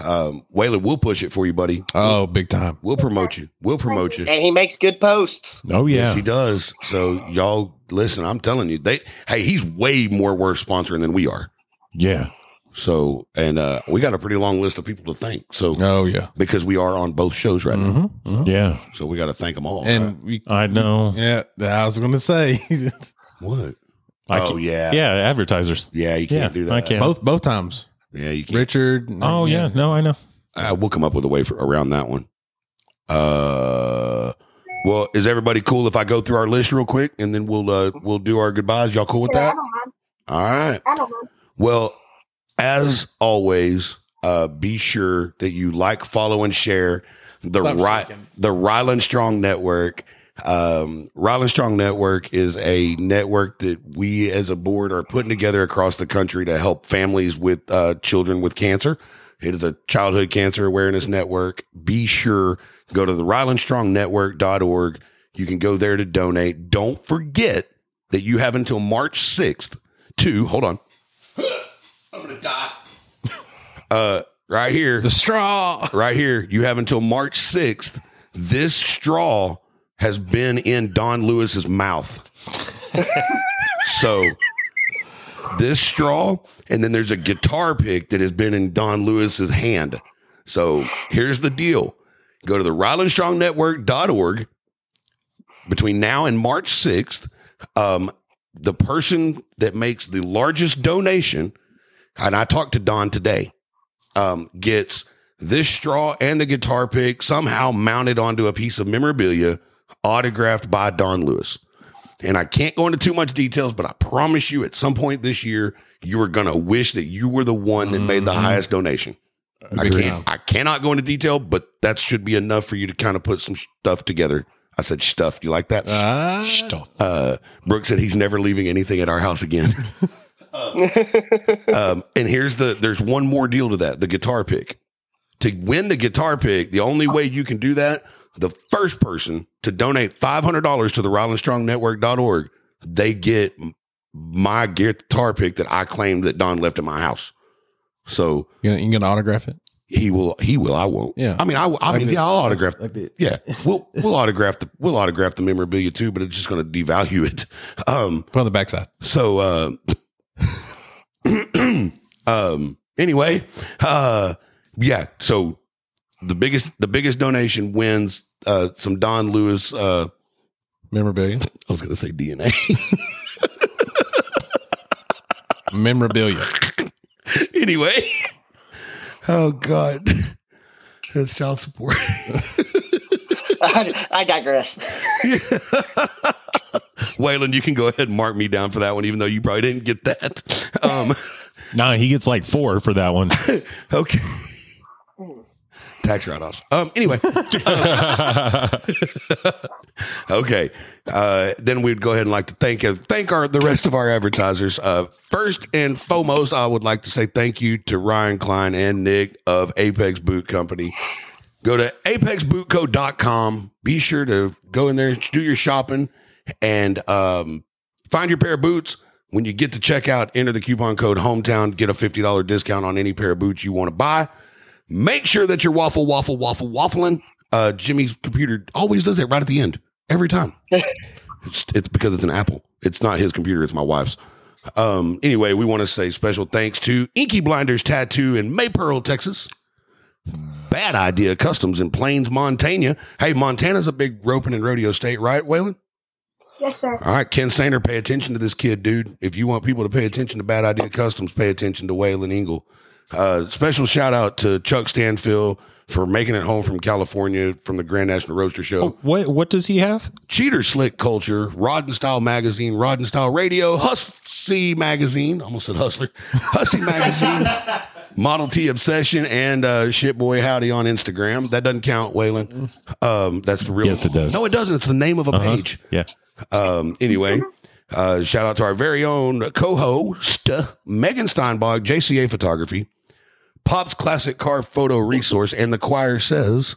Speaker 2: um, Waylon, we'll push it for you, buddy.
Speaker 1: Oh, big time.
Speaker 2: We'll promote you. We'll promote you.
Speaker 5: And he makes good posts. [laughs]
Speaker 3: Oh
Speaker 2: Yes,
Speaker 3: yeah,
Speaker 2: he does. So y'all listen, I'm telling you, they hey, he's way more worth sponsoring than we are.
Speaker 3: yeah,
Speaker 2: So and uh we got a pretty long list of people to thank. So
Speaker 1: Oh yeah.
Speaker 2: because we are on both shows right
Speaker 3: Mm-hmm.
Speaker 2: now.
Speaker 1: Mhm, mhm.
Speaker 3: yeah.
Speaker 2: So we gotta thank them all.
Speaker 1: And we,
Speaker 3: I know.
Speaker 1: yeah, I was gonna say.
Speaker 2: what?
Speaker 3: I
Speaker 2: oh
Speaker 3: can-
Speaker 2: yeah.
Speaker 3: yeah, advertisers.
Speaker 2: Yeah, you can't
Speaker 3: Yeah,
Speaker 2: do that.
Speaker 3: I can't.
Speaker 1: Both both times.
Speaker 2: Yeah, you can't.
Speaker 1: Richard.
Speaker 3: Oh yeah, no, I know.
Speaker 2: Uh, we'll come up with a way for, around that one. Uh, well, is everybody cool if I go through our list real quick and then we'll uh, we'll do our goodbyes? Y'all cool with
Speaker 4: Yeah, I
Speaker 2: that?
Speaker 4: don't mind.
Speaker 2: All right.
Speaker 4: I don't mind.
Speaker 2: Well, as always, uh, be sure that you like, follow, and share the
Speaker 1: Stop
Speaker 2: right
Speaker 1: shaking.
Speaker 2: the Ryland Strong Network. Um, Ryland Strong Network is a network that we as a board are putting together across the country to help families with uh, children with cancer. It is a childhood cancer awareness network. Be sure to go to the rylandstrongnetwork.org. You can go there to donate. Don't forget that you have until March 6th to hold on. I'm gonna die. uh, right here,
Speaker 1: The straw. [laughs]
Speaker 2: right here. You have until March 6th. This straw has been in Don Lewis's
Speaker 1: [laughs]
Speaker 2: mouth. so this straw, and then there's a guitar pick that has been in Don Lewis's hand. So here's the deal. Go to the RylandStrongNetwork.org between now and March 6th. Um, the person that makes the largest donation, and I talked to Don today, um, gets this straw and the guitar pick somehow mounted onto a piece of memorabilia autographed by Don Lewis. And I can't go into too much details, but I promise you at some point this year, you are going to wish that you were the one that made the
Speaker 3: Mhm.
Speaker 2: highest donation. I
Speaker 1: Agreed.
Speaker 2: can't. I cannot go into detail, but that should be enough for you to kind of put some stuff together. I said stuff. You like that?
Speaker 1: Ah,
Speaker 3: Stuff.
Speaker 2: Uh, Brooke said he's never leaving anything at our house again. Uh, um, and here's the. There's one more deal to that. The guitar pick. To win the guitar pick, the only way you can do that, the first person to donate five hundred dollars to the RylandStrongNetwork.org, they get m- my guitar pick that I claimed that Don left at my house. So
Speaker 1: you gonna, you gonna autograph it?
Speaker 2: he will. He will. I won't.
Speaker 1: Yeah.
Speaker 2: I mean, I. will- I
Speaker 1: Like
Speaker 2: mean,
Speaker 1: the-
Speaker 2: yeah. I'll autograph.
Speaker 1: Like the,
Speaker 2: [laughs] Yeah, we'll we'll autograph the we'll autograph the memorabilia too, but it's just going to devalue it. Um,
Speaker 1: put on the backside.
Speaker 2: so uh, [clears throat] um, anyway, uh, yeah. So the biggest the biggest donation wins uh, some Don Lewis. Uh,
Speaker 1: Memorabilia.
Speaker 2: I was going to say DNA.
Speaker 1: Memorabilia.
Speaker 2: [laughs] anyway, oh god, [laughs] that's child support. [laughs]
Speaker 5: I, I digress.
Speaker 2: Waylon, you can go ahead and mark me down for that one, even though you probably didn't get that. Um, [laughs]
Speaker 3: No, he gets like four for that one.
Speaker 2: okay. Tax write offs. Um, anyway, okay. Uh, then we'd go ahead and like to thank uh, thank our the rest of our advertisers. Uh, first and foremost, I would like to say thank you to Ryan Klein and Nick of Apex Boot Company. Go to apexbootco.com. Be sure to go in there, do your shopping, and um, find your pair of boots. When you get to checkout, enter the coupon code hometown, get a $50 discount on any pair of boots you want to buy. Make sure that you're waffle, waffle, waffle, waffling. Uh, Jimmy's computer always does that right at the end, every time. it's, it's because it's an Apple. It's not his computer, it's my wife's. Um, anyway, we want to say special thanks to Inky Blinders Tattoo in Maypearl, Texas. Bad Idea Customs in Plains, Montana. Hey, Montana's a big roping and rodeo state, right, Waylon?
Speaker 4: Yes, sir.
Speaker 2: All right, Ken Sainer, pay attention to this kid, dude. If you want people to pay attention to Bad Idea Customs, pay attention to Waylon Ingle. Uh, special shout out to Chuck Stanfill for making it home from California from the Grand National Roaster Show.
Speaker 3: Oh, what what does he have?
Speaker 2: Cheater Slick Culture, Rod and Style Magazine, Rod and Style Radio, Hussy Magazine, almost said Hustler, [laughs] Hussy Magazine, Model T Obsession, and uh, Shitboy Howdy on Instagram. That doesn't count, Waylon. Um, that's the real.
Speaker 3: Yes, it does.
Speaker 2: No, it doesn't. It's the name of a
Speaker 3: Uh-huh.
Speaker 2: page.
Speaker 3: Yeah.
Speaker 2: Um, anyway, uh, shout out to our very own co-host Megan Steinbog, JCA Photography, Pop's Classic Car Photo Resource, and the choir says,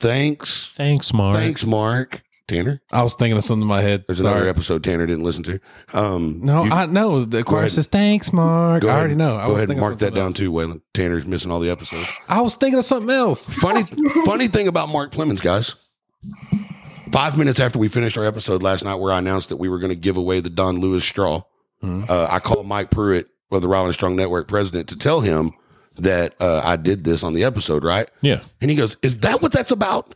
Speaker 2: "Thanks,
Speaker 3: Thanks, Mark.
Speaker 2: thanks, Mark Tanner."
Speaker 1: I was thinking of something in my head.
Speaker 2: There's another
Speaker 1: Sorry.
Speaker 2: episode Tanner didn't listen to. Um,
Speaker 1: No,
Speaker 2: you-
Speaker 1: I know. The choir
Speaker 2: ahead.
Speaker 1: says, thanks, Mark.
Speaker 2: go
Speaker 1: I
Speaker 2: ahead-
Speaker 1: already know. I
Speaker 2: go
Speaker 1: was
Speaker 2: ahead and
Speaker 1: thinking of
Speaker 2: mark that
Speaker 1: something
Speaker 2: down
Speaker 1: else.
Speaker 2: too, Waylon. Tanner's missing all the episodes.
Speaker 1: I was thinking of something else.
Speaker 2: Funny, funny thing about Mark Clemens, guys. Five minutes after we finished our episode last night, where I announced that we were going to give away the Don Lewis straw,
Speaker 3: Hmm.
Speaker 1: Mhm.
Speaker 2: uh, I called Mike Pruitt, well, the Rolling Strong Network president, to tell him that uh, I did this on the episode, right?
Speaker 3: Yeah.
Speaker 2: And he goes, Is that what that's about?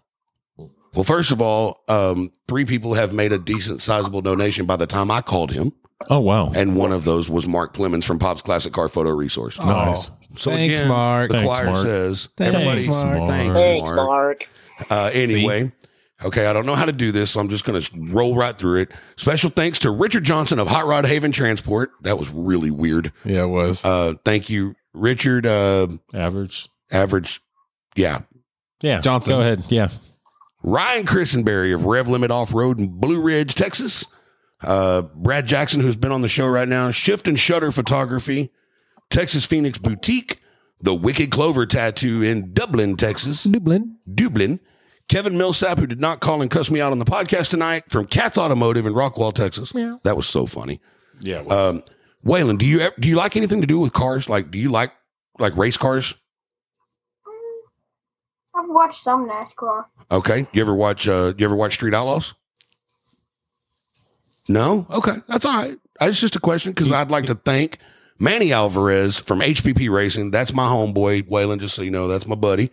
Speaker 2: Well, first of all, um, three people have made a decent, sizable donation by the time I called him.
Speaker 3: Oh wow.
Speaker 2: and one of those was Mark Plemons from Pop's Classic Car Photo Resource.
Speaker 3: Nice.
Speaker 2: So
Speaker 1: Oh, Thanks, Mark.
Speaker 2: The
Speaker 3: Thanks,
Speaker 2: choir
Speaker 3: Mark.
Speaker 2: says,
Speaker 1: Thanks,
Speaker 2: everybody,
Speaker 1: Mark.
Speaker 2: thanks,
Speaker 5: Thanks,
Speaker 2: Mark.
Speaker 5: Mark.
Speaker 2: Uh, anyway, okay, I don't know how to do this, so I'm just going to roll right through it. Special thanks to Richard Johnson of Hot Rod Haven Transport. That was really weird.
Speaker 1: Yeah, it was.
Speaker 2: Uh, thank you, Richard. Uh,
Speaker 3: Average.
Speaker 2: average, yeah.
Speaker 3: Yeah.
Speaker 1: Johnson.
Speaker 3: Go ahead. Yeah.
Speaker 2: Ryan Christenberry of Rev Limit Off Road in Blue Ridge, Texas. Uh, Brad Jackson, who's been on the show right now. Shift and Shutter Photography, Texas Phoenix Boutique, The Wicked Clover Tattoo in Dublin, Texas.
Speaker 1: Dublin.
Speaker 2: Dublin. Kevin Millsap, who did not call and cuss me out on the podcast tonight, from Cats Automotive in Rockwall, Texas. That was so funny.
Speaker 3: Yeah.
Speaker 2: Um, Waylon, do you ever, do you like anything to do with cars? Like, do you like like race cars?
Speaker 4: I've watched some NASCAR.
Speaker 2: Okay. You ever watch uh you ever watch Street Outlaws? No? Okay. That's all right. That's just a question because I'd like to thank Manny Alvarez from HPP Racing. That's my homeboy, Waylon, just so you know, that's my buddy.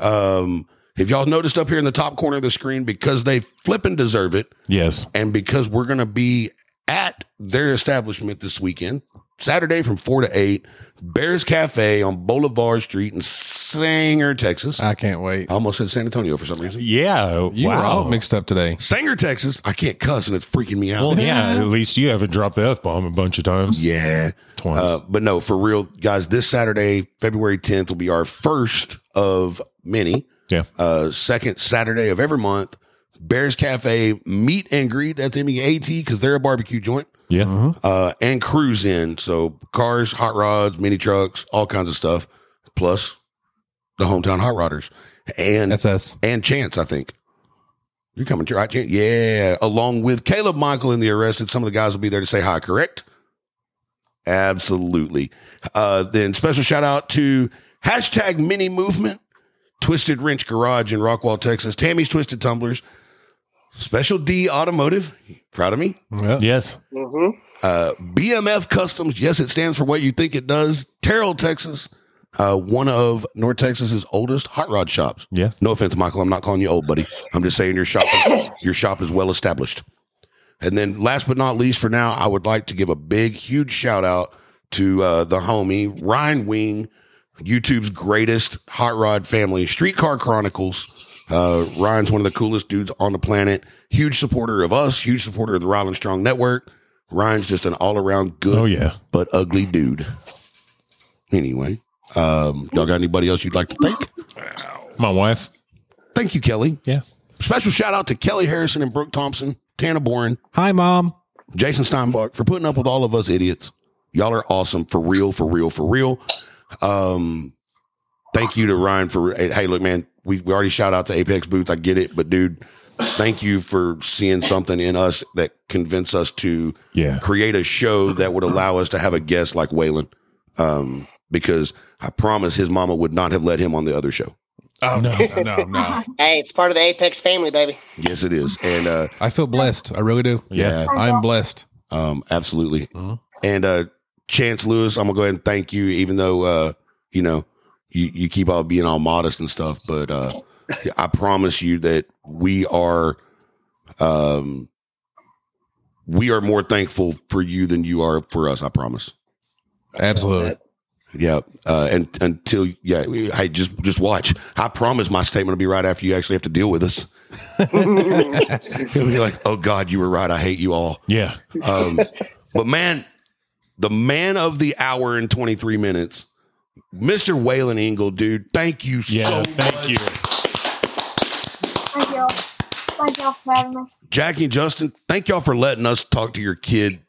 Speaker 2: Um, if y'all noticed up here in the top corner of the screen, because they flip and deserve it,
Speaker 3: yes.
Speaker 2: and because we're going to be at their establishment this weekend, Saturday from 4 to 8, Bears Cafe on Boulevard Street in Sanger, Texas.
Speaker 3: Uh,
Speaker 2: I
Speaker 1: I can't wait.
Speaker 2: almost said San Antonio for some reason.
Speaker 3: Yeah.
Speaker 1: You were all mixed up today.
Speaker 2: Sanger, Texas. I can't cuss, and it's freaking me out.
Speaker 3: Well, yeah. At least you haven't dropped the f bomb a bunch of times.
Speaker 2: yeah.
Speaker 3: Twice.
Speaker 2: Uh, but no, for real, guys. This Saturday, February 10th, will be our first of many.
Speaker 3: Yeah.
Speaker 2: Uh, second Saturday of every month. Bears Cafe meet and greet. That's M E A T because they're a barbecue joint.
Speaker 3: yeah.
Speaker 1: Mm-hmm.
Speaker 2: Uh, and cruise in. So cars, hot rods, mini trucks, all kinds of stuff. Plus the hometown hot rodders and
Speaker 1: That's us.
Speaker 2: and Chance, I think. You're coming to right, Chance? Yeah. Along with Caleb Michael and the arrested, some of the guys will be there to say hi, correct? Absolutely. Uh, then special shout out to hashtag mini movement, Twisted Wrench Garage in Rockwall, Texas, Tammy's Twisted Tumblers, Special D Automotive, proud of me,
Speaker 1: Yep.
Speaker 3: Yes.
Speaker 5: Mm-hmm.
Speaker 2: uh, BMF Customs. Yes, it stands for what you think it does. Terrell, Texas, uh, one of North Texas's oldest hot rod shops.
Speaker 3: Yeah.
Speaker 2: No offense, Michael. I'm not calling you old, buddy. I'm just saying your shop your shop is well established. And then, last but not least, for now, I would like to give a big, huge shout out to uh, the homie Ryan Wing, YouTube's greatest hot rod family, Streetcar Chronicles. Uh, Ryan's one of the coolest dudes on the planet. Huge supporter of us. Huge supporter of the Ryland Strong Network. Ryan's just an all around good
Speaker 3: Oh yeah.
Speaker 2: but ugly dude. Anyway, um, y'all got anybody else you'd like to thank?
Speaker 3: My wife.
Speaker 2: Thank you, Kelly.
Speaker 3: Yeah.
Speaker 2: Special shout out to Kelly Harrison and Brooke Thompson, Tana Boren,
Speaker 1: Hi, mom.
Speaker 2: Jason Steinbach for putting up with all of us idiots. Y'all are awesome for real, for real, for real. Um, thank you to Ryan for hey, hey, look, man, we, we already shout out to Apex Boots. I get it, but dude, thank you for seeing something in us that convinced us to
Speaker 3: Yeah.
Speaker 2: create a show that would allow us to have a guest like Waylon. Um, because I promise his mama would not have let him on the other show.
Speaker 1: Oh no, no, no.
Speaker 5: Hey, it's part of the Apex family, baby.
Speaker 2: Yes, it is. And uh
Speaker 1: I feel blessed. I really do.
Speaker 3: Yeah.
Speaker 2: yeah,
Speaker 1: I'm blessed.
Speaker 2: um, absolutely.
Speaker 1: Mhm.
Speaker 2: And uh Chance Lewis, I'm gonna go ahead and thank you, even though uh, you know, you, you keep all being all modest and stuff, but uh I promise you that we are um we are more thankful for you than you are for us, I promise.
Speaker 1: Absolutely.
Speaker 2: Yeah. Uh, and until yeah, we- hey, just just watch. I promise my statement will be right after you actually have to deal with us. [laughs] It'll be like, oh God, you were right. I hate you all.
Speaker 3: Yeah.
Speaker 2: Um, but man, the man of the hour and twenty three minutes, Mister Waylon Ingle, dude. Thank you so
Speaker 3: Yeah.
Speaker 2: much.
Speaker 3: Thank you.
Speaker 4: Thank y'all. Thank y'all for having me.
Speaker 2: Jackie and Justin, thank y'all for letting us talk to your kid.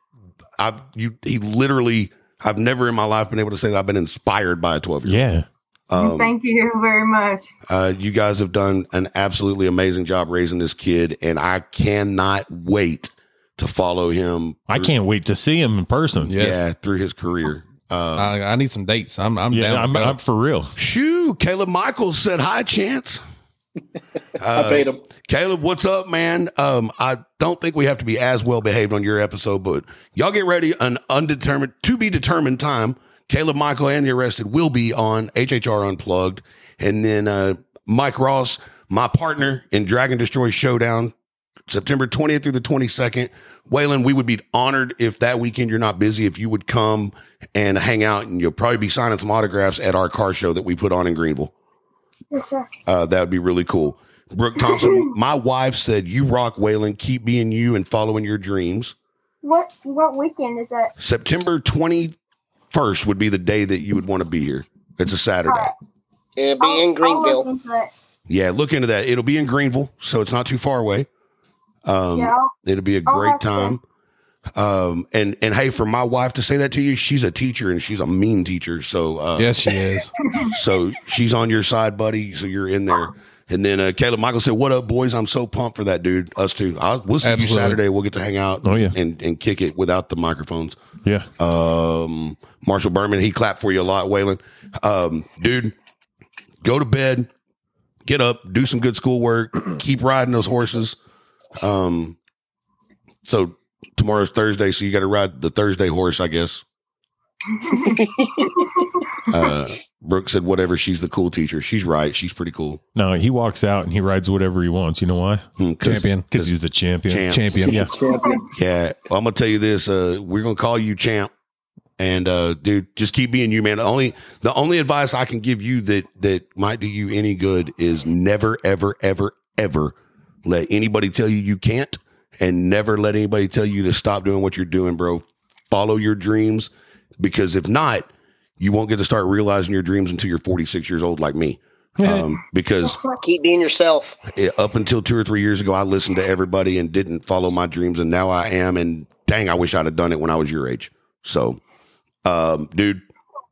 Speaker 2: I you he literally. I've never in my life been able to say that I've been inspired by a twelve year old.
Speaker 3: Yeah. Um,
Speaker 8: [laughs] Thank you very much.
Speaker 2: Uh, you guys have done an absolutely amazing job raising this kid, and I cannot wait to follow him.
Speaker 3: I
Speaker 2: through-
Speaker 3: can't wait to see him in person.
Speaker 1: Yes.
Speaker 2: Yeah, through his career. Uh,
Speaker 1: I, I need some dates. I'm I'm
Speaker 3: Yeah,
Speaker 1: down.
Speaker 3: I'm,
Speaker 1: with that.
Speaker 3: I'm for real.
Speaker 2: shoo, Caleb Michaels said hi, Chance. Uh,
Speaker 7: I paid him.
Speaker 2: Caleb, what's up, man? Um, I don't think we have to be as well behaved on your episode, but y'all get ready. An undetermined, to be determined time. Caleb Michael and the arrested will be on HHR Unplugged, and then uh, Mike Ross, my partner in Dragon Destroy Showdown, September 20th through the 22nd. Waylon, we would be honored if that weekend you're not busy, if you would come and hang out, and you'll probably be signing some autographs at our car show that we put on in Greenville.
Speaker 4: Yes, sir.
Speaker 2: Uh, that would be really cool. Brooke Thompson, my wife said, You rock, Waylon. Keep being you and following your dreams.
Speaker 4: What what weekend is that?
Speaker 2: September 21st would be the day that you would want to be here. It's a Saturday.
Speaker 5: It'll Uh, be
Speaker 4: I'll-
Speaker 5: in
Speaker 4: I'll
Speaker 5: Greenville.
Speaker 4: look into it.
Speaker 2: Yeah, look into that. It'll be in Greenville, so it's not too far away. Um,
Speaker 4: yeah, I'll-
Speaker 2: It'll be a
Speaker 4: I'll
Speaker 2: great
Speaker 4: have to.
Speaker 2: time. Um, and and hey, for my wife to say that to you, she's a teacher and she's a mean teacher. So uh,
Speaker 1: Yes,
Speaker 3: [laughs]
Speaker 1: she is.
Speaker 2: so she's on your side, buddy. So you're in there. And then uh, Caleb Michael said, "What up, boys? I'm so pumped for that, dude. Us too. I'll, we'll see you
Speaker 1: Absolutely.
Speaker 2: Saturday. We'll get to hang out.
Speaker 3: Oh, yeah.
Speaker 2: and and kick it without the microphones.
Speaker 3: Yeah.
Speaker 2: Um, Marshall Berman, he clapped for you a lot, Waylon. Um, dude, go to bed, get up, do some good schoolwork, [clears throat] keep riding those horses. Um, so tomorrow's Thursday, so you got to ride the Thursday horse, I guess. uh, Brooke said, whatever, she's the cool teacher. She's right. She's pretty cool.
Speaker 3: No, he walks out and he rides whatever he wants. You know why?
Speaker 2: Mm, 'cause-
Speaker 1: Champion.
Speaker 3: Because he's the champion.
Speaker 2: Champ.
Speaker 1: Champion.
Speaker 3: Yeah.
Speaker 7: Champion.
Speaker 2: Yeah, well, I'm gonna tell you this. Uh, we're gonna call you champ, and uh, dude, just keep being you, man. The only the only advice I can give you that that might do you any good is never, ever, ever, ever let anybody tell you you can't, and never let anybody tell you to stop doing what you're doing, bro. Follow your dreams, because if not, you won't get to start realizing your dreams until you're 46 years old, like me. Um, because
Speaker 4: Yes, sir.
Speaker 5: Keep being yourself.
Speaker 2: it, Eh, up until two or three years ago, I listened to everybody and didn't follow my dreams, and now I am. And dang, I wish I'd have done it when I was your age. So, um, dude,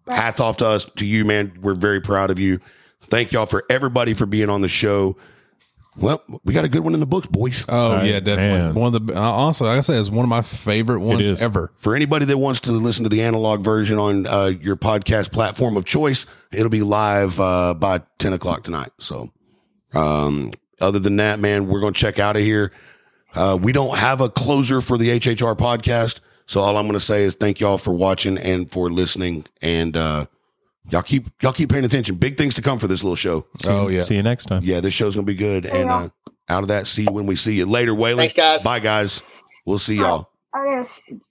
Speaker 2: hats off to us, to you, man. We're very proud of you. Thank y'all for everybody for being on the show. Well, we got a good one in the books, boys.
Speaker 1: Oh
Speaker 3: Right,
Speaker 1: yeah, definitely.
Speaker 3: man.
Speaker 1: One of the uh, honestly, like I said, it's one of my favorite ones
Speaker 3: is.
Speaker 1: ever.
Speaker 2: For anybody that wants to listen to the analog version on uh, your podcast platform of choice, it'll be live uh, by 10 o'clock tonight. So, um, other than that, man, we're going to check out of here. Uh, we don't have a closer for the HHR podcast. So, all I'm going to say is thank y'all for watching and for listening. And uh, y'all keep y'all keep paying attention. Big things to come for this little show.
Speaker 3: See you-
Speaker 1: Oh, yeah.
Speaker 3: See you next time.
Speaker 2: Yeah, this show's going to be good. And uh, out of that, see you when we see you later, Waylon.
Speaker 5: Thanks, guys.
Speaker 2: Bye, guys. We'll see y'all.
Speaker 4: Adios.